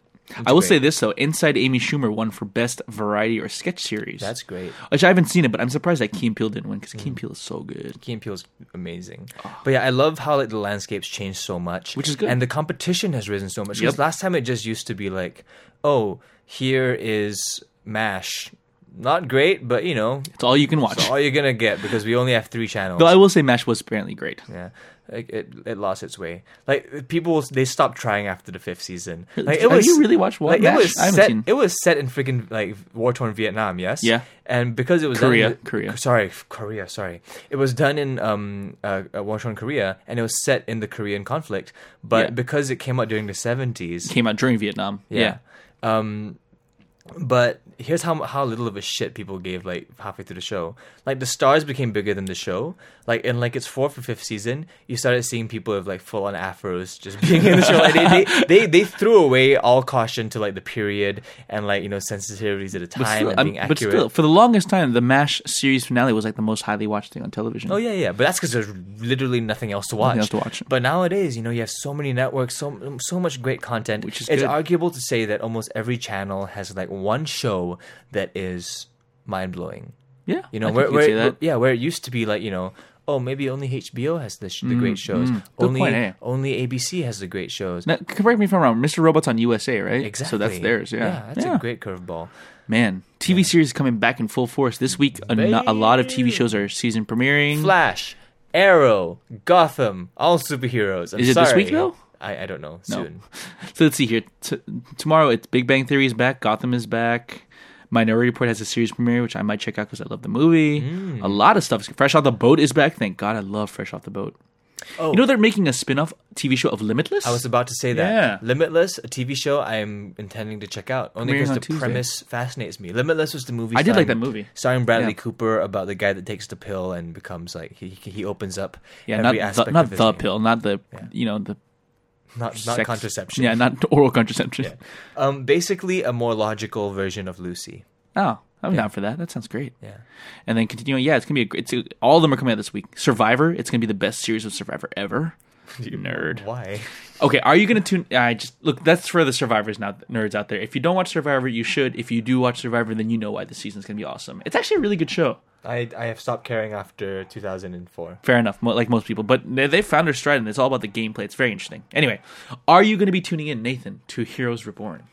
I will
great.
say this though: Inside Amy Schumer won for best variety or sketch series.
That's Mm. great.
Which I haven't seen it, but I'm surprised that Keen Peele didn't win because Keen Peele is so good.
Key and Peele's amazing. But yeah, I love how like the landscapes changed so much,
Ah. Which is good.
and the competition has risen so much. Because
Yep.
last time it just used to be like, oh, here is Mash, not great, but you know,
It's all you can watch.
it's all you're gonna get because we only have three channels.
Though I will say, Mash was apparently great.
yeah, like it, it lost its way. Like people, they stopped trying after the fifth season. Like
Have you really watched Wa-
like,
Mash?
It was
I haven't
set.
seen-
It was set in freaking like war torn Vietnam. Yes.
Yeah.
And because it was
Korea,
done,
Korea.
Sorry, Korea. Sorry. It was done in um uh, uh, war torn Korea, and it was set in the Korean conflict. But
Yeah.
because it came out during the seventies,
Came out during Vietnam. Yeah.
um, but here's how how little of a shit people gave like halfway through the show. Like the stars became bigger than the show. Like in like its fourth or fifth season, you started seeing people with like full on afros just being in the show. Like they, they they they threw away all caution to like the period and like you know sensitivities at the time
But, still,
and being
I'm-
accurate.
but still, for the longest time, the Mash series finale was like the most highly watched thing on television.
Oh yeah, yeah, but that's because there's literally nothing else to watch.
else to watch.
But nowadays, you know, you have so many networks, so so much great content.
Which is
it's
good.
arguable to say that almost every channel has like one show that is mind blowing.
yeah.
You know,
I think
where,
could
where-
say that.
yeah, where it used to be like you know, oh maybe only HBO has the, sh- the great shows,
Mm, Good
only
point, eh?
only ABC has the great shows.
Now, correct me if I'm wrong. Mr. Robot's on USA, right?
Exactly.
So that's theirs. Yeah.
yeah that's a great curveball.
man. TV series coming back in full force this week. A, no- a lot of TV shows are season premiering.
Flash, Arrow, Gotham, all superheroes. I'm
Is it this
sorry.
week, though?
I, I don't know.
No.
Soon.
So let's see here. T- tomorrow, it's Big Bang Theory is back. Gotham is back. Minority Report has a series premiere, which I might check out because I love the movie.
Mm.
A lot of stuff. Fresh Off the Boat is back. Thank God, I love Fresh Off the Boat.
Oh.
You know they're making a spin-off TV show of Limitless.
I was about to say that.
Yeah.
Limitless, a TV show I am intending to check out only
Premiering
because
on
the
Tuesday.
premise fascinates me. Limitless was the movie.
I did like
starring-
that movie.
starring Bradley
Yeah.
Cooper about the guy that takes the pill and becomes like he he he opens up.
yeah,
every
not the,
aspect
not
of his
the
being.
pill, not the you know the
not not
sex-
contraception.
Yeah, not oral contraception.
Um, basically a more logical version of Lucy.
Oh, I'm down for that. That sounds great.
Yeah.
And then continuing, yeah, it's gonna be a great. It's, all of them are coming out this week. Survivor, it's gonna be the best series of Survivor ever. Nerd.
Why?
Okay, are you gonna tune? I just look. That's for the survivors, not nerds out there. If you don't watch Survivor, you should. If you do watch Survivor, then you know why the season's gonna be awesome. It's actually a really good show.
I I have stopped caring after 2004.
Fair enough, mo- like most people, but they, they found their stride, and it's all about the gameplay. It's very interesting. Anyway, are you gonna be tuning in, Nathan, to Heroes Reborn?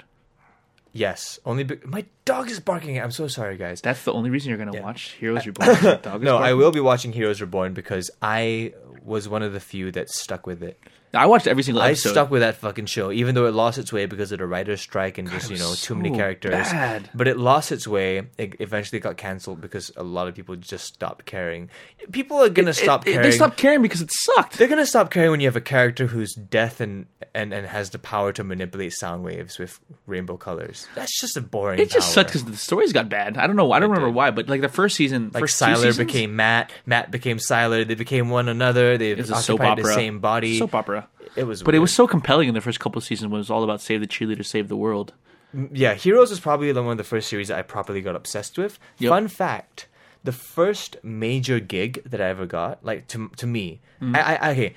Yes, only be- my dog is barking. I'm so sorry, guys.
That's the only reason you're gonna watch Heroes Reborn. is that Dog is
no, I
barking?
will be watching Heroes Reborn because I was one of the few that stuck with it.
I watched every single
I
episode.
stuck with that fucking show, even though it lost its way because of the writer's strike and just, you know, too many
so
characters.
bad.
But it lost its way. It eventually got canceled because a lot of people just stopped caring. People are going to stop
It- it- They
caring.
stopped caring because it sucked.
They're going to stop caring when you have a character who's deaf and, and, and has the power to manipulate sound waves with rainbow colors. That's just a boring
It just
power.
sucked because the stories got bad. I don't know. I don't remember
did.
why, but like the first season,
Like
first two
Siler
seasons-
became Matt, Matt became Siler. They became one another. They
it was a
occupied
soap opera,
the same body.
soap opera.
It was,
But it
weird.
was so compelling in the first couple of seasons when it was all about save the cheerleader, save the world.
yeah, Heroes was probably the one of the first series that I properly got obsessed with.
Yep.
Fun fact: the first major gig that I ever got, like to to me,
Mm-hmm.
I, I okay,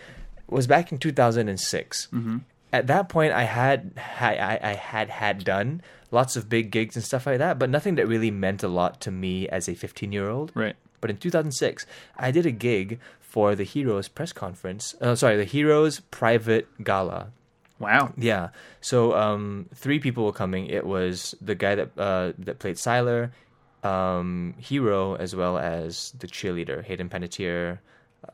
was back in two At that point, I had I, I I had had done lots of big gigs and stuff like that, but nothing that really meant a lot to me as a fifteen year old.
Right.
But in 2006, I did a gig for the Heroes press conference. Uh, sorry, the Heroes private gala.
Wow.
Yeah. So um, three people were coming. It was the guy that uh, that played Siler, um, Hero, as well as the cheerleader Hayden Panettiere.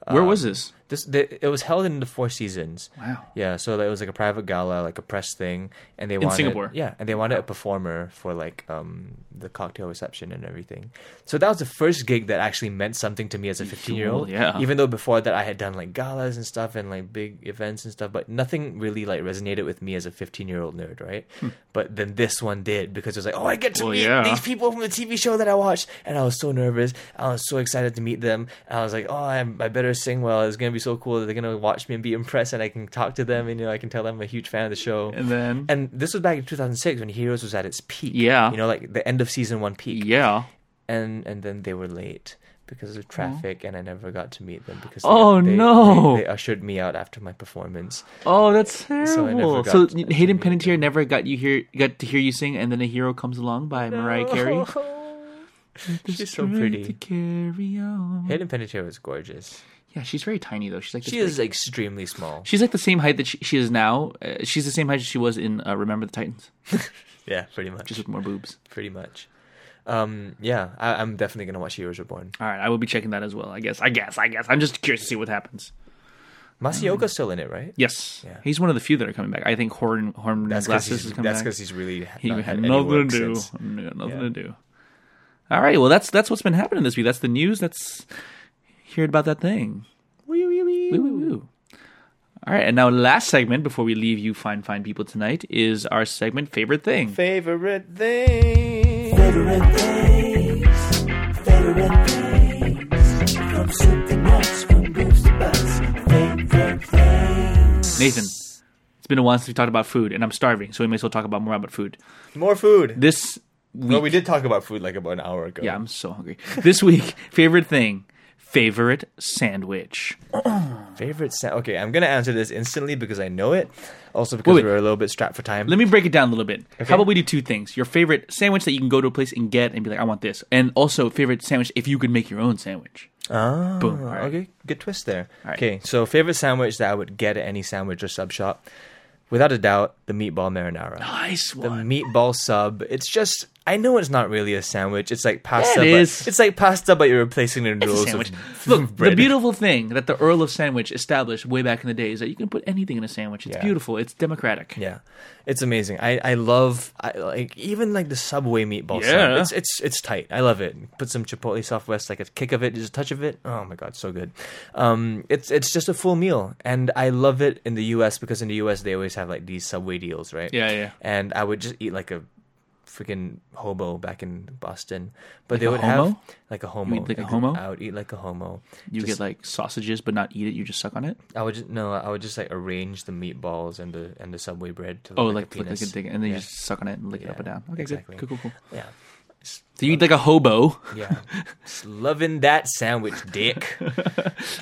Where
Uh,
was this?
This the, it was held in the Four Seasons.
Wow.
Yeah. So it was like a private gala, like a press thing, and they in wanted
Singapore.
Yeah, and they wanted a performer for like um, the cocktail reception and everything. So that was the first gig that actually meant something to me as a fifteen year old.
yeah.
Even though before that I had done like galas and stuff and like big events and stuff, but nothing really like resonated with me as a fifteen year old nerd, right? But then this one did because it was like, oh, I get to
Hmm. Well,
meet
yeah.
these people from the TV show that I watched, and I was so nervous. I was so excited to meet them. I was like, oh, I, I better sing well. It's gonna be so cool that they're gonna watch me and be impressed, and I can talk to them, and you know, I can tell them I'm a huge fan of the show.
And then-
and this was back in 2006 when Heroes was at its peak.
Yeah.
you know, like the end of season one peak.
Yeah.
and and then they were late because of traffic, and I never got to meet them because
Oh,
they,
no.
they, they ushered me out after my performance.
Oh, that's
So I never
terrible.
got
So,
to- to
Hayden
meet
Panettiere never got you hear got to hear you sing, and then a hero comes along by Mariah Carey.
She's so
Strength
pretty.
to carry on.
Hayden Panettiere is gorgeous.
Yeah, she's very tiny though. She's like this
She
big.
is extremely small.
She's like the same height that she, she is now. Uh, she's the same height as she was in uh, Remember the Titans,
Yeah, pretty much.
just with more boobs.
pretty much. Um, yeah, I, I'm definitely gonna watch Heroes Reborn.
All right, I will be checking that as well. I guess. I guess. I guess. I'm just curious to see what happens.
Masioka's still in it, right?
Yes,
Yeah.
he's one of the few that are coming back. I think Horn Horn
That's because
Glasses
he's,
is coming
that's
back.
'cause he's really
he
not
had
had
nothing
any
to do.
work since.
Yeah, nothing
Yeah.
to do. All right. Well, that's that's what's been happening this week. That's the news. That's heard about that thing. Woo, woo, woo. All right. And now, last segment before we leave you, fine, fine people tonight is our segment favorite thing.
Favorite thing.
Favorite things, favorite things. From soup to nuts, from goose to butts. Favorite things.
Nathan, it's been a while since we talked about food, and I'm starving, so we may as well talk about more about food.
More food.
This week,
Well, we did talk about food like about an hour ago.
yeah, I'm so hungry. This week, favorite thing, favorite sandwich.
Favorite sa- Okay, I'm gonna answer this instantly because I know it. Also because
Wait, wait.
we're a little bit strapped for time.
Let me break it down a little bit. How about we do two things? Your favorite sandwich that you can go to a place and get and be like, I want this. And also, favorite sandwich if you could make your own sandwich.
Ah,
Boom. All right.
Okay, good twist there.
right.
Okay, so favorite sandwich that I would get at any sandwich or sub shop, without a doubt, the meatball marinara.
Nice
the
one.
meatball sub. It's just I know it's not really a sandwich. It's like pasta.
it
but-
is.
It's like pasta, but you're replacing the
It's a
noodles
sandwich.
with
Look, the
bread.
beautiful thing that the Earl of Sandwich established way back in the day is that you can put anything in a sandwich. It's
Yeah.
beautiful. It's democratic.
Yeah, it's amazing. I, I love I, like even like the Subway meatball
Yeah.
sub. It's it's it's tight. I love it. Put some chipotle southwest, like a kick of it, just a touch of it. Oh my god, so good. Um, it's it's just a full meal, and I love it in the U.S. because in the U.S. they always have like these Subway deals, right?
Yeah, yeah.
And I would just eat like a freaking hobo back in Boston, but they
a
would have
homo?
like a homo.
like a
Ex-
homo?
I would eat like a homo.
You
Just-
get like sausages, but not eat it. You just suck on it.
I would just no. I would just like arrange the meatballs and the and the Subway bread to look
Oh,
like,
like
a
like, like,
penis.
a dick, and then
Yeah.
you just suck on it and lick it up and down. Okay,
exactly.
good. Cool, cool, cool.
Yeah.
So you eat like a hobo.
Yeah. Just loving that sandwich, dick.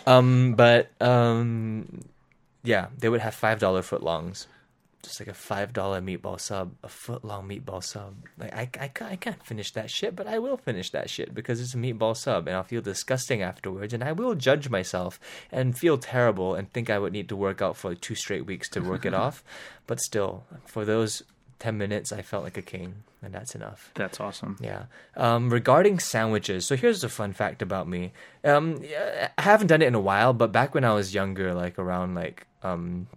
um, but um yeah, they would have five dollar footlongs. Just like a five dollar meatball sub, a foot long meatball sub. Like I, I, ca- I can't finish that shit, but I will finish that shit because it's a meatball sub, and I'll feel disgusting afterwards, and I will judge myself and feel terrible and think I would need to work out for two straight weeks to work it off. But still, for those ten minutes, I felt like a king, and that's enough.
That's awesome.
Yeah. Um, regarding sandwiches, so here's a fun fact about me. Um, yeah, I haven't done it in a while, but back when I was younger, like around like um,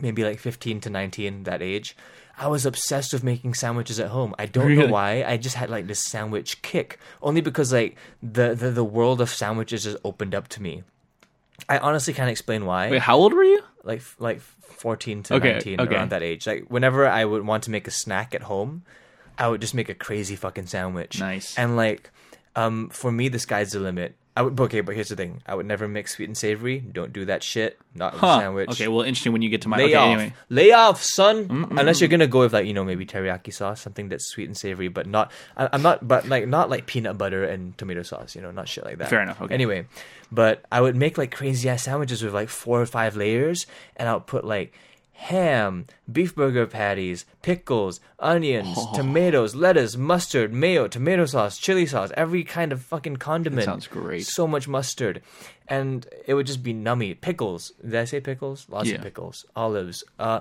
maybe like 15 to 19, that age, I was obsessed with making sandwiches at home. I don't
Really?
know why. I just had like this sandwich kick, only because like the the, the world of sandwiches just opened up to me. I honestly can't explain why
Wait, how old were you?
like like 14 to
Okay,
19
okay.
around that age like whenever i would want to make a snack at home i would just make a crazy fucking sandwich
Nice.
and like um for me the sky's the limit i would okay but here's the thing i would never mix sweet and savory don't do that shit not with a
Huh.
sandwich
Okay, well, interesting when you get to my.
Lay
okay,
off,
anyway.
lay off, son. Unless you're gonna go with like you know maybe teriyaki sauce, something that's sweet and savory, but not. I, I'm not, but like not like peanut butter and tomato sauce, you know, not shit like that.
Fair enough, okay.
Anyway, but I would make like crazy ass sandwiches with like four or five layers, and I'll put like ham, beef burger patties, pickles, onions,
Oh.
tomatoes, lettuce, mustard, mayo, tomato sauce, chili sauce, every kind of fucking condiment.
sounds great.
So much mustard, and it would just be nummy. Pickles. Did I say pickles? Lots
Yeah.
of pickles, olives, uh,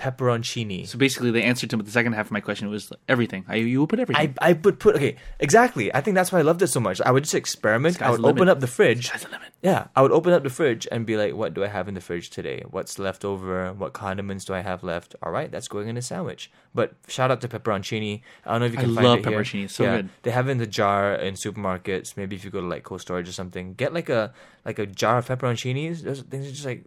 pepperoncini.
So basically, the answer to the second half of my question was everything. I, you would put everything.
I, I would put okay exactly. I think that's why I loved it so much. I would just experiment. I
Sky's
would
the
open
limit.
up the fridge.
Sky's the limit.
Yeah, I would open up the fridge and be like, "What do I have in the fridge today? What's left over? What condiments do I have left? All right, that's going in a sandwich." But shout out to pepperoncini. I don't know if you
I
can find
love
it here.
pepperoncini. It's so good.
They have it in the jar in supermarkets. Maybe if you go to like cold storage or something, get like a like a jar of pepperoncinis. Those things are just like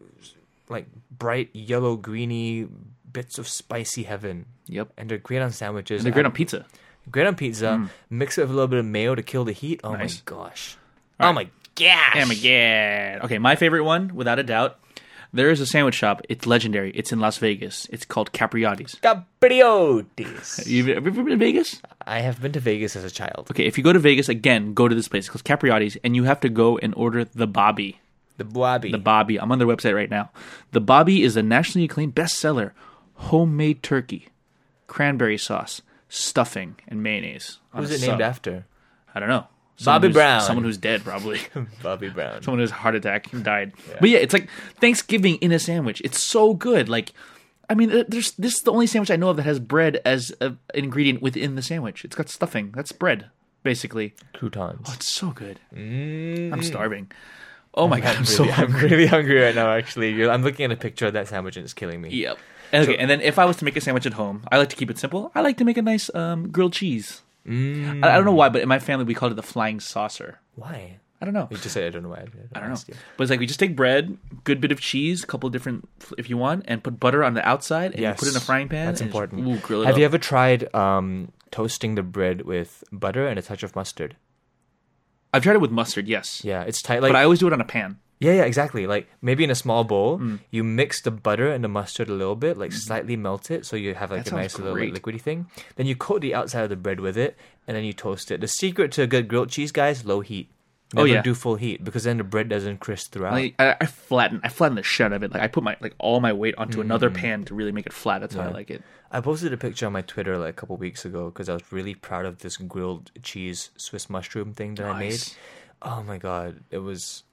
like bright yellow greeny bits of spicy heaven.
Yep.
And they're great on sandwiches.
They're great
I-
on pizza.
Great on pizza. Mix it with a little bit of mayo to kill the heat. Oh
Mm. Nice.
my gosh.
All
Oh
right.
my
gosh. Oh my god. Okay, my favorite one, without a doubt. There is a sandwich shop. It's legendary. It's in Las Vegas. It's called Capriotti's.
Capriotis.
You've have you ever been to Vegas?
I have been to Vegas as a child.
Okay, if you go to Vegas again, go to this place. It's called Capriotti's, and you have to go and order the Bobby.
The Blobby.
The Bobby. I'm on their website right now. The Bobby is a nationally acclaimed bestseller. Homemade turkey, cranberry sauce, stuffing, and mayonnaise. on
Who's
a
it named
sub.
after?
I don't know.
Bobby
who's-
Brown.
Someone who's dead, probably.
Bobby Brown.
someone who's heart attack and died. But yeah, it's like Thanksgiving in a sandwich. It's so good. Like, I mean, there- there's this is the only sandwich I know of that has bread as a, an ingredient within the sandwich. It's got stuffing. That's bread, basically.
Croutons.
Oh, It's so good. I'm starving. Oh my god, I'm so
I'm
hungry.
really hungry right now, actually. You're- I'm looking at a picture of that sandwich and it's killing me.
Yep. Okay, and then if I was to make a sandwich at home, I like to keep it simple. I like to make a nice um, grilled cheese. I, I don't know why, but in my family we called it the flying saucer.
Why?
I don't know.
You just said I don't know why.
I don't know. But it's like we just take bread, good bit of cheese, couple different f- if you want, and put butter on the outside and you
Yes,
put it in a frying pan.
That's
and just-
important.
ooh, grill it
Have
up.
you ever tried um, toasting the bread with butter and a touch of mustard?
I've tried it with mustard, yes.
Yeah, it's tight. Like
But I always do it on a pan.
yeah, yeah, exactly. Like maybe in a small bowl,
Hmm.
you mix the butter and the mustard a little bit, like slightly melt it, so you have like
That
a nice
sounds
little like,
great.
liquidy thing. Then you coat the outside of the bread with it, and then you toast it. The secret to a good grilled cheese, guys, low heat. Never
Oh, yeah.
do full heat because then the bread doesn't crisp throughout.
I, I, I flatten I flatten the shit out of it. Like I put my like all my weight onto another
Mm.
pan to really make it flat. That's how I like it.
I posted a picture on my Twitter like a couple weeks ago because I was really proud of this grilled cheese Swiss mushroom thing that
Nice.
I made. Oh my god, it was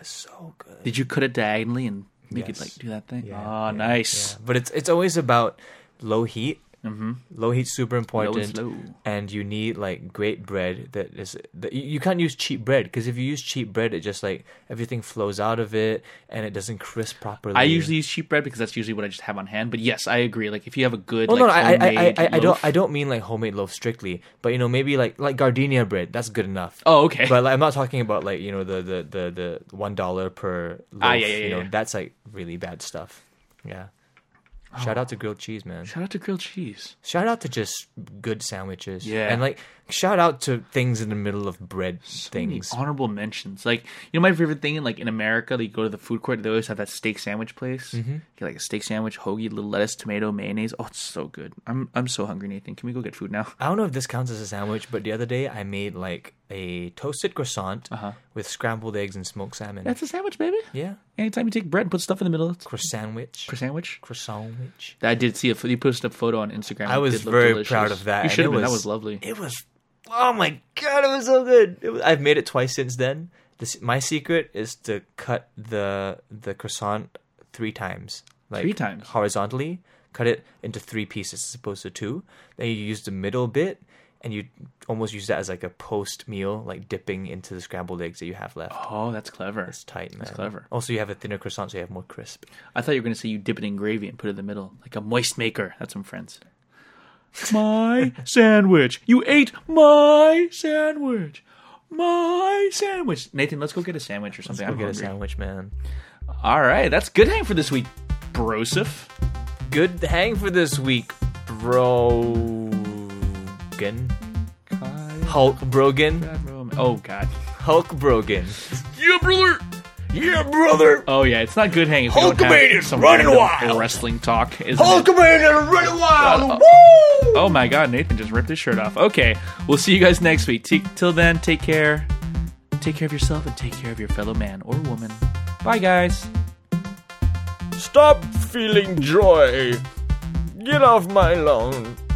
so good.
Did you cut it diagonally and make
Yes.
it like do that thing?
Yeah,
oh,
yeah,
nice.
yeah. But it's it's always about low heat. Mm-hmm. Low heat super important,
low.
and you need like great bread that is. That you, you can't use cheap bread because if you use cheap bread, it just like everything flows out of it and it doesn't crisp properly.
I usually use cheap bread because that's usually what I just have on hand. But yes, I agree. Like if you have a good,
Oh
like,
no, no, I, I, I,
homemade
I, I
loaf-
don't, I don't mean like homemade loaf strictly, but you know maybe like like gardenia bread. That's good enough.
Oh, okay.
But like, I'm not talking about like you know the the the, the one dollar per loaf.
Ah, yeah, yeah,
you know,
yeah.
That's like really bad stuff. Yeah. Shout
Oh.
out to grilled cheese, man.
Shout out to grilled cheese.
Shout out to just good sandwiches.
Yeah.
And like shout out to things in the middle of bread
many
things.
honorable mentions. Like you know, my favorite thing in like in America, like, you go to the food court, they always have that steak sandwich place.
Mm-hmm.
Get like a steak sandwich, hoagie, little lettuce, tomato, mayonnaise. Oh, it's so good. I'm I'm so hungry, Nathan. Can we go get food now?
I don't know if this counts as a sandwich, but the other day I made like a toasted croissant with scrambled eggs and smoked salmon.
Uh-huh. That's a sandwich, baby.
yeah.
Anytime you take bread and put stuff in the middle, it's
Croissant sandwich.
a sandwich.
croissant sandwich.
I did see a pho- you posted a photo on Instagram.
I
It
was
did look
very
delicious.
proud of that.
You
and
should
it
have been. That was lovely.
It was. Oh my god, it was so good. It was, I've made it twice since then. This, my secret is to cut the the croissant three times, like
Three times?
horizontally. Cut it into three pieces as opposed to two. Then you use the middle bit, and you almost use that as like a post meal, like dipping into the scrambled eggs that you have left.
Oh, that's clever.
It's tight, man.
clever.
Also, you have a thinner croissant, so you have more crisp.
I thought you were going to say you dip it in gravy and put it in the middle, like a moist maker. That's from Friends. My sandwich. You ate my sandwich. My sandwich. Nathan, let's go get a sandwich or something.
Go
I'm
get a
hungry.
sandwich, man.
All right, that's good hang for this week, Broseph.
good hang for this week, bro. Brogan. Hulk Brogan.
Oh God.
Hulk Brogan.
Yeah, brother.
Yeah, brother.
Oh yeah, it's not good hang. If you don't have
Hulkamania's
some
running
random
wild.
Wrestling talk. Isn't it?
Hulkamania, run wild.
Uh,
Woo!
Oh my God, Nathan just ripped his shirt off. Okay, we'll see you guys next week. T- till then, take care. Take care of yourself and take care of your fellow man or woman. Bye, guys. uh,
Stop feeling joy. Get off my lawn.